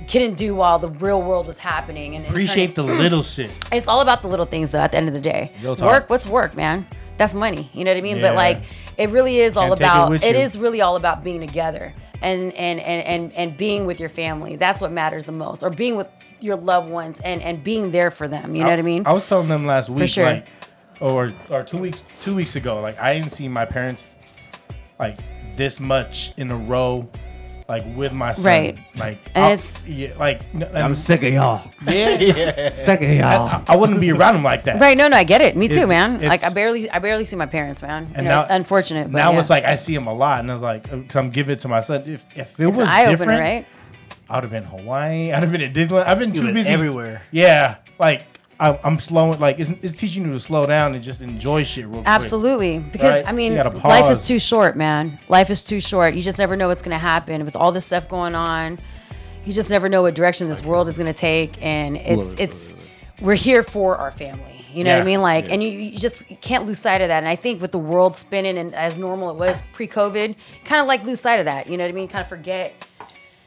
S4: couldn't do while the real world was happening. And and
S7: Appreciate the little shit.
S4: turn- It's all about the little things, though. At the end of the day,
S7: Real talk.
S4: work. What's work, man? That's money. You know what I mean?
S7: Yeah.
S4: But like, it really is all
S7: Can't take it
S4: about.
S7: with
S4: it
S7: you.
S4: is really all about being together and and and and and being with your family. That's what matters the most, or being with your loved ones and and being there for them. You know what I mean?
S3: I was telling them last week,
S4: sure.
S3: like, or or two weeks two weeks ago, like I didn't see my parents like this much in a row, like with my son,
S4: Right.
S3: Like,
S4: And
S3: I'll-
S4: it's-
S3: yeah, like n- and
S6: I'm sick of y'all.
S3: yeah,
S6: Sick of y'all.
S3: I wouldn't be around him like that.
S4: Right. No, no, I get it. Me too,
S3: It's-
S4: man. Like I
S3: it's-
S4: barely, I barely see my parents, man. You
S3: And
S4: know,
S3: now-
S4: it's unfortunate. But
S3: now
S4: yeah.
S3: it's like I see him a lot, and I was like, because I'm giving it to my son. If if it
S4: it's
S3: was
S4: an eye
S3: different,
S4: opener, right?
S3: I would have been Hawaii. I'd have been at Disneyland. I've been too
S5: been
S3: busy
S5: everywhere.
S3: Yeah, like I, I'm slowing. Like it's, it's teaching you to slow down and just enjoy shit real quick.
S4: Absolutely. Because
S3: Right?
S4: I mean,
S3: You gotta
S4: life is
S3: pause.
S4: too short, man. Life is too short. You just never know what's gonna happen with all this stuff going on. You just never know what direction this world is gonna take, and it's it's we're here for our family. You know what
S3: Yeah.
S4: I mean? Like, and you, you just can't lose sight of that. And I think with the world spinning and as normal it was pre-COVID, kind of like lose sight of that. You know what I mean? Kind of forget.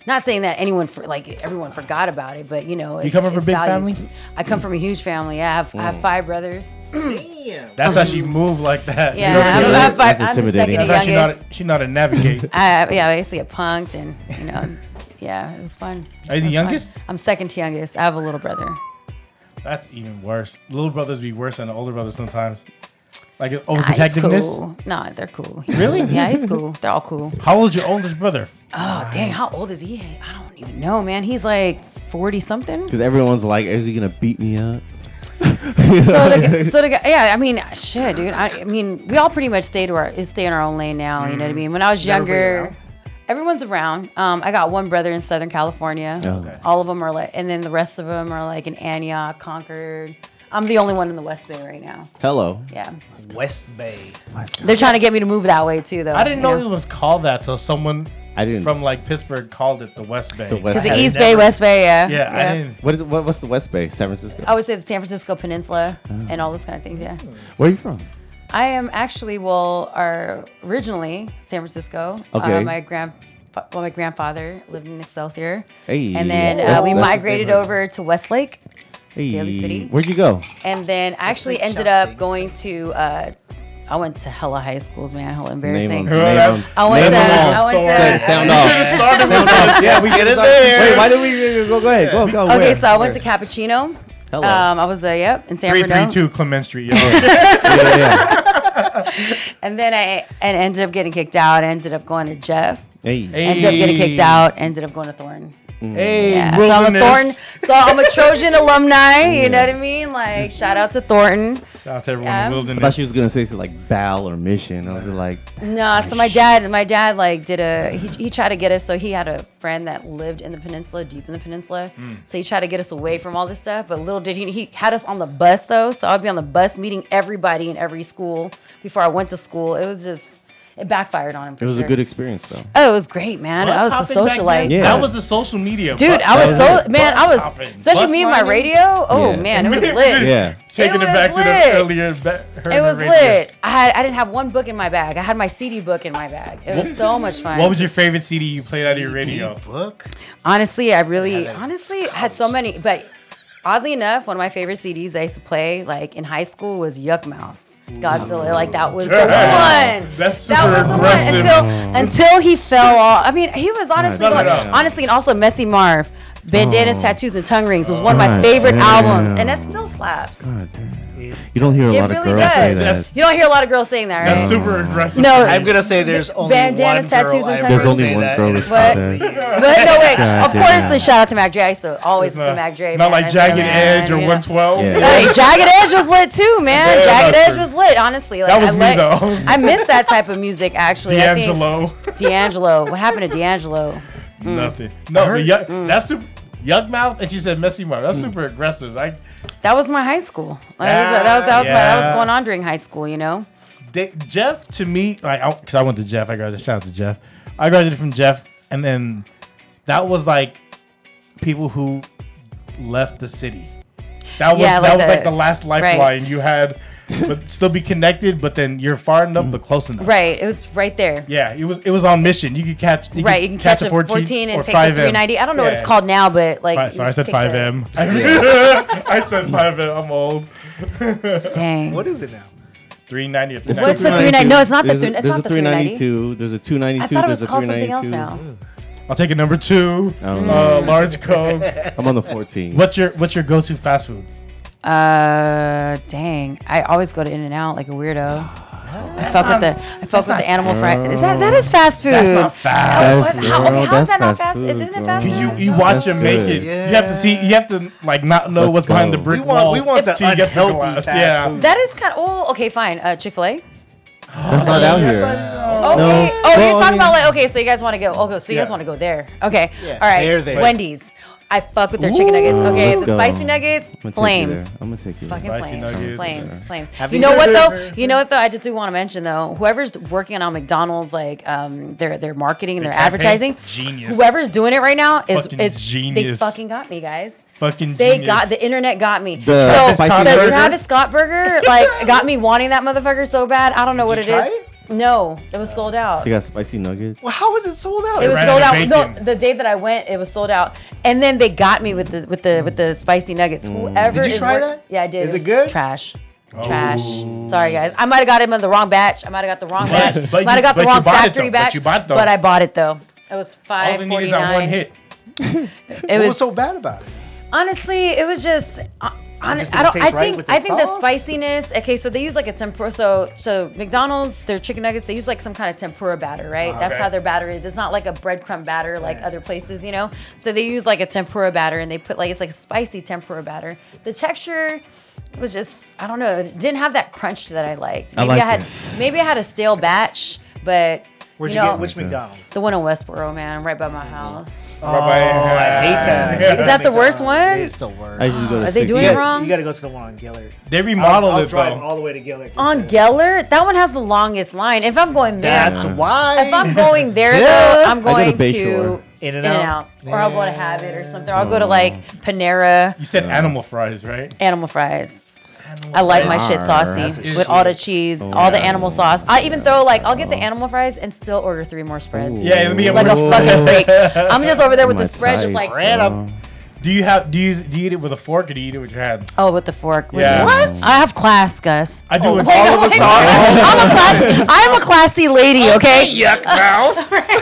S4: Not saying that anyone for like everyone forgot about it, but you know, it's,
S3: come from a
S4: it's
S3: big
S4: values.
S3: family? Mm.
S4: I come from a huge family. I have I have five brothers.
S3: That's how she moved like that.
S4: Yeah,
S3: You know what I'm
S4: I'm,
S3: saying?
S4: I'm
S6: That's-
S4: five-
S6: that's
S4: I'm the
S6: intimidating.
S4: second
S3: That's how she know, how
S4: youngest.
S3: to, she know how to navigate.
S4: I, yeah, I used to get punked, and you know, yeah, it was fun. It
S3: Are you the
S4: was fun.
S3: youngest?
S4: I'm second to youngest. I have a little brother.
S3: That's even worse. Little brothers be worse than the older brothers sometimes. Like an
S4: Nah, he's
S3: overprotectiveness.
S4: cool. No, they're cool. He's
S3: Really?
S4: cool. Yeah, he's cool. They're all cool.
S3: How old's your oldest brother?
S4: Oh, dang, how old is he? I don't even know, man. He's like forty something.
S6: Because everyone's like, is he gonna beat me up?
S4: So, the, so the, guy- yeah, I mean, shit, dude. I, I mean, we all pretty much stay to our is stay in our own lane now. You know what I
S3: Mm-hmm.
S4: mean? When I was younger, everyone's around. Um, I got one brother in Southern California.
S3: Oh,
S6: Okay.
S4: All of them are like, and then the rest of them are like in Antioch, Concord. I'm the only one in the West Bay right now.
S6: Hello.
S4: Yeah,
S5: West Bay.
S4: they're trying to get me to move that way too, though.
S3: I didn't know it was called that till someone
S6: I didn't-
S3: from like Pittsburgh called it the West Bay.
S6: The West
S4: because the
S6: Bay.
S4: East Bay, West Bay, yeah.
S3: Yeah, I didn't.
S6: What is what, What's the West Bay? San Francisco.
S4: I would say the San Francisco Peninsula and all those kind of things. Yeah,
S6: Where are you from?
S4: I am actually well, are originally San Francisco. Uh,
S6: Okay.
S4: my grand, well, my grandfather lived in Excelsior.
S6: Hey.
S4: And then uh,
S6: That's-
S4: we
S6: that's his
S4: migrated
S6: neighborhood.
S4: over to Westlake,
S6: Hey,
S4: Daly City.
S6: Where'd you go?
S4: and then I actually
S5: Westlake
S4: ended
S5: shopping
S4: up going to. Uh, I went to hella high schools, man. Hella
S6: Name 'em,
S4: embarrassing.
S6: name 'em.
S4: I went
S6: Name
S4: to.
S6: 'em all.
S4: I went to.
S6: Sound off. Sound off. Yeah, we get it there. Wait, why did we go? Go ahead. Go. Go.
S4: Okay,
S6: where?
S4: so I went to Cappuccino.
S6: Hello.
S4: Um, I was uh, yep in San
S3: Three
S4: Bruno.
S3: three two Clement Street. Yo.
S6: yeah, yeah.
S4: and then I and ended up getting kicked out. Ended up going to Jeff.
S6: Hey.
S4: Ended up getting kicked
S3: Hey.
S4: out. Ended up going to Thornton.
S3: hey,
S4: Yeah, so I'm a Thornton.
S3: wilderness.
S4: So I'm a Trojan alumni. You know what I mean? Like shout out to Thornton.
S3: Shout out to everyone
S4: Yeah.
S3: in
S6: I thought
S3: wilderness.
S6: she was gonna say something like Bal or Mission. I was like,
S4: No, so my dad, my dad like did a he, he tried to get us. So he had a friend that lived in the peninsula, deep in the peninsula.
S3: Mm.
S4: So he tried to get us away from all this stuff. But little did he, he had us on the bus though. So I'd be on the bus meeting everybody in every school before I went to school. It was just it backfired on him. For
S6: it was a
S4: sure.
S6: good experience though.
S4: Oh, it was great, man.
S3: Bus
S4: I was a
S3: hopping back
S4: socialite.
S3: then?
S6: Yeah.
S3: That was the social media.
S4: Dude,
S3: bu-
S4: I was
S6: that was
S4: so man. I
S3: Bus
S4: was
S3: hopping,
S4: especially
S3: bus
S4: me and my
S3: riding.
S4: radio. Oh
S6: Yeah.
S4: man, it was lit.
S6: Yeah.
S3: Taking it,
S4: was
S3: back to
S4: lit.
S3: the earlier. Ba- her
S4: It was
S3: radio.
S4: lit. I had I didn't have one book in my bag. I had my CD book in my bag. It was so much fun.
S3: What was your favorite CD you played out of your radio?
S5: Deep book.
S4: honestly, I really
S5: that
S4: honestly I had so many, but oddly enough, one of my favorite CDs I used to play like in high school was Yuck Mouth. Godzilla, like that was the one.
S3: That's super
S4: That was the
S3: aggressive.
S4: one until until he fell off. I mean, he was honestly
S3: Sum it
S4: like,
S3: up.
S4: honestly, and also Messy Marv,
S3: Oh.
S4: bandanas, tattoos, and tongue rings was one of my
S6: God
S4: favorite
S6: damn.
S4: albums, and that still slaps.
S6: God damn.
S5: it.
S6: You don't hear a
S4: It
S6: lot of
S4: really
S6: girls say
S4: does.
S6: that.
S4: You don't hear a lot of girls saying that, right?
S3: That's super aggressive.
S4: No,
S5: I'm gonna say there's only one
S4: Bandanas, tattoos,
S5: girl I
S4: and
S5: ever
S4: tigers.
S6: There's only
S5: say
S6: one
S5: that,
S6: girl
S5: and
S6: that's
S5: it's
S4: What?
S6: called that.
S4: But no, wait.
S6: God
S4: of course,
S6: damn.
S4: a shout out to Mac Dre. I used to always listen to Mac Dre. man.
S3: Not
S4: I
S3: like
S4: used to,
S3: Jagged
S4: man,
S3: Edge or
S4: you know.
S3: 112.
S6: Yeah.
S4: Hey, Jagged Edge was lit too, man.
S3: Yeah,
S4: Jagged
S3: that's
S4: Edge
S3: true.
S4: was lit, honestly. Like,
S3: That was
S4: I
S3: me,
S4: like-
S3: though.
S4: I miss that type of music, actually. I think- Mm.
S3: D'Angelo.
S4: D'Angelo. What happened to D'Angelo?
S3: Nothing. No, but yuck,
S4: Mm.
S3: that's super. Yuck mouth, and she said messy mouth. That's super aggressive. Like
S4: That was my high school. Like, that was, that was, that was my, that
S3: Yeah.
S4: was going on during high school, you know?
S3: they, Jeff to me, like because I, went to Jeff. I graduated. Shout out to Jeff. I graduated from Jeff, and then that was like people who left the city. That was
S4: Yeah,
S3: that
S4: like
S3: was
S4: the-
S3: like the last lifeline you had, but still be connected. But then you're far enough, but close enough.
S4: Right. It was right there.
S3: Yeah, it was it was on mission. You could catch you
S4: right.
S3: could
S4: You can catch, a 14,
S3: or
S4: and take the
S3: 5M.
S4: 390. I don't know what
S3: Yeah.
S4: it's called now, but like.
S3: Fi-
S4: you
S3: Sorry, I said
S4: take the-
S3: 5M. I said 5M. I'm old.
S4: Dang.
S5: What is it now?
S3: 390 or
S4: What's the
S3: 390.
S4: 390? No, it's not the
S6: There's a-
S4: three- it's
S6: There's
S4: not
S6: a
S4: the 390.
S6: 392. There's a
S4: I
S6: 292.
S4: thought it was
S6: There's a
S4: called something else now.
S6: 392.
S3: I'll take a number two.
S6: don't
S3: Uh, large coke.
S6: I'm on the 14.
S3: What's your what's your go-to fast food?
S4: Uh, dang. I always go to In and Out like a weirdo. I fuck
S3: Um,
S4: with the I fuck with the animal fry. Is that that is fast food?
S3: That's not fast.
S4: Oh,
S6: That's
S4: what- how, okay,
S6: girl,
S4: how is
S6: that's
S4: that not
S6: fast
S4: fast?
S6: food,
S4: Isn't it
S6: girl.
S4: fast?
S6: Did
S4: food?
S3: You you watch
S6: That's
S3: him make
S6: good.
S3: it. You have to see. You have to like not know
S6: Let's
S3: what's behind the
S6: go.
S3: brick
S5: We want
S3: wall.
S5: we want the
S3: till you get the
S5: unhealthy
S3: glass.
S5: fast
S3: Yeah.
S5: food.
S4: That is kind. oh, okay, fine. Uh, Chick Fil A. Okay.
S6: That's not out here.
S4: Oh,
S6: Well,
S4: you're talking
S6: I mean-
S4: about like okay. So you guys want to go? Okay, so you
S3: Yeah.
S4: guys want to go there? Okay.
S5: Yeah.
S4: All right.
S5: They're there.
S4: Wendy's. I fuck with their chicken nuggets.
S6: Ooh,
S4: Okay,
S6: let's
S4: the
S6: go.
S4: spicy nuggets,
S6: I'm gonna take you
S4: flames.
S6: there. I'm gonna take you. there.
S4: Fucking
S3: Spicy
S4: flames,
S3: nuggets.
S4: flames, flames.
S5: Have
S4: you
S5: you
S4: know what though?
S5: ever-
S4: You know what though? I just do want to mention though. Whoever's working on McDonald's, like um, their their marketing and their
S3: campaign?
S4: advertising,
S3: Genius.
S4: Whoever's doing it right now is
S3: Fucking
S4: is They
S3: genius.
S4: fucking got me, guys.
S3: Fucking
S4: They
S3: genius.
S4: got the internet got me.
S6: The
S4: so
S6: spicy
S4: the
S6: burger?
S4: Travis Scott burger like got me wanting that motherfucker so bad. I don't know what it is.
S5: you try
S4: No, it was sold out.
S6: They got spicy nuggets.
S5: Well, how was it sold out?
S4: It was
S3: ran
S4: sold
S3: out
S4: out.
S3: of
S4: No,
S3: bacon.
S4: the day that I went, it was sold out. And then they got me with the with the with the spicy nuggets.
S3: Mm.
S4: Whoever
S5: Did you
S4: is
S5: try
S4: wor-
S5: that?
S4: Yeah, I did.
S5: Is it
S4: was
S5: good?
S4: Trash.
S3: Oh.
S4: Trash. Sorry guys, I might have got him in the wrong batch. I might have got the wrong batch.
S3: but you-
S4: might have got
S3: but
S4: the
S3: you
S4: wrong
S3: bought it,
S4: factory
S3: though. But
S4: batch.
S3: you bought it, though.
S4: but I bought it though. It was
S3: All
S4: five
S3: they need
S4: forty
S3: is that one
S4: nine.
S3: hit.
S4: It
S5: what
S4: was
S5: was so bad about it?
S4: Honestly, it was just. hon-
S5: just
S4: Honest,
S5: didn't
S4: I don't.
S5: taste
S4: I
S5: right
S4: think.
S5: with the
S4: I think the
S5: sauce?
S4: spiciness. Okay, so they use like a tempura. So, so McDonald's, their chicken nuggets, they use like some kind of tempura batter, right? That's
S3: Okay.
S4: how their batter is. It's not like a breadcrumb batter like other places, you know. So they use like a tempura batter, and they put like it's like a spicy tempura batter. The texture was just. I don't know. It didn't have that crunch that I liked.
S6: I
S4: Maybe
S6: like
S4: had.
S6: this.
S4: Maybe I had a stale batch, but
S5: Where'd you
S4: you know,
S5: get which McDonald's?
S4: the one in Westboro, man, right by my house.
S5: Oh, I hate that. I hate
S4: Is that the worst
S5: McDonald's.
S4: one?
S5: It's the
S6: I
S5: worst.
S6: usually go to
S4: Are they
S6: 16.
S4: doing it wrong?
S5: You gotta go to the one on Gillard.
S3: They
S5: I'll,
S3: remodeled
S5: I'll
S3: it
S5: drive
S3: though.
S5: all the way to Gillard. just
S4: On
S5: to-
S4: Geller, that one has the longest line. If I'm going there,
S5: That's why.
S4: if I'm going there though,
S5: Yeah.
S4: I'm
S6: I go to
S4: going to
S6: Bayshore.
S5: In and Out.
S4: or I'll go to Habit or something. Or I'll go to like Panera,
S3: You said animal fries, right?
S4: Animal Fries. I like my shit saucy
S5: the
S4: with
S5: shit.
S4: all the cheese, all the animal sauce. I even throw like I'll get the animal fries and still order three more spreads.
S3: Yeah, let me get
S4: Like a
S3: one.
S4: fucking freak. I'm just over there with
S6: My
S4: the spread, just like
S6: type.
S3: Do you have do you do you eat it with a fork or do you eat it with your hand?
S4: oh, with the fork.
S3: Yeah.
S4: What? I have class, Gus.
S3: I do it with
S4: Wait,
S3: all
S4: no,
S3: of
S4: Oh, wait,
S3: us. Oh,
S4: no. I'm a classy. I'm a classy lady. Okay.
S3: Yuck mouth.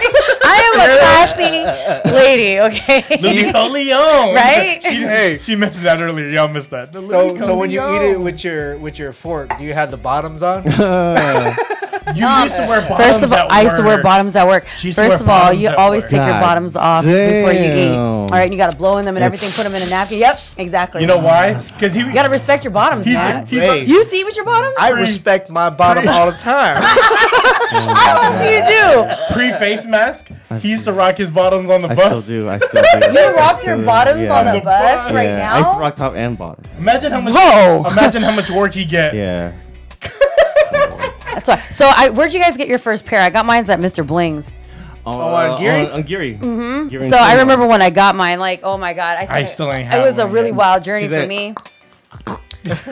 S4: I am a classy lady, okay?
S3: Lily Leon.
S4: Right?
S3: She,
S5: Hey.
S3: she mentioned that earlier. Y'all missed that. The
S5: So,
S3: Lily
S5: so when you eat
S3: Leon.
S5: it with your with your fork, do you have the bottoms on?
S3: you used to wear bottoms.
S4: First of all,
S3: at
S4: I used to wear
S3: work.
S4: bottoms at work.
S3: She used to wear
S4: First of all,
S3: bottoms
S4: you
S3: at
S4: always
S3: work.
S4: take your
S6: God
S4: bottoms off before you eat.
S6: damn.
S4: All right, and you gotta blow in them and everything, put them in a napkin. Yep, exactly.
S3: You know why? Because he
S4: You gotta respect your bottoms,
S3: he's,
S4: man.
S3: he's
S5: Hey.
S4: you used to eat with your bottoms?
S5: I respect my bottom all the time.
S4: I hope
S3: pre face mask. He used to rock his bottoms on the
S6: I
S3: bus.
S6: still do. I still do.
S4: you do. You rock
S6: I
S4: your
S6: still-
S4: bottoms
S6: yeah.
S4: on the
S3: The
S4: bus
S3: bus.
S4: right
S6: yeah.
S4: now?
S6: I used to rock top and bottom.
S3: Imagine how much.
S4: Whoa!
S3: Imagine how much work he get.
S6: Yeah.
S4: That's why. So, I, where'd you guys get your first pair? I got mine's at Mr. Bling's.
S8: Oh, uh,
S5: on Geary?
S6: Uh, On, on Geary. Mm-hmm.
S4: So I remember when I got mine, like, oh my god, I,
S3: I
S4: said-
S3: still
S4: It
S3: ain't had
S4: was a
S3: one
S4: really
S3: yet.
S4: wild journey
S6: She's
S4: for
S6: at-
S4: me.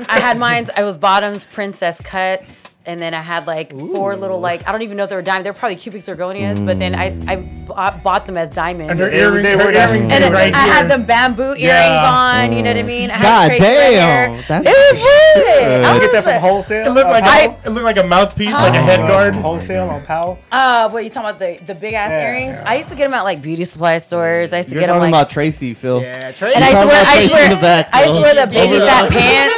S4: I had mines. I was bottoms, princess cuts, and then I had like four little like I don't even know if they were diamonds. They're probably cubic zirconias, but then I I bought, bought them as diamonds.
S3: And
S4: And,
S3: her
S5: They-
S3: earrings,
S5: they
S3: her
S5: were-
S3: earrings
S4: then
S3: were right
S4: I had
S3: here.
S4: them bamboo earrings
S3: Yeah.
S4: on. You know what I mean? I
S6: God
S4: had crazy red
S6: damn,
S4: hair.
S6: that's-
S4: It was lit.
S5: Did you
S4: I
S5: get that
S4: was
S5: from
S4: a-
S5: wholesale?
S3: It looked like
S5: on
S3: a, it looked like a mouthpiece, like a
S4: Oh.
S3: head
S6: Oh,
S5: Powell?
S3: guard.
S5: wholesale on Powell.
S4: Uh, what you talking about the the big ass
S5: Yeah.
S4: earrings? I used to get them at like beauty supply stores. I used to
S6: You're
S4: get them
S6: talking
S4: like
S6: about Tracy, Phil.
S5: Tracy.
S4: And I
S6: Talking
S4: swear,
S6: about
S4: I
S6: Tracy in
S4: swear,
S6: the back,
S4: I
S6: though.
S4: swear the baby
S3: Over
S4: fat
S3: the-
S4: pants.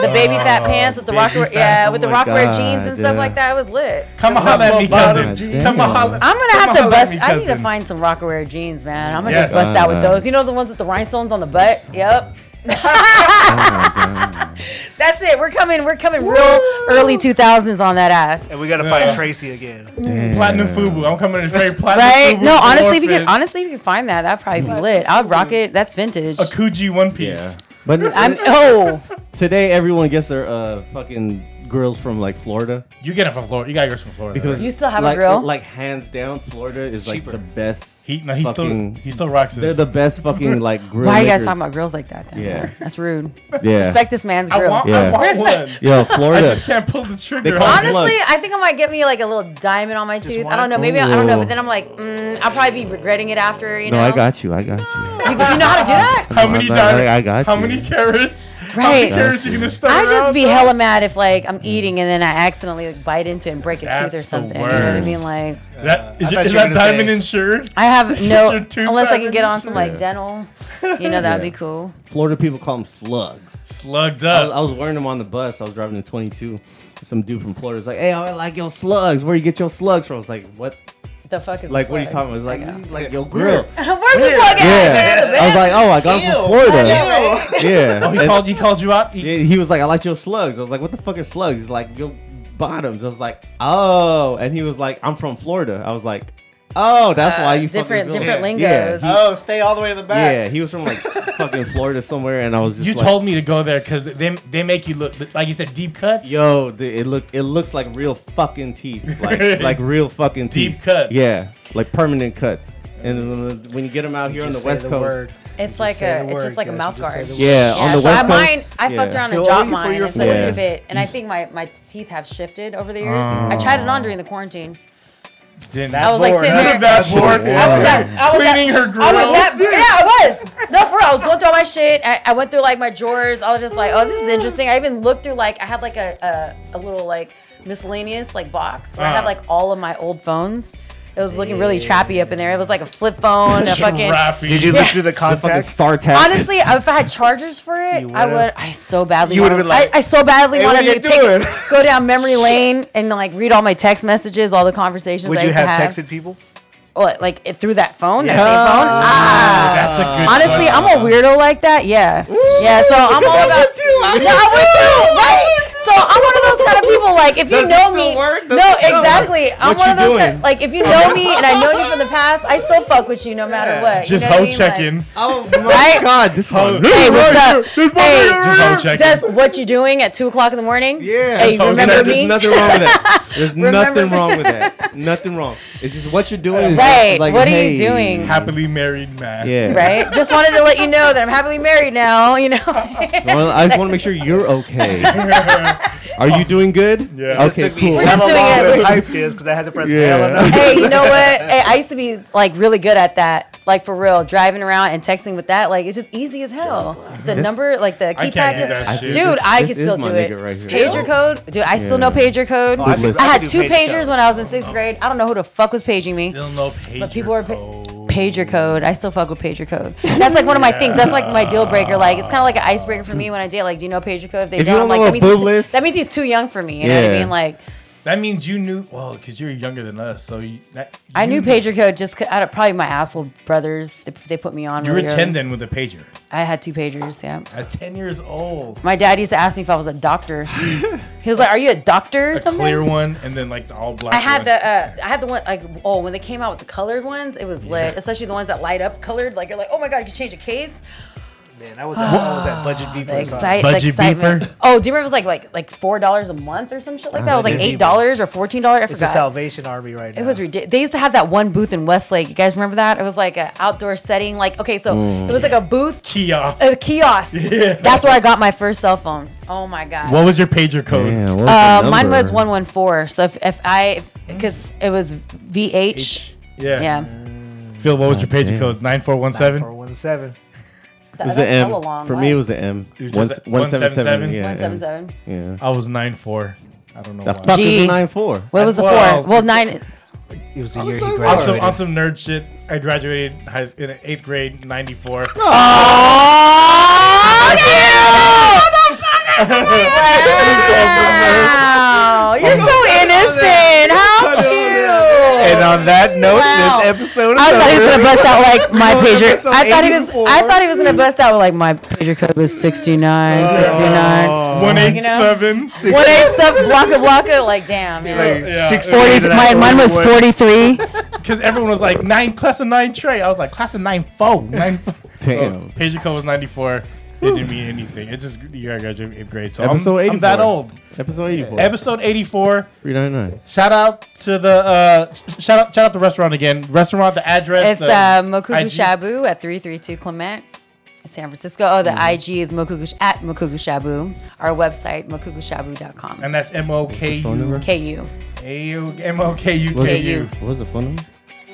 S4: the baby fat pants with the
S8: baby
S4: rockwear,
S8: fat-
S4: yeah,
S6: oh
S4: with the
S6: my
S4: rockwear
S6: God,
S4: jeans and
S6: yeah.
S4: stuff like that. It was lit.
S8: Come on, holla at me,
S6: bottom
S8: cousin.
S6: jeans.
S8: Come on, holla.
S4: I'm gonna
S8: come
S4: have to
S8: holla at
S4: bust.
S8: me,
S4: I need to
S8: cousin.
S4: find some rockwear jeans, man. I'm gonna
S8: Yes.
S4: just bust out with
S6: Uh,
S4: those. You know the ones with the rhinestones on the butt. Yep. That's it. We're coming. We're coming real early 2000s on that ass.
S5: And we gotta find Tracy again.
S8: platinum fubu. I'm coming in this very platinum
S4: Right?
S8: fubu.
S4: No,
S8: with the
S4: honestly, if you
S8: orphan.
S4: can honestly if you can find that, that'd probably be lit. I'd rock it. That's vintage.
S8: a Kuji one piece.
S6: Yeah. But
S4: I'm oh
S6: today everyone gets their uh, fucking grills from like Florida
S8: You get it from Florida. You got yours from Florida.
S6: because
S4: You still have a
S6: like,
S4: grill?
S6: Like hands down, Florida is like the best.
S8: he, no, he still
S6: fucking-
S8: he still rocks
S6: They're
S8: it.
S6: the best fucking like grill.
S4: why are you guys
S6: makers.
S4: talking about girls like that? Then?
S6: Yeah.
S4: That's rude.
S6: Yeah.
S4: Respect this man's
S8: I
S4: grill.
S8: want, I
S6: Yeah.
S8: want one.
S4: Respect-
S6: Yo,
S8: I
S6: Florida.
S8: just can't pull the trigger.
S6: call
S8: on
S6: it
S8: it.
S4: Honestly,
S6: Look.
S4: I think I might get me like a little diamond on my tooth. I
S5: one?
S4: don't know. Maybe I, I don't know. But
S6: Ooh.
S4: then I'm like, mm, I'll probably be regretting it after. You
S6: no,
S4: know.
S6: I got you. I got you.
S4: You, you know how to do that?
S8: how many
S6: I- I-
S8: diamonds?
S6: I got
S8: How
S6: you.
S8: many carrots? How many
S4: Right.
S8: carrots you gonna stir
S4: I just
S8: around,
S4: be
S8: bro?
S4: hella mad if like I'm eating and then I accidentally like bite into it and break a
S8: That's
S4: tooth or
S8: the
S4: something. You know what I
S8: worst.
S4: mean? Like
S8: That
S5: I
S8: is, your,
S5: thought
S8: is
S5: you were
S8: that
S5: gonna
S8: diamond
S5: say-
S8: insured?
S4: I have
S8: your
S4: no
S8: tooth
S4: unless I can
S8: back
S4: get
S8: in
S4: on some like dental. You know that'd be cool.
S6: Florida people call them slugs.
S8: Slugged
S6: I was, I
S8: up.
S6: was wearing them on the bus. I was driving in 22. Some dude from Florida's like, "Hey, I like your slugs. Where you get your slugs from?" I was like, "What?
S4: The fuck is
S6: Like,
S4: this
S6: what are you talking about?" He's like,
S4: Okay.
S6: "You "Like your grill."
S4: Where's this plug at, man? The
S6: I was like, "Oh, I got them from Florida."
S4: best-
S6: Yeah.
S8: Oh, he
S6: And-
S8: called. He called you out. He-
S6: Yeah, he was like, I like your slugs. I was like, what the fuck are slugs? He's like, your bottoms. I was like, oh. And he was like, I'm from Florida. I was like, oh, that's why you fucking
S4: different
S6: built
S4: different
S6: it."
S4: lingos.
S6: Yeah,
S5: Oh, stay all the way in the
S6: he, yeah,
S5: back.
S6: he was from like fucking Florida somewhere, and I was just
S8: You
S6: like,
S8: told me to go there because they they make you look like you said deep cuts.
S6: yo, dude, it looked it looks like real fucking teeth, like like real fucking teeth,
S8: Deep cuts.
S6: Yeah, like permanent cuts. And when- when you get them out here on the
S5: Just
S6: West
S5: say
S6: Coast,
S5: word.
S4: It's like
S5: say
S4: a
S5: the
S4: it's
S5: word,
S4: just like a
S5: guys,
S4: mouth
S5: just say
S4: guard.
S5: the
S6: yeah, on the
S4: so
S6: West
S4: I,
S6: Coast,
S4: mine, I
S6: yeah.
S4: fucked around
S5: Still
S4: and dropped
S5: owe you for
S4: mine, and
S5: your
S4: it's like a
S6: Yeah. Oh.
S4: little bit. And I think my, my teeth have shifted over the years. I tried it on during the quarantine.
S8: Then
S4: I was like
S8: bored.
S4: sitting
S8: None
S4: there-
S8: of that board.
S4: I was at, I was at-
S8: Cleaning her
S4: I was at,
S8: grills.
S4: yeah, I was. No, for real. I was going through all my shit. I, I went through like my drawers. I was just like, oh, this is interesting. I even looked through like I had like a a, a little like miscellaneous like box where I
S5: Uh-huh.
S4: had
S8: Uh.
S4: like all of my old phones. It was looking really trappy up in there. It was like a flip phone, a fucking.
S8: Rappy.
S5: Did you
S4: Yeah.
S5: look through the
S6: fucking
S5: contacts?
S6: star tap.
S4: Honestly, if I had chargers for it,
S5: You
S4: I
S5: would've-
S4: would. I so badly.
S5: You would've
S4: wanted-
S5: been like,
S4: I, I so badly
S5: "Hey, what
S4: wanted
S5: are
S4: to
S5: you
S4: take,
S5: doing?"
S4: go down memory lane and like read all my text messages, all the conversations.
S5: Would
S4: I
S5: you
S4: used to
S5: have
S4: have
S5: texted people?
S4: What, like it, through that phone, that same phone. Ah.
S8: That's a good.
S4: Honestly,
S8: one.
S4: I'm a weirdo like that. Yeah, yeah. So I'm all about. No, I would too. Right. So I'm one of those kind of people. Like if you
S6: Does it
S4: know
S6: still
S4: me,
S6: work? Does
S4: no,
S6: it still work?
S4: exactly. I'm
S6: What
S4: one
S6: you
S4: of those.
S6: doing?
S4: Kind like if you know me and I know you from the past, I still fuck with you no matter what.
S8: Just
S4: you know what I
S8: hoe
S4: mean?
S8: checking.
S6: oh
S4: Right?
S6: my god, this one.
S4: Like, hey, what's up?
S8: Just hoe
S4: Hey,
S8: checking.
S4: that's what you doing at two o'clock in the morning?
S6: Yeah.
S4: Hey,
S8: hoe
S4: remember
S8: checking.
S4: me?
S6: There's nothing wrong with that. There's
S4: Remember
S6: nothing
S4: me.
S6: wrong with that. Nothing wrong. It's just what you're doing. is
S4: Right.
S6: just like,
S4: what are
S6: hey.
S4: you doing?
S8: happily married man.
S6: Yeah.
S4: Right. Just wanted to let you know that I'm happily married now. You know.
S6: Well, I just want to make sure you're okay. Are you doing good?
S8: Yeah.
S6: Okay. Cool.
S4: just
S5: How
S4: doing it.
S5: long to type this because I had to press
S6: Yeah.
S5: hell enough.
S4: hey, you know what? Hey, I used to be like really good at that. Like for real, driving around and texting with that, like it's just easy as hell. The number, like the
S8: I
S4: keypad,
S8: can't do that
S4: just-
S8: shit.
S4: dude,
S6: This-
S4: I
S6: this
S4: can
S6: is
S4: still
S6: my
S4: do it.
S6: nigga right here.
S4: pager code, dude, I still know
S6: Yeah.
S4: pager code.
S5: I could-
S4: I
S5: I
S4: had
S5: could
S4: two
S5: do pager
S4: pagers
S5: code.
S4: when I was in sixth grade. I don't know who the fuck was paging me.
S8: Still no pager
S4: But people are pa-
S8: code.
S4: pager code. I still fuck with pager code. That's like one of my things. That's like my deal breaker. Like it's kind of like an icebreaker for me when I date. Like, do you know pager code? If they
S6: If you
S4: don't,
S6: don't
S4: I'm
S6: know
S4: like
S6: what
S4: that means,
S6: boob
S4: he's
S6: list-
S4: too, that means he's too young for me. You know what I
S6: Yeah.
S4: mean? Like.
S8: That means you knew. Well, because you're younger than us, so you, that,
S4: I
S8: you
S4: knew pager code just 'cause- out of probably my asshole brothers. They- They put me on.
S8: You were
S4: really early.
S8: ten then with a pager.
S4: I had two pagers. Yeah.
S8: At ten years old,
S4: My dad used to ask me if I was a doctor. he was like, "Are you a doctor or
S8: a
S4: something?"
S8: clear one, and then like the all black.
S4: I had
S8: one.
S4: the uh, I had the one like oh when they came out with the colored ones it was lit especially the ones that light up colored like you're like oh my god you can change a case
S5: Man, I was at, I was at budget beef.
S4: the,
S5: or something.
S4: excite, the
S8: Budget
S4: excitement
S8: beeper?
S4: oh do you remember it was like like like four dollars a month or some shit like that it was like
S5: Budget
S4: eight dollars or fourteen dollars I
S5: It's the
S4: forgot
S5: Salvation Army right now.
S4: It was ridiculous. They used to have that one booth in Westlake. You guys remember that? It was like an outdoor setting. Like, okay, so it was like a booth,
S8: kiosk.
S4: a kiosk. That's where I got my first cell phone. Oh my god.
S8: what was your pager code?
S6: Damn, what
S4: uh,
S6: the
S4: mine was
S6: number?
S4: one one four. So if, if I because it was VH.
S8: Yeah.
S4: Yeah.
S8: Phil, what was your pager code? Nine four one
S5: Four
S8: seven.
S5: one seven.
S6: It was an M. For me, it was an M.
S8: was
S6: One-
S8: just a-
S6: 177. Yeah.
S4: one seven seven.
S6: M. Yeah.
S8: I was nine four. I don't know
S6: The
S8: why.
S6: fuck is
S4: Gee.
S6: a nine four?
S4: What was the
S8: Well-
S4: four? Well, nine.
S5: It was the year he
S8: On some, on
S5: graduated.
S8: some nerd shit, I graduated high, s- in eighth grade, 94.
S4: Oh, Wow, you're so innocent. How cute.
S6: uh,
S5: And on that note,
S4: Wow.
S5: this episode
S4: I thought he
S5: is
S4: was
S5: over.
S4: gonna bust out like my pager.
S5: episode
S4: I thought he was. I thought he was gonna bust out with like my pager code was 69, 69,
S3: One eight
S4: You know?
S3: seven.
S4: one eight seven, blocka blocka. Like damn, man.
S5: Like, six
S4: Forty.
S5: years and I
S4: My, mine was
S5: forty-one.
S4: forty three.
S3: Because everyone was like nine class of nine tray. I was like class of nine four. Nine.
S6: Damn.
S3: Page code was ninety four. It didn't mean anything. It's just the year I graduated eighth grade. So I'm,
S6: Episode
S3: I'm that
S6: 84.
S3: old.
S6: Episode 84.
S3: Episode eighty four.
S6: 399.
S3: Shout out to the uh, sh- shout out shout out the restaurant again. Restaurant, the address.
S4: It's
S3: the
S4: uh, Mokuku
S3: IG.
S4: Shabu at 332 Clement, San Francisco. Oh, the IG is Mokuku sh- at Mokuku Shabu. Our website, mokukushabu.com.
S3: and that's M O K
S6: Phone
S3: U
S6: number?
S4: KU.
S3: A U M O K U
S6: What's
S3: K
S6: it-
S3: U.
S6: What was the phone
S4: Oh.
S6: number?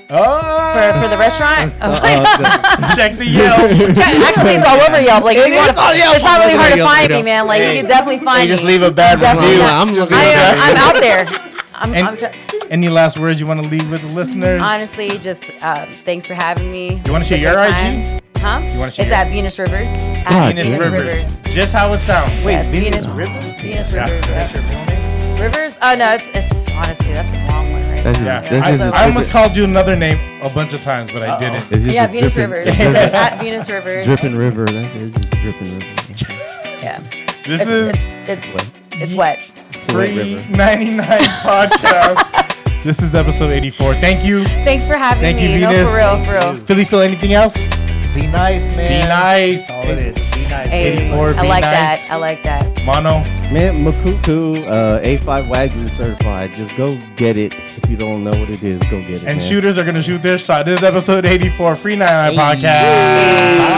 S4: For,
S3: Oh,
S4: for the restaurant? Oh,
S6: Uh,
S3: check the Yelp.
S4: actually, it's all over Yelp. Like, you wanna- It's not really hard to find me, man. Like, you can definitely find
S5: just
S4: me.
S5: leave a bad
S4: Definitely
S5: review.
S4: not-
S6: I'm looking
S4: I
S6: at
S4: am, I'm out there. I'm,
S3: And-
S4: I'm t-
S3: Any last words you want to leave with the listeners?
S4: honestly, just uh, thanks for having me.
S3: You wanna
S4: This is
S3: share
S4: a
S3: your
S4: great
S3: IG?
S4: time. Huh?
S3: You wanna share
S4: It's
S3: your-
S4: at Venus Rivers.
S6: Ah,
S4: At
S3: Venus Rivers. Just how it sounds.
S4: Wait, yes, Venus, Rivers? Venus
S3: Yeah,
S4: Rivers.
S3: that's your full name?
S4: Rivers? Oh no, it's it's honestly that's a long one, right?
S6: That's-
S3: Yeah.
S6: This
S3: I,
S6: is a-
S3: I almost called you another name a bunch of times, but I
S6: it's
S3: didn't.
S6: just
S4: yeah,
S6: a
S4: Venus
S6: dripping-
S4: Rivers. It's at Venus Rivers.
S6: Dripping river. That's it. It's just dripping river.
S4: Yeah.
S3: This
S4: It's
S3: is
S4: it's it's, it's wet.
S6: Flat
S3: free
S6: river.
S3: 99 podcast. This is episode 84. Thank you.
S4: Thanks for having
S3: Thank
S4: me.
S3: you,
S4: no,
S3: Venus.
S4: for real, for real.
S3: Philly, feel anything else?
S5: Be nice, man.
S3: Be nice.
S5: That's all it is. Be nice.
S4: Hey,
S3: 84,
S4: I
S3: be
S4: like
S3: nice.
S4: that. I like that.
S3: Mono.
S6: Man, Makuku, uh, A5 Wagyu certified. Just go get it. If you don't know what it is, go get it.
S3: And
S6: man.
S3: shooters are going to shoot their shot. This is episode 84, Free 99 podcast. Bye.